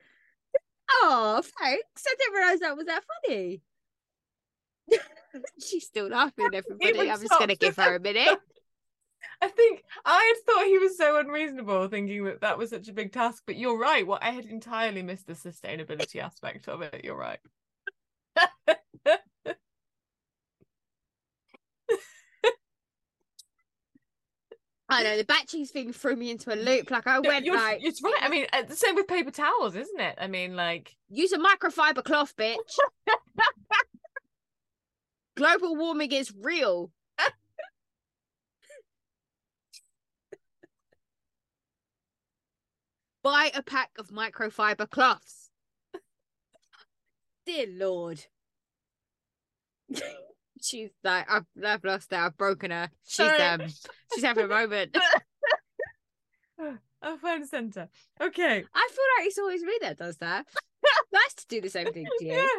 Speaker 2: Oh, thanks. I didn't realize that was that funny. She's still laughing, everybody. I'm just gonna
Speaker 1: stopped.
Speaker 2: give her a minute.
Speaker 1: I think I had thought he was so unreasonable, thinking that that was such a big task. But you're right. What I had entirely missed the sustainability aspect of it. You're right.
Speaker 2: I know the batteries thing threw me into a loop. Like I
Speaker 1: No,
Speaker 2: went
Speaker 1: you're,
Speaker 2: like,
Speaker 1: it's right. I mean, uh, the same with paper towels, isn't it? I mean, like,
Speaker 2: use a microfiber cloth, bitch. Global warming is real. Buy a pack of microfiber cloths. Dear Lord. she's like, I've, I've lost her. I've broken her. She's
Speaker 1: Sorry.
Speaker 2: um, she's having a moment.
Speaker 1: oh, phone center. Okay.
Speaker 2: I feel like it's always me that does that. nice to do the same thing to you.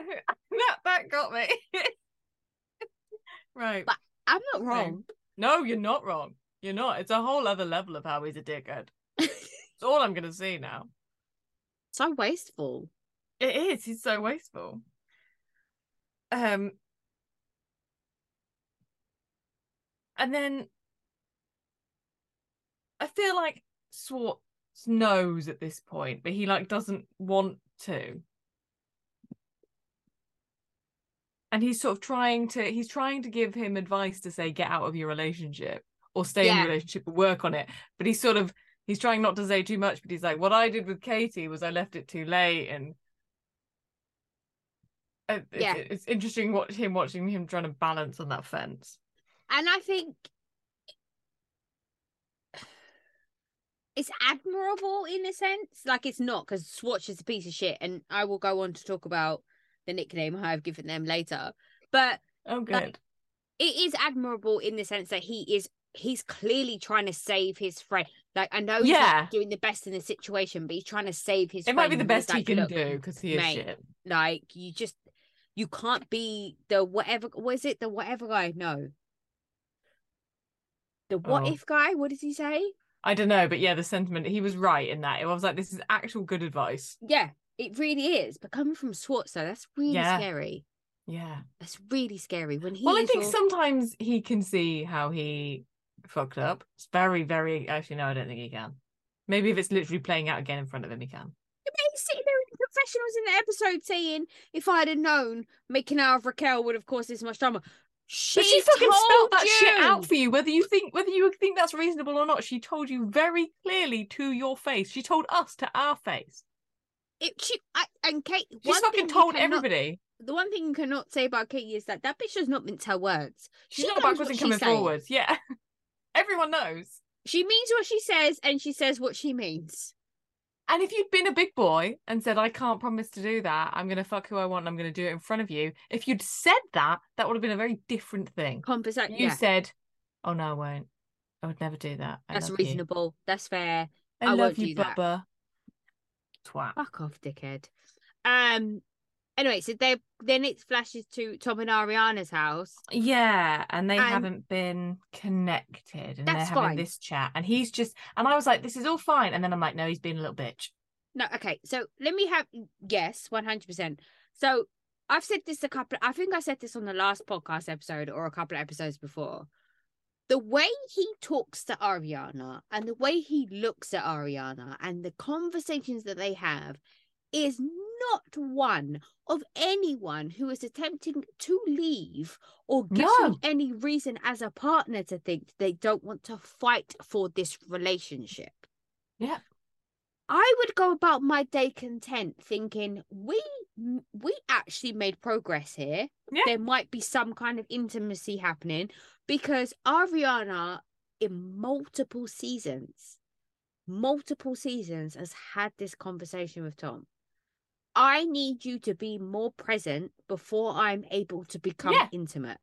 Speaker 1: that that got me. right.
Speaker 2: But- I'm not
Speaker 1: Okay.
Speaker 2: wrong.
Speaker 1: No, you're not wrong. You're not. It's a whole other level of how he's a dickhead. It's all I'm gonna see now.
Speaker 2: So wasteful.
Speaker 1: It is. He's so wasteful. Um. And then I feel like Swartz knows at this point, but he like doesn't want to. And he's sort of trying to he's trying to give him advice to say get out of your relationship or stay in
Speaker 2: Yeah.
Speaker 1: the relationship but work on it. But he's sort of he's trying not to say too much, but he's like, What I did with Katie was I left it too late and uh, it's-
Speaker 2: Yeah.
Speaker 1: it's interesting watch him watching him trying to balance on that fence.
Speaker 2: And I think it's admirable in a sense. Like it's not because Swatch is a piece of shit, and I will go on to talk about the nickname I've given them later. But
Speaker 1: Oh good.
Speaker 2: it is admirable in the sense that he is he's clearly trying to save his friend. Like I know he's
Speaker 1: Yeah.
Speaker 2: not doing the best in the situation, but he's trying to save his
Speaker 1: It
Speaker 2: friend.
Speaker 1: might be the
Speaker 2: and he's
Speaker 1: best he
Speaker 2: like,
Speaker 1: can
Speaker 2: "Look,
Speaker 1: do because he is
Speaker 2: mate,
Speaker 1: shit.
Speaker 2: Like you just you can't be the whatever was it the whatever guy? No. The what
Speaker 1: Oh.
Speaker 2: if guy? What does he say?
Speaker 1: I don't know, but yeah, the sentiment he was right in that. I was like, this is actual good advice.
Speaker 2: Yeah, it really is. But coming from Swartz, though, that's really
Speaker 1: Yeah.
Speaker 2: scary.
Speaker 1: Yeah.
Speaker 2: That's really scary. When he
Speaker 1: well, I
Speaker 2: is
Speaker 1: think
Speaker 2: your-
Speaker 1: sometimes he can see how he fucked up. It's very, very. Actually, no, I don't think he can. Maybe if it's literally playing out again in front of him, he can.
Speaker 2: he's sitting there in the confessionals in the episode saying, "If I'd have known, making out of Raquel would have caused this much drama." She,
Speaker 1: But she fucking
Speaker 2: told
Speaker 1: spelled that shit
Speaker 2: you!
Speaker 1: out for you, whether you think whether you think that's reasonable or not. She told you very clearly to your face. She told us to our face.
Speaker 2: It, she I, and Kate.
Speaker 1: She
Speaker 2: one
Speaker 1: fucking
Speaker 2: thing you
Speaker 1: told
Speaker 2: cannot-
Speaker 1: everybody.
Speaker 2: The one thing you cannot say about Katie is that that bitch does not mince her words.
Speaker 1: She's
Speaker 2: she
Speaker 1: not
Speaker 2: knows
Speaker 1: backwards
Speaker 2: what
Speaker 1: and
Speaker 2: she's
Speaker 1: coming
Speaker 2: saying.
Speaker 1: forwards. Yeah, everyone knows.
Speaker 2: She means what she says, and she says what she means.
Speaker 1: And if you'd been a big boy and said, I can't promise to do that, I'm going to fuck who I want, and I'm going to do it in front of you, if you'd said that, that would have been a very different thing.
Speaker 2: Conversation.
Speaker 1: You
Speaker 2: Yeah.
Speaker 1: said, Oh, no, I won't. I would never do that. I
Speaker 2: That's
Speaker 1: love you.
Speaker 2: reasonable. That's fair.
Speaker 1: I,
Speaker 2: I
Speaker 1: love
Speaker 2: won't
Speaker 1: you,
Speaker 2: do that.
Speaker 1: Bubba. Twat.
Speaker 2: Fuck off, dickhead. Um. Anyway, so they then it flashes to Tom and Ariana's house.
Speaker 1: Yeah, and they
Speaker 2: And-
Speaker 1: haven't been connected, and they're
Speaker 2: That's
Speaker 1: having
Speaker 2: fine.
Speaker 1: this chat, and he's just, and I was like, this is all fine, and then I'm like, no, he's being a little bitch.
Speaker 2: No, okay. So let me have yes, one hundred percent. So I've said this a couple. I think I said this on the last podcast episode or a couple of episodes before. The way he talks to Ariana and the way he looks at Ariana and the conversations that they have is not one of anyone who is attempting to leave or giving
Speaker 1: No.
Speaker 2: any reason as a partner to think they don't want to fight for this relationship.
Speaker 1: Yeah.
Speaker 2: I would go about my day content thinking we we actually made progress here.
Speaker 1: Yeah.
Speaker 2: There might be some kind of intimacy happening because Ariana in multiple seasons multiple seasons has had this conversation with Tom. I need you to be more present before I'm able to become
Speaker 1: Yeah.
Speaker 2: intimate.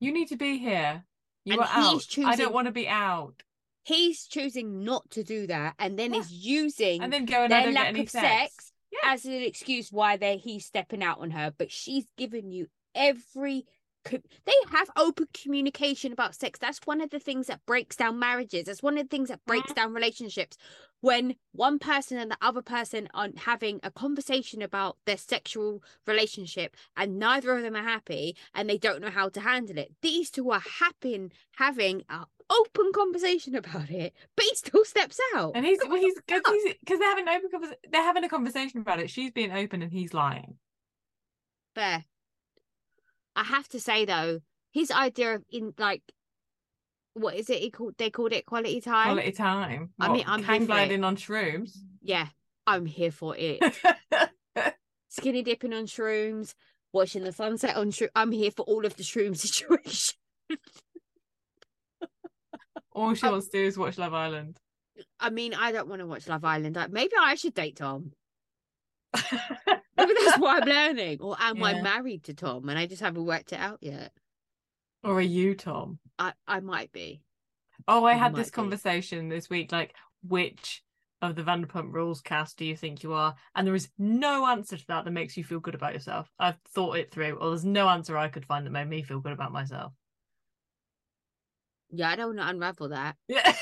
Speaker 1: You need to be here. You
Speaker 2: And
Speaker 1: are out.
Speaker 2: he's
Speaker 1: I
Speaker 2: choosing-
Speaker 1: don't want to be out.
Speaker 2: He's choosing not to do that and then
Speaker 1: Yeah.
Speaker 2: is using
Speaker 1: And then going, I
Speaker 2: their
Speaker 1: don't get
Speaker 2: lack
Speaker 1: any
Speaker 2: of sex
Speaker 1: Yeah.
Speaker 2: as an excuse why they he's stepping out on her, but she's given you every. co- They have open communication about sex. That's one of the things that breaks down marriages. That's one of the things that breaks down relationships when one person and the other person aren't having a conversation about their sexual relationship and neither of them are happy and they don't know how to handle it. These two are happy having an open conversation about it, but he still steps out.
Speaker 1: And he's, well, he's, because
Speaker 2: fuck?
Speaker 1: they're having an open conversation, they're having a conversation about it. She's being open and he's lying.
Speaker 2: Fair. I have to say though, his idea of in like what is it he called they called it quality time?
Speaker 1: Quality time.
Speaker 2: I mean,
Speaker 1: What,
Speaker 2: I'm here for
Speaker 1: hang
Speaker 2: it.
Speaker 1: gliding on shrooms.
Speaker 2: Yeah, I'm here for it. Skinny dipping on shrooms, watching the sunset on shroom. I'm here for all of the shroom situation.
Speaker 1: all she
Speaker 2: Um,
Speaker 1: wants to do is watch Love Island.
Speaker 2: I mean, I don't want to watch Love Island. Like, maybe I should date Tom. Maybe that's what I'm learning. Or am I
Speaker 1: Yeah.
Speaker 2: married to Tom and I just haven't worked it out yet?
Speaker 1: or are you, Tom?
Speaker 2: I I might be.
Speaker 1: Oh, I
Speaker 2: You
Speaker 1: had this
Speaker 2: might be.
Speaker 1: conversation this week. Like, which of the Vanderpump Rules cast do you think you are? And there is no answer to that that makes you feel good about yourself. I've thought it through. Or there's no answer I could find that made me feel good about myself.
Speaker 2: Yeah, I don't want to unravel that.
Speaker 1: Yeah,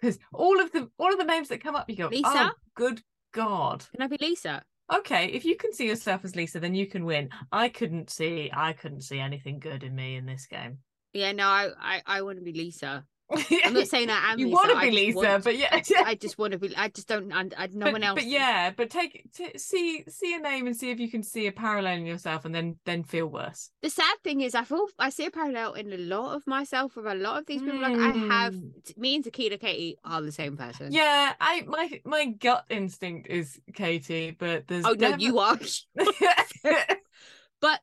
Speaker 1: because all of the all of the names that come up, you go, oh,
Speaker 2: Lisa?
Speaker 1: good god.
Speaker 2: Can I be Lisa?
Speaker 1: Okay, if you can see yourself as Lisa, then you can win. I couldn't see. I couldn't see anything good in me in this game.
Speaker 2: Yeah, no, I I, I want to be Lisa. I'm not saying I am.
Speaker 1: you
Speaker 2: Lisa,
Speaker 1: want to be
Speaker 2: I just
Speaker 1: Lisa,
Speaker 2: want-
Speaker 1: but yeah,
Speaker 2: I just want to be. I just don't. I, I, no
Speaker 1: but,
Speaker 2: one else.
Speaker 1: But yeah, but take t- see see a name and see if you can see a parallel in yourself, and then then feel worse.
Speaker 2: The sad thing is, I feel I see a parallel in a lot of myself with a lot of these people. Like I have.
Speaker 1: Mm.
Speaker 2: t- Me and Tequila Katie are the same person.
Speaker 1: Yeah, I my my gut instinct is Katie, but there's
Speaker 2: Oh no,
Speaker 1: never-
Speaker 2: you are.
Speaker 1: but
Speaker 2: But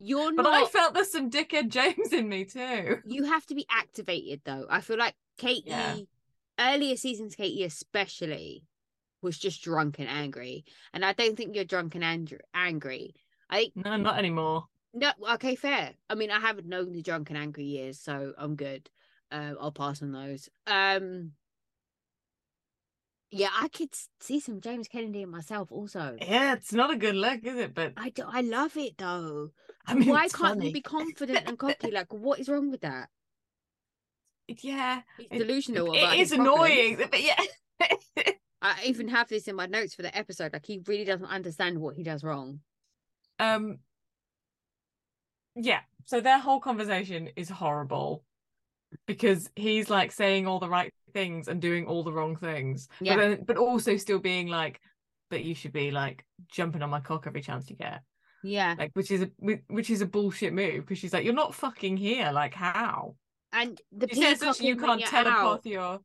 Speaker 2: you're
Speaker 1: I
Speaker 2: not.
Speaker 1: felt there's some dickhead James in me too.
Speaker 2: You have to be activated though. I feel like Katie,
Speaker 1: Yeah.
Speaker 2: earlier seasons, Katie especially, was just drunk and angry. And I don't think you're drunk and angry. Angry. I think
Speaker 1: No, not anymore.
Speaker 2: No, okay, fair. I mean, I haven't known the drunk and angry years, so I'm good. Um, I'll pass on those. Um, yeah, I could s- see some James Kennedy in myself also.
Speaker 1: Yeah, it's not a good look, is it? But
Speaker 2: I do, I love it though.
Speaker 1: I mean,
Speaker 2: Why
Speaker 1: it's
Speaker 2: can't
Speaker 1: funny.
Speaker 2: you be confident and cocky? Like, what is wrong with that?
Speaker 1: Yeah,
Speaker 2: He's
Speaker 1: It-
Speaker 2: delusional. about
Speaker 1: it
Speaker 2: his
Speaker 1: is
Speaker 2: problems.
Speaker 1: annoying, but yeah,
Speaker 2: I even have this in my notes for the episode. Like, he really doesn't understand what he does wrong.
Speaker 1: um, yeah. So their whole conversation is horrible because he's like saying all the right things and doing all the wrong things.
Speaker 2: Yeah.
Speaker 1: But then, but also still being like, but you should be like jumping on my cock every chance you get.
Speaker 2: Yeah,
Speaker 1: Like which is a whi- which is a bullshit move because she's like, You're not fucking here. Like how?
Speaker 2: and the
Speaker 1: She says
Speaker 2: peacocking
Speaker 1: you
Speaker 2: when
Speaker 1: can't
Speaker 2: you're
Speaker 1: telepath
Speaker 2: out.
Speaker 1: your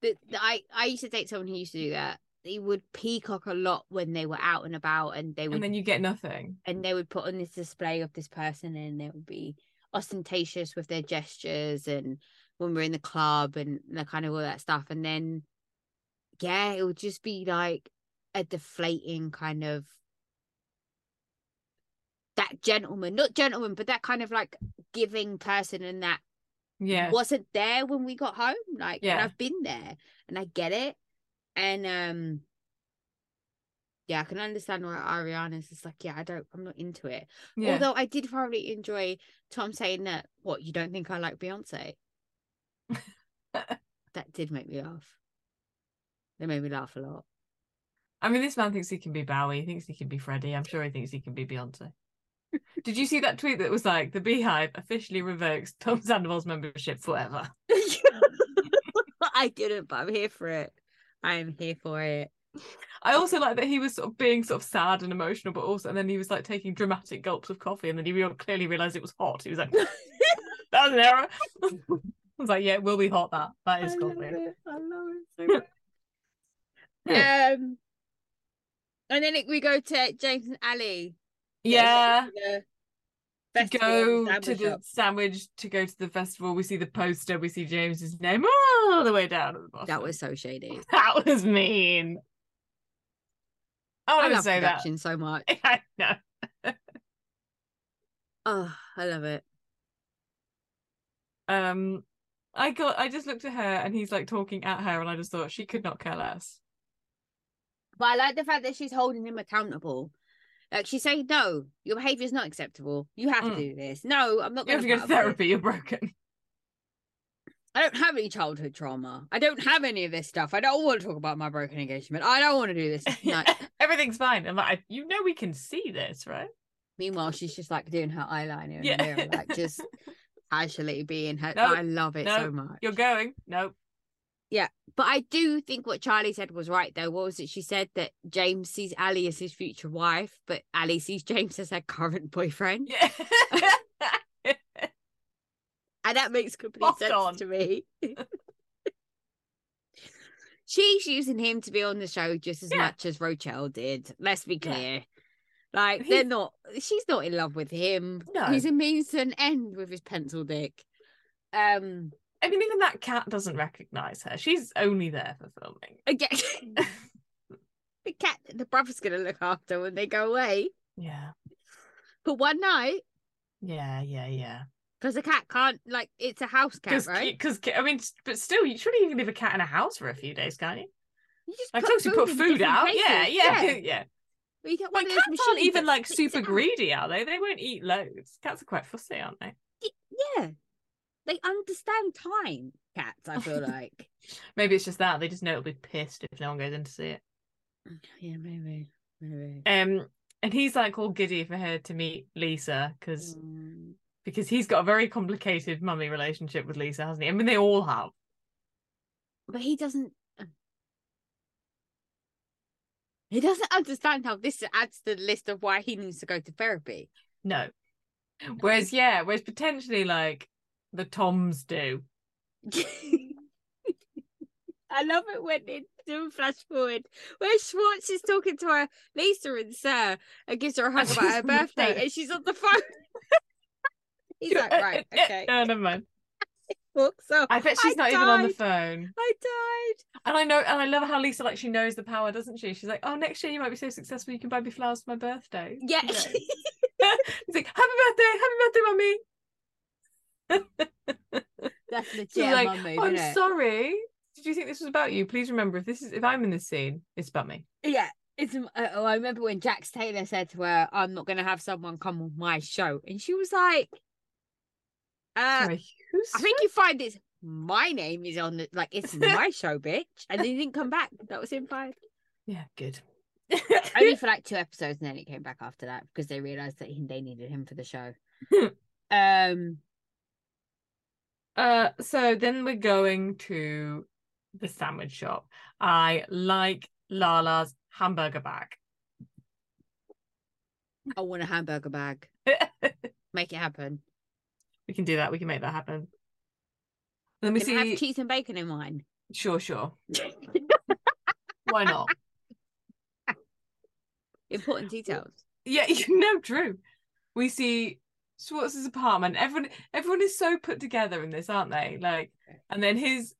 Speaker 2: the, the- I I used to date someone who used to do that. They would peacock a lot when they were out and about, and they would
Speaker 1: and then you get nothing.
Speaker 2: and they would put on this display of this person, and they would be ostentatious with their gestures, and when we're in the club, and the kind of all that stuff, and then yeah, it would just be like a deflating kind of that gentleman, not gentleman, but that kind of like giving person and that
Speaker 1: Yeah.
Speaker 2: wasn't there when we got home. Like, and
Speaker 1: Yeah.
Speaker 2: I've been there and I get it. And um yeah, I can understand why Ariana's just like, yeah, I don't, I'm not into it.
Speaker 1: Yeah.
Speaker 2: Although I did probably enjoy Tom saying that, what, you don't think I like Beyonce? that did make me laugh. They made me laugh a lot.
Speaker 1: I mean, this man thinks he can be Bowie. He thinks he can be Freddie. I'm sure he thinks he can be Beyonce. Did you see that tweet that was like, the Beehive officially revokes Tom Sandoval's membership forever?
Speaker 2: I didn't, but I'm here for it. I am here for it.
Speaker 1: I also like that he was sort of being sort of sad and emotional, but also, and then he was like taking dramatic gulps of coffee, and then he real, clearly realized it was hot. He was like, that was an error. I was like, yeah, it will be hot. That that is
Speaker 2: I love
Speaker 1: coffee.
Speaker 2: it. I love it so much. um, and then it, we go to James and Ali.
Speaker 1: Yeah.
Speaker 2: The
Speaker 1: to
Speaker 2: festival
Speaker 1: go
Speaker 2: sandwich
Speaker 1: to the
Speaker 2: shop.
Speaker 1: sandwich to go to the festival. We see the poster. We see James's name all the way down at the bottom.
Speaker 2: That was so shady.
Speaker 1: that was mean. I
Speaker 2: I
Speaker 1: want to
Speaker 2: love
Speaker 1: say that.
Speaker 2: production so much.
Speaker 1: I know.
Speaker 2: Oh, I love it.
Speaker 1: Um, I got. I just looked at her, and he's like talking at her, and I just thought she could not care less.
Speaker 2: But I like the fact that she's holding him accountable. Like she's saying, no, your behavior is not acceptable. You have
Speaker 1: Mm.
Speaker 2: to do this. No, I'm not
Speaker 1: You have to
Speaker 2: going
Speaker 1: go to
Speaker 2: put up with it.
Speaker 1: therapy. You're broken.
Speaker 2: I don't have any childhood trauma. I don't have any of this stuff. I don't want to talk about my broken engagement. I don't want to do this. No.
Speaker 1: Everything's fine. I'm like, I- you know, we can see this, right?
Speaker 2: Meanwhile, she's just like doing her eyeliner in
Speaker 1: Yeah.
Speaker 2: the mirror, like just casually being her.
Speaker 1: No,
Speaker 2: I love it so
Speaker 1: no,
Speaker 2: much.
Speaker 1: You're going. Nope.
Speaker 2: But I do think what Charlie said was right, though. What was it? She said that James sees Ali as his future wife, but Ali sees James as her current boyfriend.
Speaker 1: Yeah.
Speaker 2: And that makes complete
Speaker 1: Spot
Speaker 2: sense
Speaker 1: on.
Speaker 2: to me. She's using him to be on the show just as
Speaker 1: Yeah.
Speaker 2: much as Rochelle did. Let's be
Speaker 1: Yeah.
Speaker 2: clear. Like
Speaker 1: He's-
Speaker 2: they're not she's not in love with him.
Speaker 1: No.
Speaker 2: He's a means to an end with his pencil dick. Um
Speaker 1: I mean, even that cat doesn't recognize her. She's only there for filming.
Speaker 2: again the cat that the brother's gonna look after when they go away.
Speaker 1: Yeah.
Speaker 2: But one night,
Speaker 1: Yeah. Yeah. Yeah.
Speaker 2: because the cat can't like it's a house cat,
Speaker 1: Because,
Speaker 2: right?
Speaker 1: I mean, s- but still, you surely you can leave a cat in a house for a few days, can't you?
Speaker 2: You just
Speaker 1: Like, close you put
Speaker 2: in
Speaker 1: food
Speaker 2: different
Speaker 1: out. Yeah,
Speaker 2: places.
Speaker 1: yeah, yeah, yeah.
Speaker 2: But you get one
Speaker 1: But
Speaker 2: of
Speaker 1: cats
Speaker 2: those
Speaker 1: aren't
Speaker 2: machines
Speaker 1: even
Speaker 2: that
Speaker 1: like
Speaker 2: spits
Speaker 1: super
Speaker 2: it out.
Speaker 1: greedy, are they? They won't eat loads. Cats are quite fussy, aren't they?
Speaker 2: Yeah. They understand time, cats, I feel like.
Speaker 1: Maybe it's just that they just know it'll be pissed if no one goes in to see it.
Speaker 2: yeah, maybe. Maybe.
Speaker 1: Um, and he's like all giddy for her to meet Lisa because
Speaker 2: Mm.
Speaker 1: because he's got a very complicated mummy relationship with Lisa, hasn't he? I mean, they all have.
Speaker 2: But he doesn't um, he doesn't understand how this adds to the list of why he needs to go to therapy.
Speaker 1: No. Whereas, yeah, whereas potentially like the Toms do.
Speaker 2: I love it when it do a flash forward where Schwartz is talking to her Lisa and Sir and gives her a hug
Speaker 1: And
Speaker 2: about
Speaker 1: she's on
Speaker 2: her
Speaker 1: the phone.
Speaker 2: birthday and she's on the phone. He's like, right, okay,
Speaker 1: no, never mind.
Speaker 2: walks off.
Speaker 1: I bet she's
Speaker 2: I
Speaker 1: not even on the
Speaker 2: died.
Speaker 1: phone.
Speaker 2: I died.
Speaker 1: And I know, and I love how Lisa, like, she knows the power, doesn't she? She's like, oh, next year you might be so successful, you can buy me flowers for my birthday.
Speaker 2: Yeah.
Speaker 1: You know? He's like, happy birthday, happy birthday, mummy.
Speaker 2: That's legit
Speaker 1: She's
Speaker 2: a
Speaker 1: like,
Speaker 2: mum move,
Speaker 1: I'm
Speaker 2: innit?
Speaker 1: sorry. Did you think this was about you? Please remember, if this is, if I'm in this scene, it's about me.
Speaker 2: Yeah. It's, uh, oh, I remember when Jax Taylor said to her, I'm not going to have someone come on my show. And she was like, uh,
Speaker 1: Sorry, who's?
Speaker 2: I think you find it's my name is on the, like, it's my show, bitch. And then he didn't come back. That was him fine.
Speaker 1: Yeah, good.
Speaker 2: Only for like two episodes. And then it came back after that because they realized that he, they needed him for the show. um,
Speaker 1: Uh, so then we're going to the sandwich shop. I like Lala's hamburger bag.
Speaker 2: I want a hamburger bag. Make it happen.
Speaker 1: we can do that. We can make that happen. Then we
Speaker 2: Can I
Speaker 1: see.
Speaker 2: have cheese and bacon in mine?
Speaker 1: Sure, sure. Why not?
Speaker 2: Important details.
Speaker 1: yeah, you know, true. We see Schwartz's apartment. Everyone, everyone is so put together in this, aren't they? Like, and then his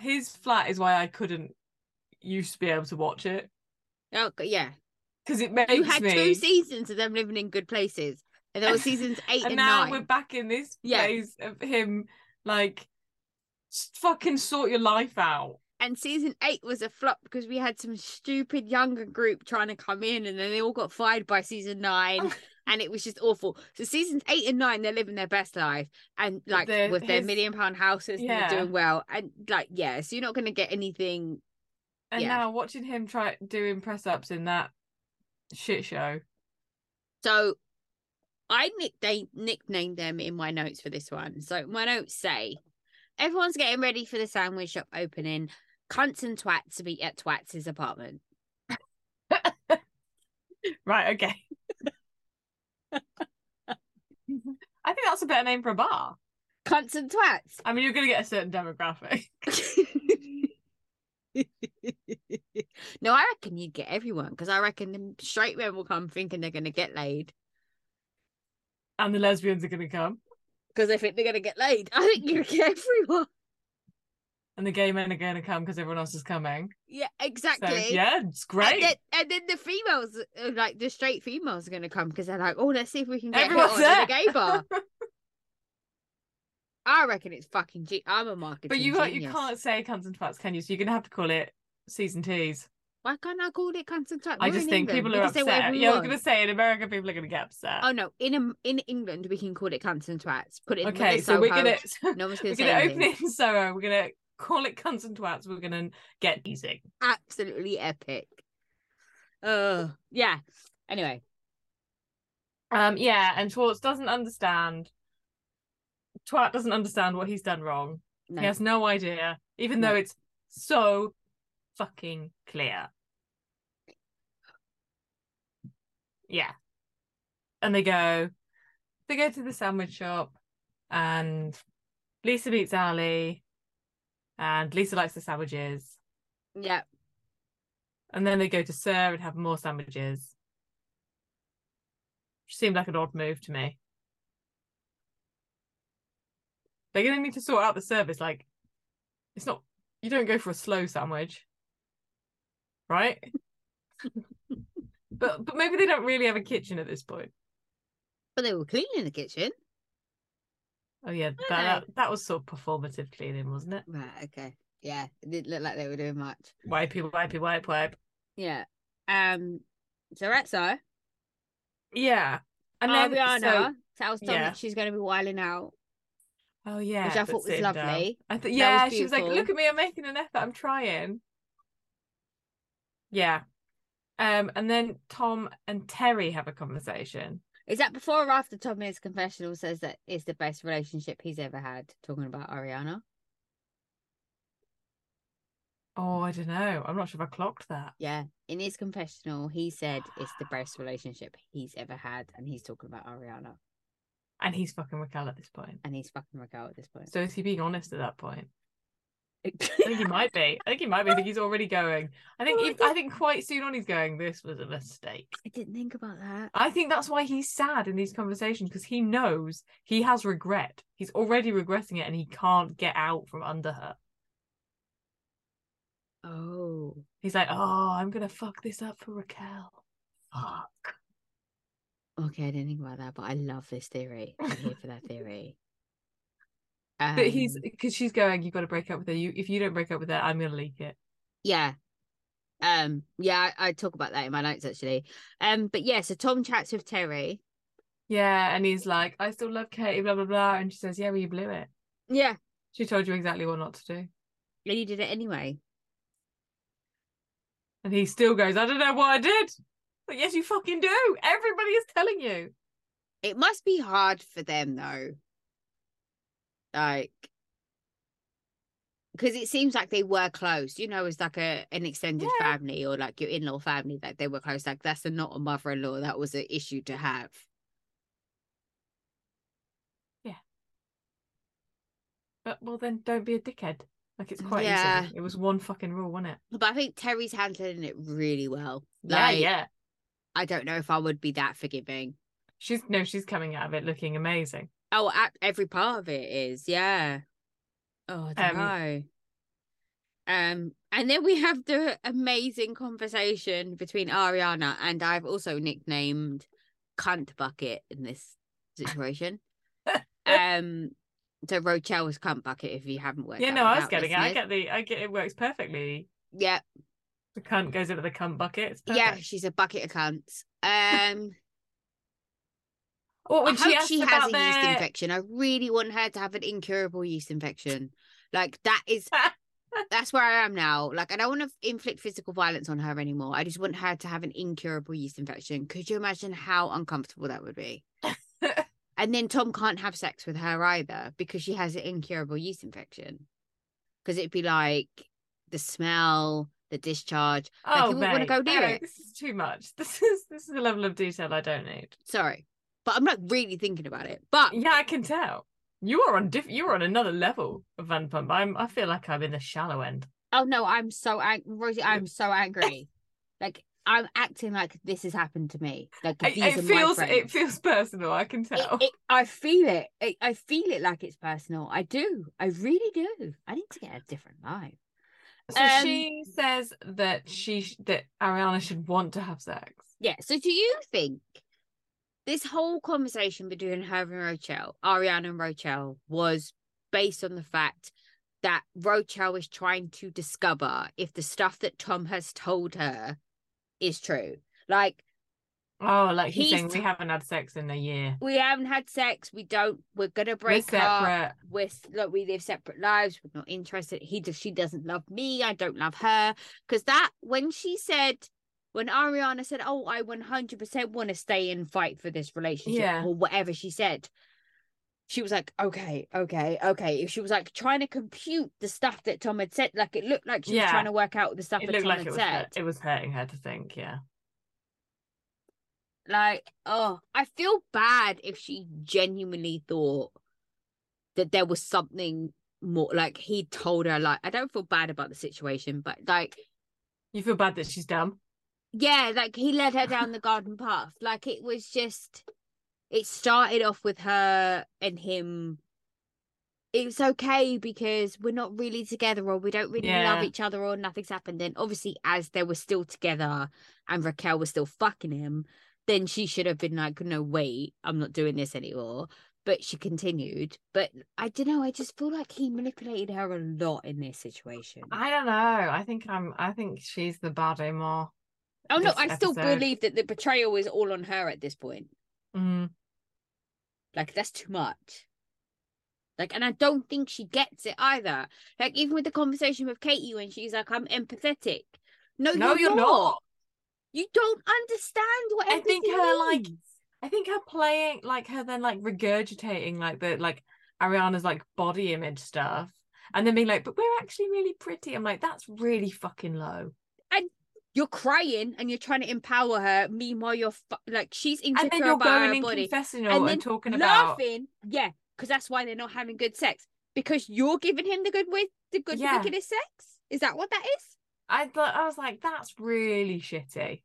Speaker 1: his flat is why I couldn't used to be able to watch it
Speaker 2: Oh, g- yeah.
Speaker 1: because it makes
Speaker 2: You had
Speaker 1: me.
Speaker 2: two seasons of them living in good places, and there were seasons eight
Speaker 1: and
Speaker 2: and
Speaker 1: now
Speaker 2: 9
Speaker 1: we're back in this
Speaker 2: Yeah.
Speaker 1: place of him Like, s- fucking sort your life out.
Speaker 2: And season eight was a flop because we had some stupid younger group trying to come in and then they all got fired by season nine and it was just awful. So seasons eight and nine, they're living their best life and like
Speaker 1: They're-
Speaker 2: with their
Speaker 1: his-
Speaker 2: million pound houses and
Speaker 1: Yeah.
Speaker 2: they're doing well. And like, yeah, so you're not gonna get anything
Speaker 1: And
Speaker 2: Yeah.
Speaker 1: now watching him try doing press ups in that shit show.
Speaker 2: So I nicknamed, nicknamed them in my notes for this one. So my notes say everyone's getting ready for the sandwich shop opening. Cunts and twats meet at Twats' apartment.
Speaker 1: Right, okay. I think that's a better name for a bar.
Speaker 2: Cunts and twats.
Speaker 1: I mean, you're going to get a certain demographic.
Speaker 2: no, I reckon you'd get everyone because I reckon them straight men will come thinking they're going to get laid
Speaker 1: And the lesbians are going to come.
Speaker 2: because they think they're going to get laid. I think you'd get everyone.
Speaker 1: And the gay men are going to come because everyone else is coming.
Speaker 2: Yeah, exactly.
Speaker 1: So, yeah, it's
Speaker 2: And then,
Speaker 1: great.
Speaker 2: and then the females, uh, like the straight females, are going to come because they're like, oh, let's see if we can get hit
Speaker 1: Everyone's
Speaker 2: on in a
Speaker 1: there."
Speaker 2: gay bar. I reckon it's fucking. Ge- I'm a marketing.
Speaker 1: But you,
Speaker 2: genius.
Speaker 1: you can't say cunts and twats, can you? So you're going to have to call it season teas.
Speaker 2: Why can't I call it concentrate?
Speaker 1: I just think people are upset. Yeah, I was going to say in America, people are going to get upset.
Speaker 2: Oh no! In um, in England, we can call it cunts and twats. Put it in
Speaker 1: okay,
Speaker 2: with
Speaker 1: so we're going
Speaker 2: Soho.
Speaker 1: to.
Speaker 2: No one's
Speaker 1: We're
Speaker 2: going to say
Speaker 1: gonna
Speaker 2: anything.
Speaker 1: open it in Soho. We're gonna call it cunts and twats. We're gonna get easy.
Speaker 2: Absolutely epic. Oh yeah. Anyway,
Speaker 1: Um, yeah, and Schwartz doesn't understand. Twat doesn't understand what he's done wrong.
Speaker 2: no.
Speaker 1: He has no idea, even
Speaker 2: No.
Speaker 1: though it's so fucking clear. Yeah. And they go, they go to the sandwich shop, and Lisa meets Ali, and Lisa likes the sandwiches.
Speaker 2: Yeah.
Speaker 1: And then they go to Sir and have more sandwiches. Which seemed like an odd move to me. They're gonna need to sort out the service. Like, it's not you don't go for a slow sandwich, right? but but maybe they don't really have a kitchen at this point.
Speaker 2: But they were clean in the kitchen.
Speaker 1: Oh yeah, that that, that was sort of performative cleaning, wasn't it?
Speaker 2: Right. Okay. Yeah. It didn't look like they were doing much.
Speaker 1: Wipey, wipey, wipe, wipe.
Speaker 2: Yeah. Um. So that's her.
Speaker 1: Yeah. And then
Speaker 2: Ariana
Speaker 1: so,
Speaker 2: tells Tom
Speaker 1: yeah.
Speaker 2: that she's going to be whiling out,
Speaker 1: oh yeah,
Speaker 2: which I
Speaker 1: but
Speaker 2: thought was
Speaker 1: sitting down.
Speaker 2: lovely.
Speaker 1: I thought,
Speaker 2: That was
Speaker 1: yeah, she was like,
Speaker 2: beautiful.
Speaker 1: look at me, I'm making an effort, I'm trying. Yeah. Um, and then Tom and Terry have a conversation.
Speaker 2: Is that before or after Tom in his confessional says that it's the best relationship he's ever had? Talking about Ariana.
Speaker 1: Oh, I don't know. I'm not sure if I clocked that.
Speaker 2: Yeah. In his confessional, he said it's the best relationship he's ever had, and he's talking about Ariana,
Speaker 1: And he's fucking Raquel at this point.
Speaker 2: and he's fucking Raquel at this point.
Speaker 1: So is he being honest at that point? I think he might be. I think he might be. I think he's already going. I think
Speaker 2: Oh, I
Speaker 1: if- I think quite soon on he's going, this was a mistake.
Speaker 2: I didn't think about that.
Speaker 1: I think that's why he's sad in these conversations because he knows he has regret. He's already regretting it and he can't get out from under her.
Speaker 2: Oh,
Speaker 1: He's like, oh, I'm gonna fuck this up for Raquel. Fuck.
Speaker 2: okay. I didn't think about that, but I love this theory. I'm here for that theory.
Speaker 1: But he's
Speaker 2: Um,
Speaker 1: because she's going. You've got to break up with her. You if you don't break up with her, I'm gonna leak it.
Speaker 2: Yeah. Um, yeah, I, I talk about that in my notes actually. Um, but yeah, so Tom chats with Terry.
Speaker 1: Yeah, and he's like, I still love Katie. Blah blah blah. And she says, Yeah, well, you blew it.
Speaker 2: Yeah.
Speaker 1: She told you exactly what not to do.
Speaker 2: And you did it anyway.
Speaker 1: And he still goes, I don't know what I did. But yes, you fucking do. Everybody is telling you.
Speaker 2: It must be hard for them though. Like because it seems like they were close, you know, as like a an extended
Speaker 1: Yeah.
Speaker 2: family or like your in-law family, like they were close. Like that's a not a mother-in-law, that was an issue to have.
Speaker 1: But well, then don't be a dickhead. Like it's quite
Speaker 2: Yeah.
Speaker 1: easy. It was one fucking rule, wasn't it?
Speaker 2: But I think Terry's handling it really well.
Speaker 1: Yeah,
Speaker 2: Like
Speaker 1: yeah.
Speaker 2: I don't know if I would be that forgiving.
Speaker 1: She's no, she's coming out of it looking amazing.
Speaker 2: Oh, a- every part of it is, yeah. Oh, I don't
Speaker 1: Um,
Speaker 2: know. Um, and then we have the amazing conversation between Ariana and I've also nicknamed cunt bucket in this situation. um, to Rochelle's cunt bucket if you haven't worked.
Speaker 1: yeah,
Speaker 2: that
Speaker 1: no,
Speaker 2: one
Speaker 1: I was
Speaker 2: out,
Speaker 1: getting it. I
Speaker 2: listeners.
Speaker 1: get the, I get it works perfectly.
Speaker 2: Yeah,
Speaker 1: The cunt goes into the cunt bucket. It's
Speaker 2: yeah,
Speaker 1: perfect.
Speaker 2: she's a bucket of cunts. Um,
Speaker 1: What
Speaker 2: I
Speaker 1: when she
Speaker 2: hope
Speaker 1: asked
Speaker 2: she has
Speaker 1: about
Speaker 2: a yeast
Speaker 1: their...
Speaker 2: infection. I really want her to have an incurable yeast infection. Like that is that's where I am now. Like I don't want to inflict physical violence on her anymore. I just want her to have an incurable yeast infection. Could you imagine how uncomfortable that would be? and then Tom can't have sex with her either because she has an incurable yeast infection. Because it'd be like the smell, the discharge.
Speaker 1: Oh,
Speaker 2: you wouldn't wanna
Speaker 1: mate,
Speaker 2: go near
Speaker 1: no,
Speaker 2: it.
Speaker 1: This is too much. This is this is a level of detail I don't need.
Speaker 2: Sorry. But I'm not really thinking about it. But
Speaker 1: Yeah, I can tell. You are on diff- you are on another level of Van Pump. I'm I feel like I'm in the shallow end.
Speaker 2: Oh no, I'm so angry, Rosie. I'm so angry. like I'm acting like this has happened to me. Like
Speaker 1: It,
Speaker 2: these
Speaker 1: it
Speaker 2: are
Speaker 1: feels
Speaker 2: my
Speaker 1: it
Speaker 2: friends.
Speaker 1: feels personal, I can
Speaker 2: It-
Speaker 1: tell.
Speaker 2: it- I feel it. I, I feel it like it's personal. I do. I really do. I need to get a different life.
Speaker 1: so
Speaker 2: um,
Speaker 1: she says that she sh- that Ariana should want to have sex.
Speaker 2: Yeah. So do you think this whole conversation between her and Rochelle, Ariana and Rochelle, was based on the fact that Rochelle is trying to discover if the stuff that Tom has told her is true? Like
Speaker 1: Oh, like he's,
Speaker 2: He's
Speaker 1: saying
Speaker 2: t-
Speaker 1: we haven't had sex in a year.
Speaker 2: we haven't had sex. We don't. We're gonna
Speaker 1: We're
Speaker 2: break up.
Speaker 1: separate.
Speaker 2: We're s- like we live separate lives. We're not interested. He does. She doesn't love me. I don't love her. Because that when she said, when Ariana said, "Oh, I one hundred percent want to stay and fight for this relationship,"
Speaker 1: Yeah.
Speaker 2: or whatever she said. She was like, okay, okay, okay. If She was like trying to compute the stuff that Tom had said. Like it looked like she was
Speaker 1: Yeah.
Speaker 2: trying to work out the stuff
Speaker 1: It
Speaker 2: that
Speaker 1: looked like
Speaker 2: Tom had
Speaker 1: it was
Speaker 2: said.
Speaker 1: hurt, it was hurting her to think, yeah.
Speaker 2: Like, oh, I feel bad if she genuinely thought that there was something more. Like he told her, like, I don't feel bad about the situation, but like,
Speaker 1: You feel bad that she's dumb?
Speaker 2: yeah, like he led her down the garden path. Like it was just, it started off with her and him. It's okay because we're not really together, or we don't really
Speaker 1: Yeah.
Speaker 2: love each other, or nothing's happened. And obviously, as they were still together, and Raquel was still fucking him, then she should have been like, no, wait, I'm not doing this anymore. But she continued. But I don't know. I just feel like he manipulated her a lot in this situation.
Speaker 1: I don't know. I think I'm I think she's the baddie more.
Speaker 2: oh, no,
Speaker 1: this
Speaker 2: I still
Speaker 1: episode-
Speaker 2: believe that the betrayal is all on her at this point.
Speaker 1: Mm.
Speaker 2: Like, that's too much. Like, and I don't think she gets it either. Like, even with the conversation with Katie when she's like, I'm empathetic. No,
Speaker 1: No,
Speaker 2: Oh, you're,
Speaker 1: you're
Speaker 2: not.
Speaker 1: not.
Speaker 2: You don't understand what
Speaker 1: I think
Speaker 2: empathy
Speaker 1: her, like,
Speaker 2: means.
Speaker 1: I think her playing like her then like regurgitating like the like Ariana's like body image stuff and then being like, but we're actually really pretty. I'm like, that's really fucking low.
Speaker 2: you're crying and you're trying to empower her. Meanwhile, you're fu- like she's insecure
Speaker 1: And then you're
Speaker 2: about
Speaker 1: going
Speaker 2: her
Speaker 1: in
Speaker 2: body,
Speaker 1: confessional
Speaker 2: And
Speaker 1: and,
Speaker 2: then
Speaker 1: talking about
Speaker 2: laughing. Yeah, because that's why they're not having good sex because you're giving him the good way, the good
Speaker 1: Yeah.
Speaker 2: wicked is sex. Is that what that is?
Speaker 1: I thought I was like, that's really shitty.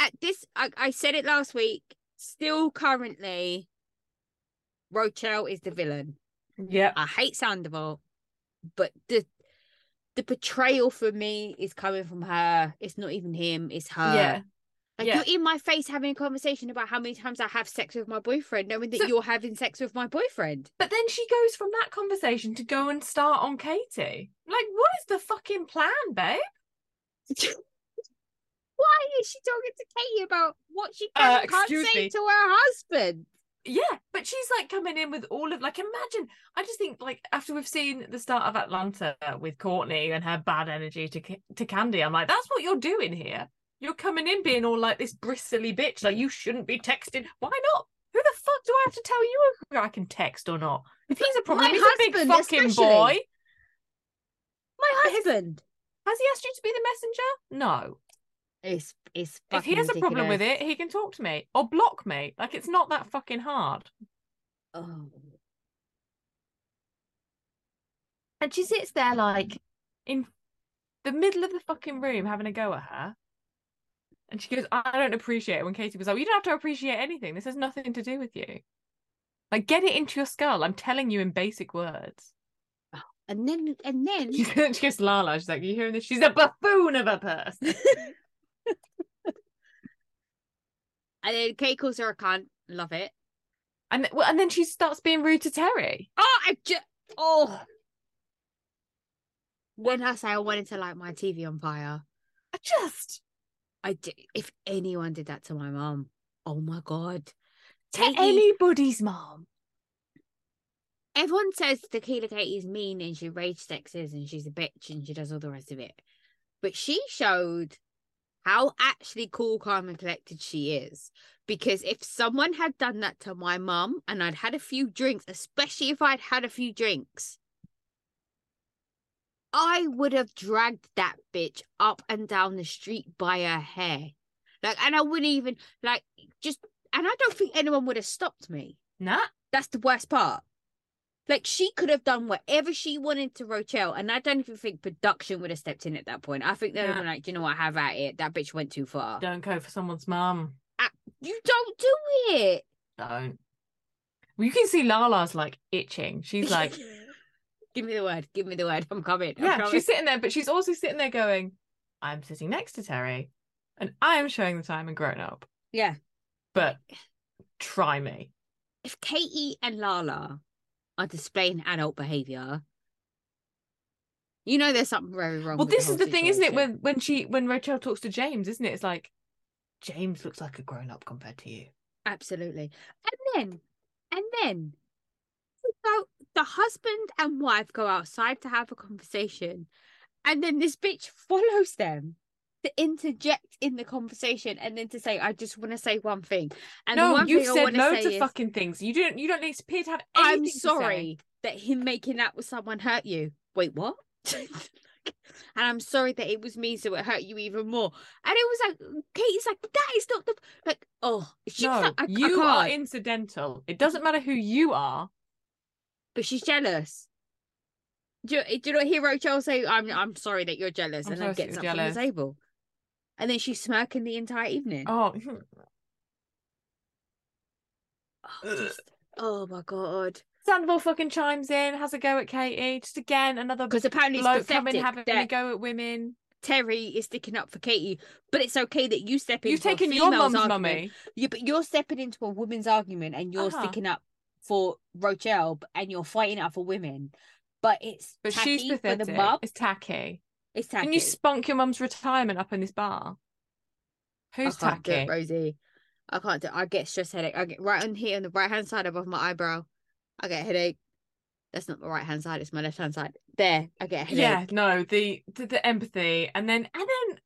Speaker 2: At this, I, I said it last week. Still currently, Rochelle is the villain.
Speaker 1: Yep.
Speaker 2: I hate Sandoval, but the the betrayal for me is coming from her. It's not even him. It's her.
Speaker 1: yeah.
Speaker 2: Uh, Like
Speaker 1: Yeah.
Speaker 2: you're in my face having a conversation about how many times I have sex with my boyfriend, knowing that
Speaker 1: So-
Speaker 2: you're having sex with my boyfriend.
Speaker 1: But then she goes from that conversation to go and start on Katie. Like, what is the fucking plan, babe?
Speaker 2: Why is she talking to Katie about what she can
Speaker 1: Uh,
Speaker 2: and can't
Speaker 1: excuse
Speaker 2: say
Speaker 1: me.
Speaker 2: to her husband?
Speaker 1: Yeah, but she's like coming in with all of like imagine. I just think like after we've seen the start of Atlanta with Courtney and her bad energy to Ca- to Candy, I'm like, that's what you're doing here. You're coming in being all like this bristly bitch, like you shouldn't be texting. Why not? Who the fuck do I have to tell you whether I can text or not? If he's a problem,
Speaker 2: My
Speaker 1: he's a big
Speaker 2: husband,
Speaker 1: fucking
Speaker 2: especially.
Speaker 1: boy.
Speaker 2: My
Speaker 1: But his-
Speaker 2: husband.
Speaker 1: Has he asked you to be the messenger? No.
Speaker 2: It's it's
Speaker 1: If he
Speaker 2: fucking
Speaker 1: has a problem with
Speaker 2: ridiculous.
Speaker 1: it, he can talk to me or block me. Like it's not that fucking hard.
Speaker 2: Oh.
Speaker 1: And she sits there like in the middle of the fucking room having a go at her. And she goes, I don't appreciate it. When Katie was like, well, You don't have to appreciate anything. This has nothing to do with you. Like, get it into your skull. I'm telling you in basic words.
Speaker 2: And then and then
Speaker 1: She goes, she goes, Lala. She's like, You hearing this? She's a buffoon of a person.
Speaker 2: and then Kate calls her a cunt. Love it.
Speaker 1: And well, and then she starts being rude to Terry.
Speaker 2: Oh, I just oh. When I say I wanted to light my TV on fire,
Speaker 1: I just
Speaker 2: I do. If anyone did that to my mum, oh my god!
Speaker 1: to
Speaker 2: Katie-
Speaker 1: anybody's mom.
Speaker 2: everyone says Tequila Katie's mean and she rage sexes and she's a bitch and she does all the rest of it, but she showed how actually cool, calm, and collected she is. Because if someone had done that to my mum and I'd had a few drinks, especially if I'd had a few drinks, I would have dragged that bitch up and down the street by her hair. Like, and I wouldn't even, like, just, and I don't think anyone would have stopped me.
Speaker 1: Nah.
Speaker 2: That's the worst part. Like she could have done whatever she wanted to Rochelle, and I don't even think production would have stepped in at that point. I think they would have
Speaker 1: No.
Speaker 2: been like, "Do you know what? Have at it. That bitch went too far.
Speaker 1: Don't go for someone's mum.
Speaker 2: You don't do it."
Speaker 1: Don't. Well, you can see Lala's like itching. She's like,
Speaker 2: "Give me the word. Give me the word. I'm coming." I'm
Speaker 1: yeah,
Speaker 2: coming."
Speaker 1: she's sitting there, but she's also sitting there going, I'm sitting next to Terry and I am showing the time and grown up,
Speaker 2: yeah.
Speaker 1: but try me.
Speaker 2: If Katie and Lala are displaying adult behavior, you know there's something very wrong.
Speaker 1: Well,
Speaker 2: with
Speaker 1: this is the
Speaker 2: whole
Speaker 1: thing, isn't it?
Speaker 2: situation.
Speaker 1: When when she when Rachel talks to James, isn't it? It's like James looks like a grown up compared to you.
Speaker 2: Absolutely. And then, and then, so the husband and wife go outside to have a conversation, and then this bitch follows them to interject in the conversation, and then to say, "I just want to say one thing." And the
Speaker 1: no,
Speaker 2: one
Speaker 1: you've
Speaker 2: thing I
Speaker 1: said
Speaker 2: wanna
Speaker 1: loads
Speaker 2: say
Speaker 1: of
Speaker 2: is,
Speaker 1: fucking things. You don't. You don't need to appear to have. Anything
Speaker 2: "I'm
Speaker 1: to say.
Speaker 2: sorry that him making out with someone hurt you." Wait, what? and I'm sorry that it was me, so it hurt you even more. And it was like Katie's like, "That is not the like." Oh, she was
Speaker 1: No,
Speaker 2: like, I, I
Speaker 1: you
Speaker 2: can't.
Speaker 1: are incidental. It doesn't matter who you are.
Speaker 2: but she's jealous. Do you, do you not hear Rachel say, "I'm I'm sorry that you're jealous,"
Speaker 1: I'm
Speaker 2: and then
Speaker 1: sorry that
Speaker 2: gets
Speaker 1: you're
Speaker 2: up from the
Speaker 1: jealous.
Speaker 2: table, and then she's smirking the entire evening. Oh,
Speaker 1: Oh,
Speaker 2: just- oh my god!
Speaker 1: Sandoval fucking chimes in, has a go at Katie. Just again, another
Speaker 2: Because apparently it's
Speaker 1: bloke coming
Speaker 2: pathetic
Speaker 1: having a
Speaker 2: that
Speaker 1: go at women.
Speaker 2: Terry is sticking up for Katie, but it's okay that you step in.
Speaker 1: You've
Speaker 2: for a
Speaker 1: taken your
Speaker 2: female's
Speaker 1: mum's
Speaker 2: argument.
Speaker 1: mummy.
Speaker 2: Yeah, but you're stepping into a woman's argument and you're
Speaker 1: Uh-huh.
Speaker 2: sticking up for Rochelle, b- and you're fighting out for women. But it's
Speaker 1: But she's
Speaker 2: tacky for the
Speaker 1: pathetic.
Speaker 2: mum.
Speaker 1: It's tacky.
Speaker 2: It's tacky.
Speaker 1: Can you spunk your mum's retirement up in this bar? Who's
Speaker 2: I can't
Speaker 1: tacky?
Speaker 2: do it, Rosie. I can't do. I get stress headache. I get right on here on the right hand side above my eyebrow. I get headache. That's not my right hand side. It's my left hand side. There, I get a headache.
Speaker 1: yeah, no, the, the the empathy, and then and then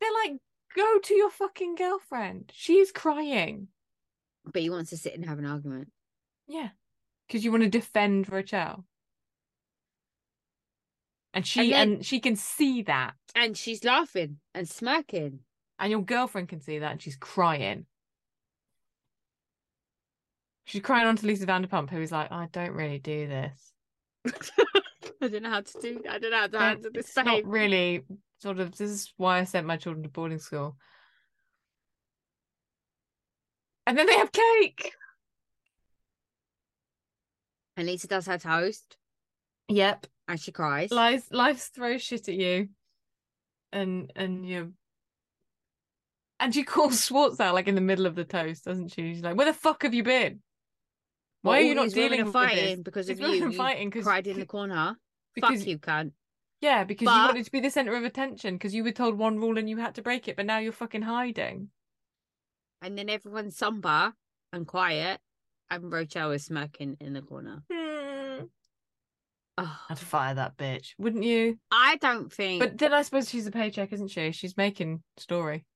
Speaker 1: they're like, go to your fucking girlfriend. She's crying.
Speaker 2: But he wants to sit and have an argument.
Speaker 1: Yeah, because you want to defend Rochelle, and she and,
Speaker 2: then-
Speaker 1: she can see that,
Speaker 2: And she's laughing and smirking.
Speaker 1: and your girlfriend can see that, and she's crying. She's crying onto Lisa Vanderpump, who is like, I don't really do this.
Speaker 2: I don't know how to do. I don't know how to
Speaker 1: Don't-
Speaker 2: handle this
Speaker 1: it's not
Speaker 2: same.
Speaker 1: really sort of this is why I sent my children to boarding school. And then they have cake.
Speaker 2: And Lisa does her toast
Speaker 1: Yep.
Speaker 2: and she cries.
Speaker 1: Life life throws shit at you. And and you and she calls Schwartz out like in the middle of the toast, doesn't she? She's like, Where the fuck have you been?
Speaker 2: Well,
Speaker 1: Why are
Speaker 2: all
Speaker 1: you not
Speaker 2: these women
Speaker 1: dealing
Speaker 2: are
Speaker 1: with
Speaker 2: fighting
Speaker 1: this?
Speaker 2: because of
Speaker 1: These
Speaker 2: you?
Speaker 1: women are
Speaker 2: you
Speaker 1: fighting 'cause-
Speaker 2: cried in the corner.
Speaker 1: Because
Speaker 2: Fuck you, cunt.
Speaker 1: yeah, because you
Speaker 2: But-
Speaker 1: wanted to be the center of attention because you were told one rule and you had to break it, but now you're fucking hiding.
Speaker 2: And then everyone's somber and quiet, and Rochelle is smirking in the corner.
Speaker 1: Hmm.
Speaker 2: Oh,
Speaker 1: I'd fire that bitch, wouldn't you?
Speaker 2: I don't think.
Speaker 1: But then I suppose she's a paycheck, isn't she? She's making story.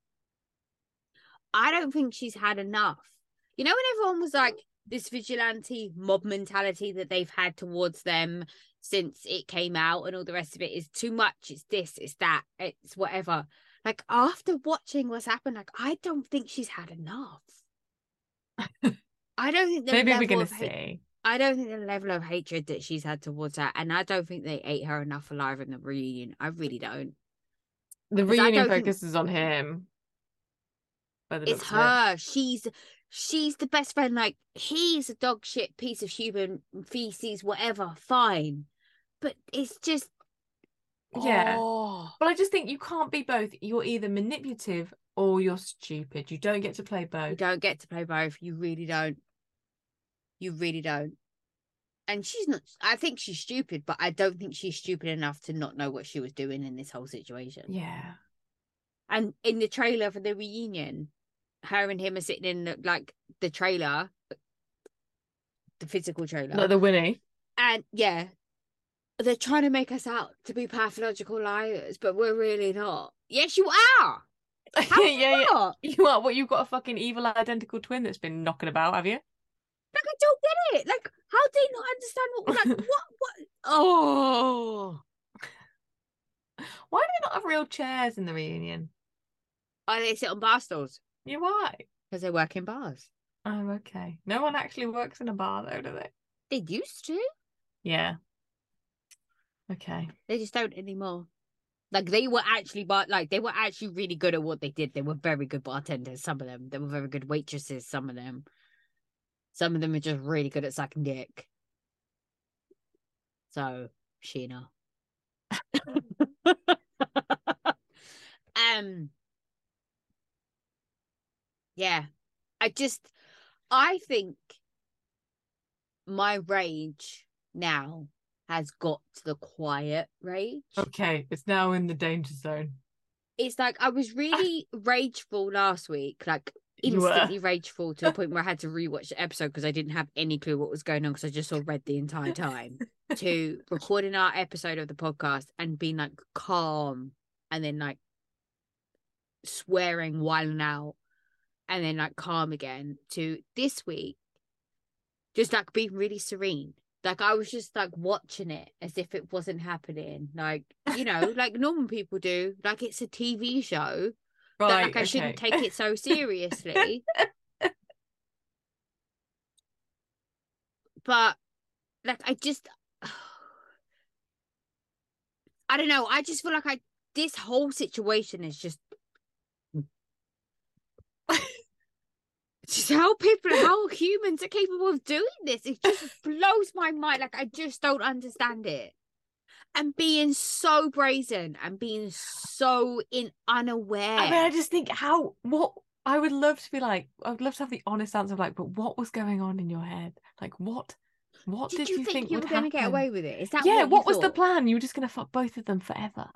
Speaker 2: I don't think she's had enough. You know, when everyone was like this vigilante mob mentality that they've had towards them since it came out and all the rest of it is too much, it's this, it's that, it's whatever. Like after watching what's happened, like I don't think she's had enough. I don't think the
Speaker 1: Maybe
Speaker 2: level
Speaker 1: we're gonna
Speaker 2: of hate-
Speaker 1: see.
Speaker 2: I don't think the level of hatred that she's had towards her, and I don't think they ate her enough alive in the reunion. I really don't.
Speaker 1: The
Speaker 2: 'Cause I
Speaker 1: reunion
Speaker 2: don't think-
Speaker 1: focuses on him. By the
Speaker 2: it's
Speaker 1: looks of
Speaker 2: her. She's she's the best friend. Like he's a dog shit piece of human feces, whatever. Fine, but it's just
Speaker 1: Yeah.
Speaker 2: Oh.
Speaker 1: it. But I just think you can't be both. You're either manipulative or you're stupid. You don't get to play
Speaker 2: You
Speaker 1: both.
Speaker 2: don't get to play both. You really don't. You really don't. And she's not, I think she's stupid, but I don't think she's stupid enough to not know what she was doing in this whole situation.
Speaker 1: Yeah.
Speaker 2: And in the trailer for the reunion, her and him are sitting in the, like the trailer, the physical trailer.
Speaker 1: Like the Winnie.
Speaker 2: and yeah, they're trying to make us out to be pathological liars, but we're really not. Yes, you are.
Speaker 1: yeah,
Speaker 2: How are you
Speaker 1: yeah, yeah.
Speaker 2: not?
Speaker 1: You are what you've got a fucking evil identical twin that's been knocking about, have you?
Speaker 2: Like I don't get it. Like how do you not understand what? Like what? What? Oh,
Speaker 1: Why do they not have real chairs in the reunion?
Speaker 2: oh, they sit on bar stools
Speaker 1: You why?
Speaker 2: because they work in bars.
Speaker 1: Oh, okay. No one actually works in a bar though, do they?
Speaker 2: They used to.
Speaker 1: Yeah. Okay.
Speaker 2: They just don't anymore. Like they were actually bar like they were actually really good at what they did. They were very good bartenders, some of them. They were very good waitresses, some of them. Some of them are just really good at sucking dick. So Sheena. um Yeah. I just I think my rage now has got to the quiet rage.
Speaker 1: Okay. It's now in the danger zone.
Speaker 2: It's like I was really rageful last week, like
Speaker 1: You were.
Speaker 2: instantly rageful to the point where I had to rewatch the episode because I didn't have any clue what was going on because I just saw red the entire time. to recording our episode of the podcast and being like calm and then like swearing while and out and then like calm again to this week just like being really serene like i was just like watching it as if it wasn't happening like you know like normal people do like it's a tv show
Speaker 1: Right.
Speaker 2: that like I shouldn't
Speaker 1: okay.
Speaker 2: take it so seriously. but like I just I don't know, I just feel like I this whole situation is just just how people how humans are capable of doing this. It just blows my mind. Like I just don't understand it. And being so brazen and being so in unaware.
Speaker 1: I mean, I just think how what I would love to be like. I would love to have the honest answer of like, but what was going on in your head? Like, what, what did, you think,
Speaker 2: you
Speaker 1: would
Speaker 2: were going to get
Speaker 1: happen?
Speaker 2: away with it? Is that
Speaker 1: yeah,
Speaker 2: What, you
Speaker 1: what was the
Speaker 2: thought?
Speaker 1: plan? You were just gonna fuck both of them forever.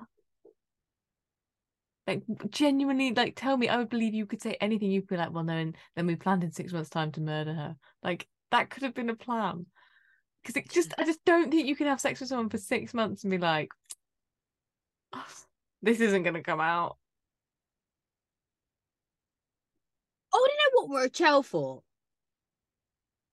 Speaker 1: Like genuinely, like tell me, I would believe you could say anything. You'd be like, well, no, and then we planned in six months' time to murder her. Like that could have been a plan. Because it just, I just don't think you can have sex with someone for six months and be like, this isn't gonna come out.
Speaker 2: Oh, I don't know what Rochelle for.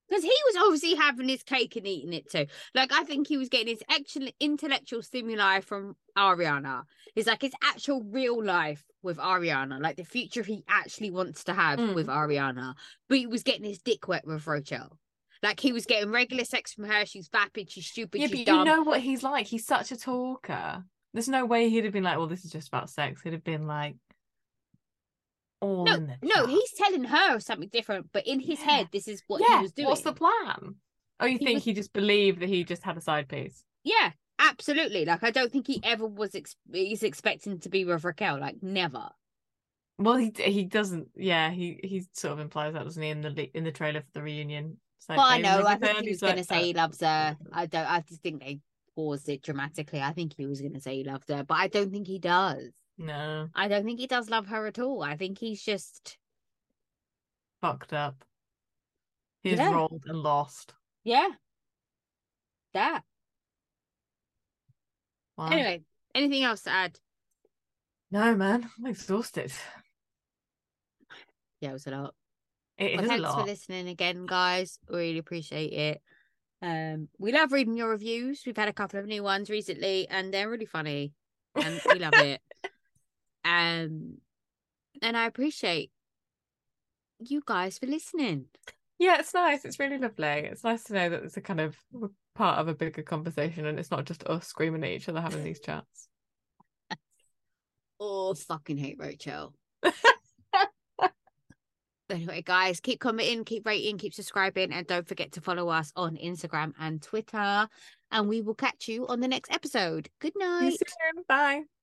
Speaker 2: Because he was obviously having his cake and eating it too. Like I think he was getting his actual intellectual stimuli from Ariana. It's like his actual real life with Ariana, like the future he actually wants to have
Speaker 1: Mm.
Speaker 2: with Ariana. But he was getting his dick wet with Rochelle. Like he was getting regular sex from her. She's vapid. She's stupid.
Speaker 1: yeah, but
Speaker 2: she's dumb.
Speaker 1: you know what he's like. He's such a talker. There's no way he'd have been like, well, this is just about sex. He'd have been like, all in the
Speaker 2: no,
Speaker 1: chat.
Speaker 2: he's telling her something different. But in his
Speaker 1: Yeah.
Speaker 2: head, this is what he was doing.
Speaker 1: What's the plan? Oh, you
Speaker 2: He
Speaker 1: think
Speaker 2: was-
Speaker 1: he just believed that he just had a side piece?
Speaker 2: Yeah, absolutely. Like I don't think he ever was. Ex- he's expecting to be with Raquel. Like never.
Speaker 1: Well, he he doesn't. Yeah, he he sort of implies that doesn't he in the le- in the trailer for the reunion. It's like,
Speaker 2: Well, I
Speaker 1: "Babe,
Speaker 2: know.
Speaker 1: love
Speaker 2: I
Speaker 1: you,
Speaker 2: think
Speaker 1: babe."
Speaker 2: he was
Speaker 1: He's
Speaker 2: going to
Speaker 1: like,
Speaker 2: say
Speaker 1: "Uh,
Speaker 2: he loves her. I don't. I just think they paused it dramatically. I think he was going to say he loved her, but I don't think he does.
Speaker 1: no,
Speaker 2: I don't think he does love her at all. I think he's just
Speaker 1: fucked up. He's
Speaker 2: Yeah.
Speaker 1: rolled and lost.
Speaker 2: yeah, that.
Speaker 1: Wow.
Speaker 2: Anyway, anything else to add?
Speaker 1: no, man, I'm exhausted.
Speaker 2: Yeah, it was a lot.
Speaker 1: It is
Speaker 2: Well,
Speaker 1: a
Speaker 2: thanks for
Speaker 1: lot.
Speaker 2: listening again, guys. Really appreciate it. Um, we love reading your reviews. We've had a couple of new ones recently, and they're really funny, and we love it. Um, and I appreciate you guys for listening.
Speaker 1: Yeah, it's nice. It's really lovely. It's nice to know that it's a kind of we're part of a bigger conversation, and it's not just us screaming at each other having these chats.
Speaker 2: Oh, fucking hate Rachel. anyway, guys, keep commenting, keep rating, keep subscribing, and don't forget to follow us on Instagram and Twitter. And we will catch you on the next episode. Good
Speaker 1: See you
Speaker 2: night.
Speaker 1: soon. Bye.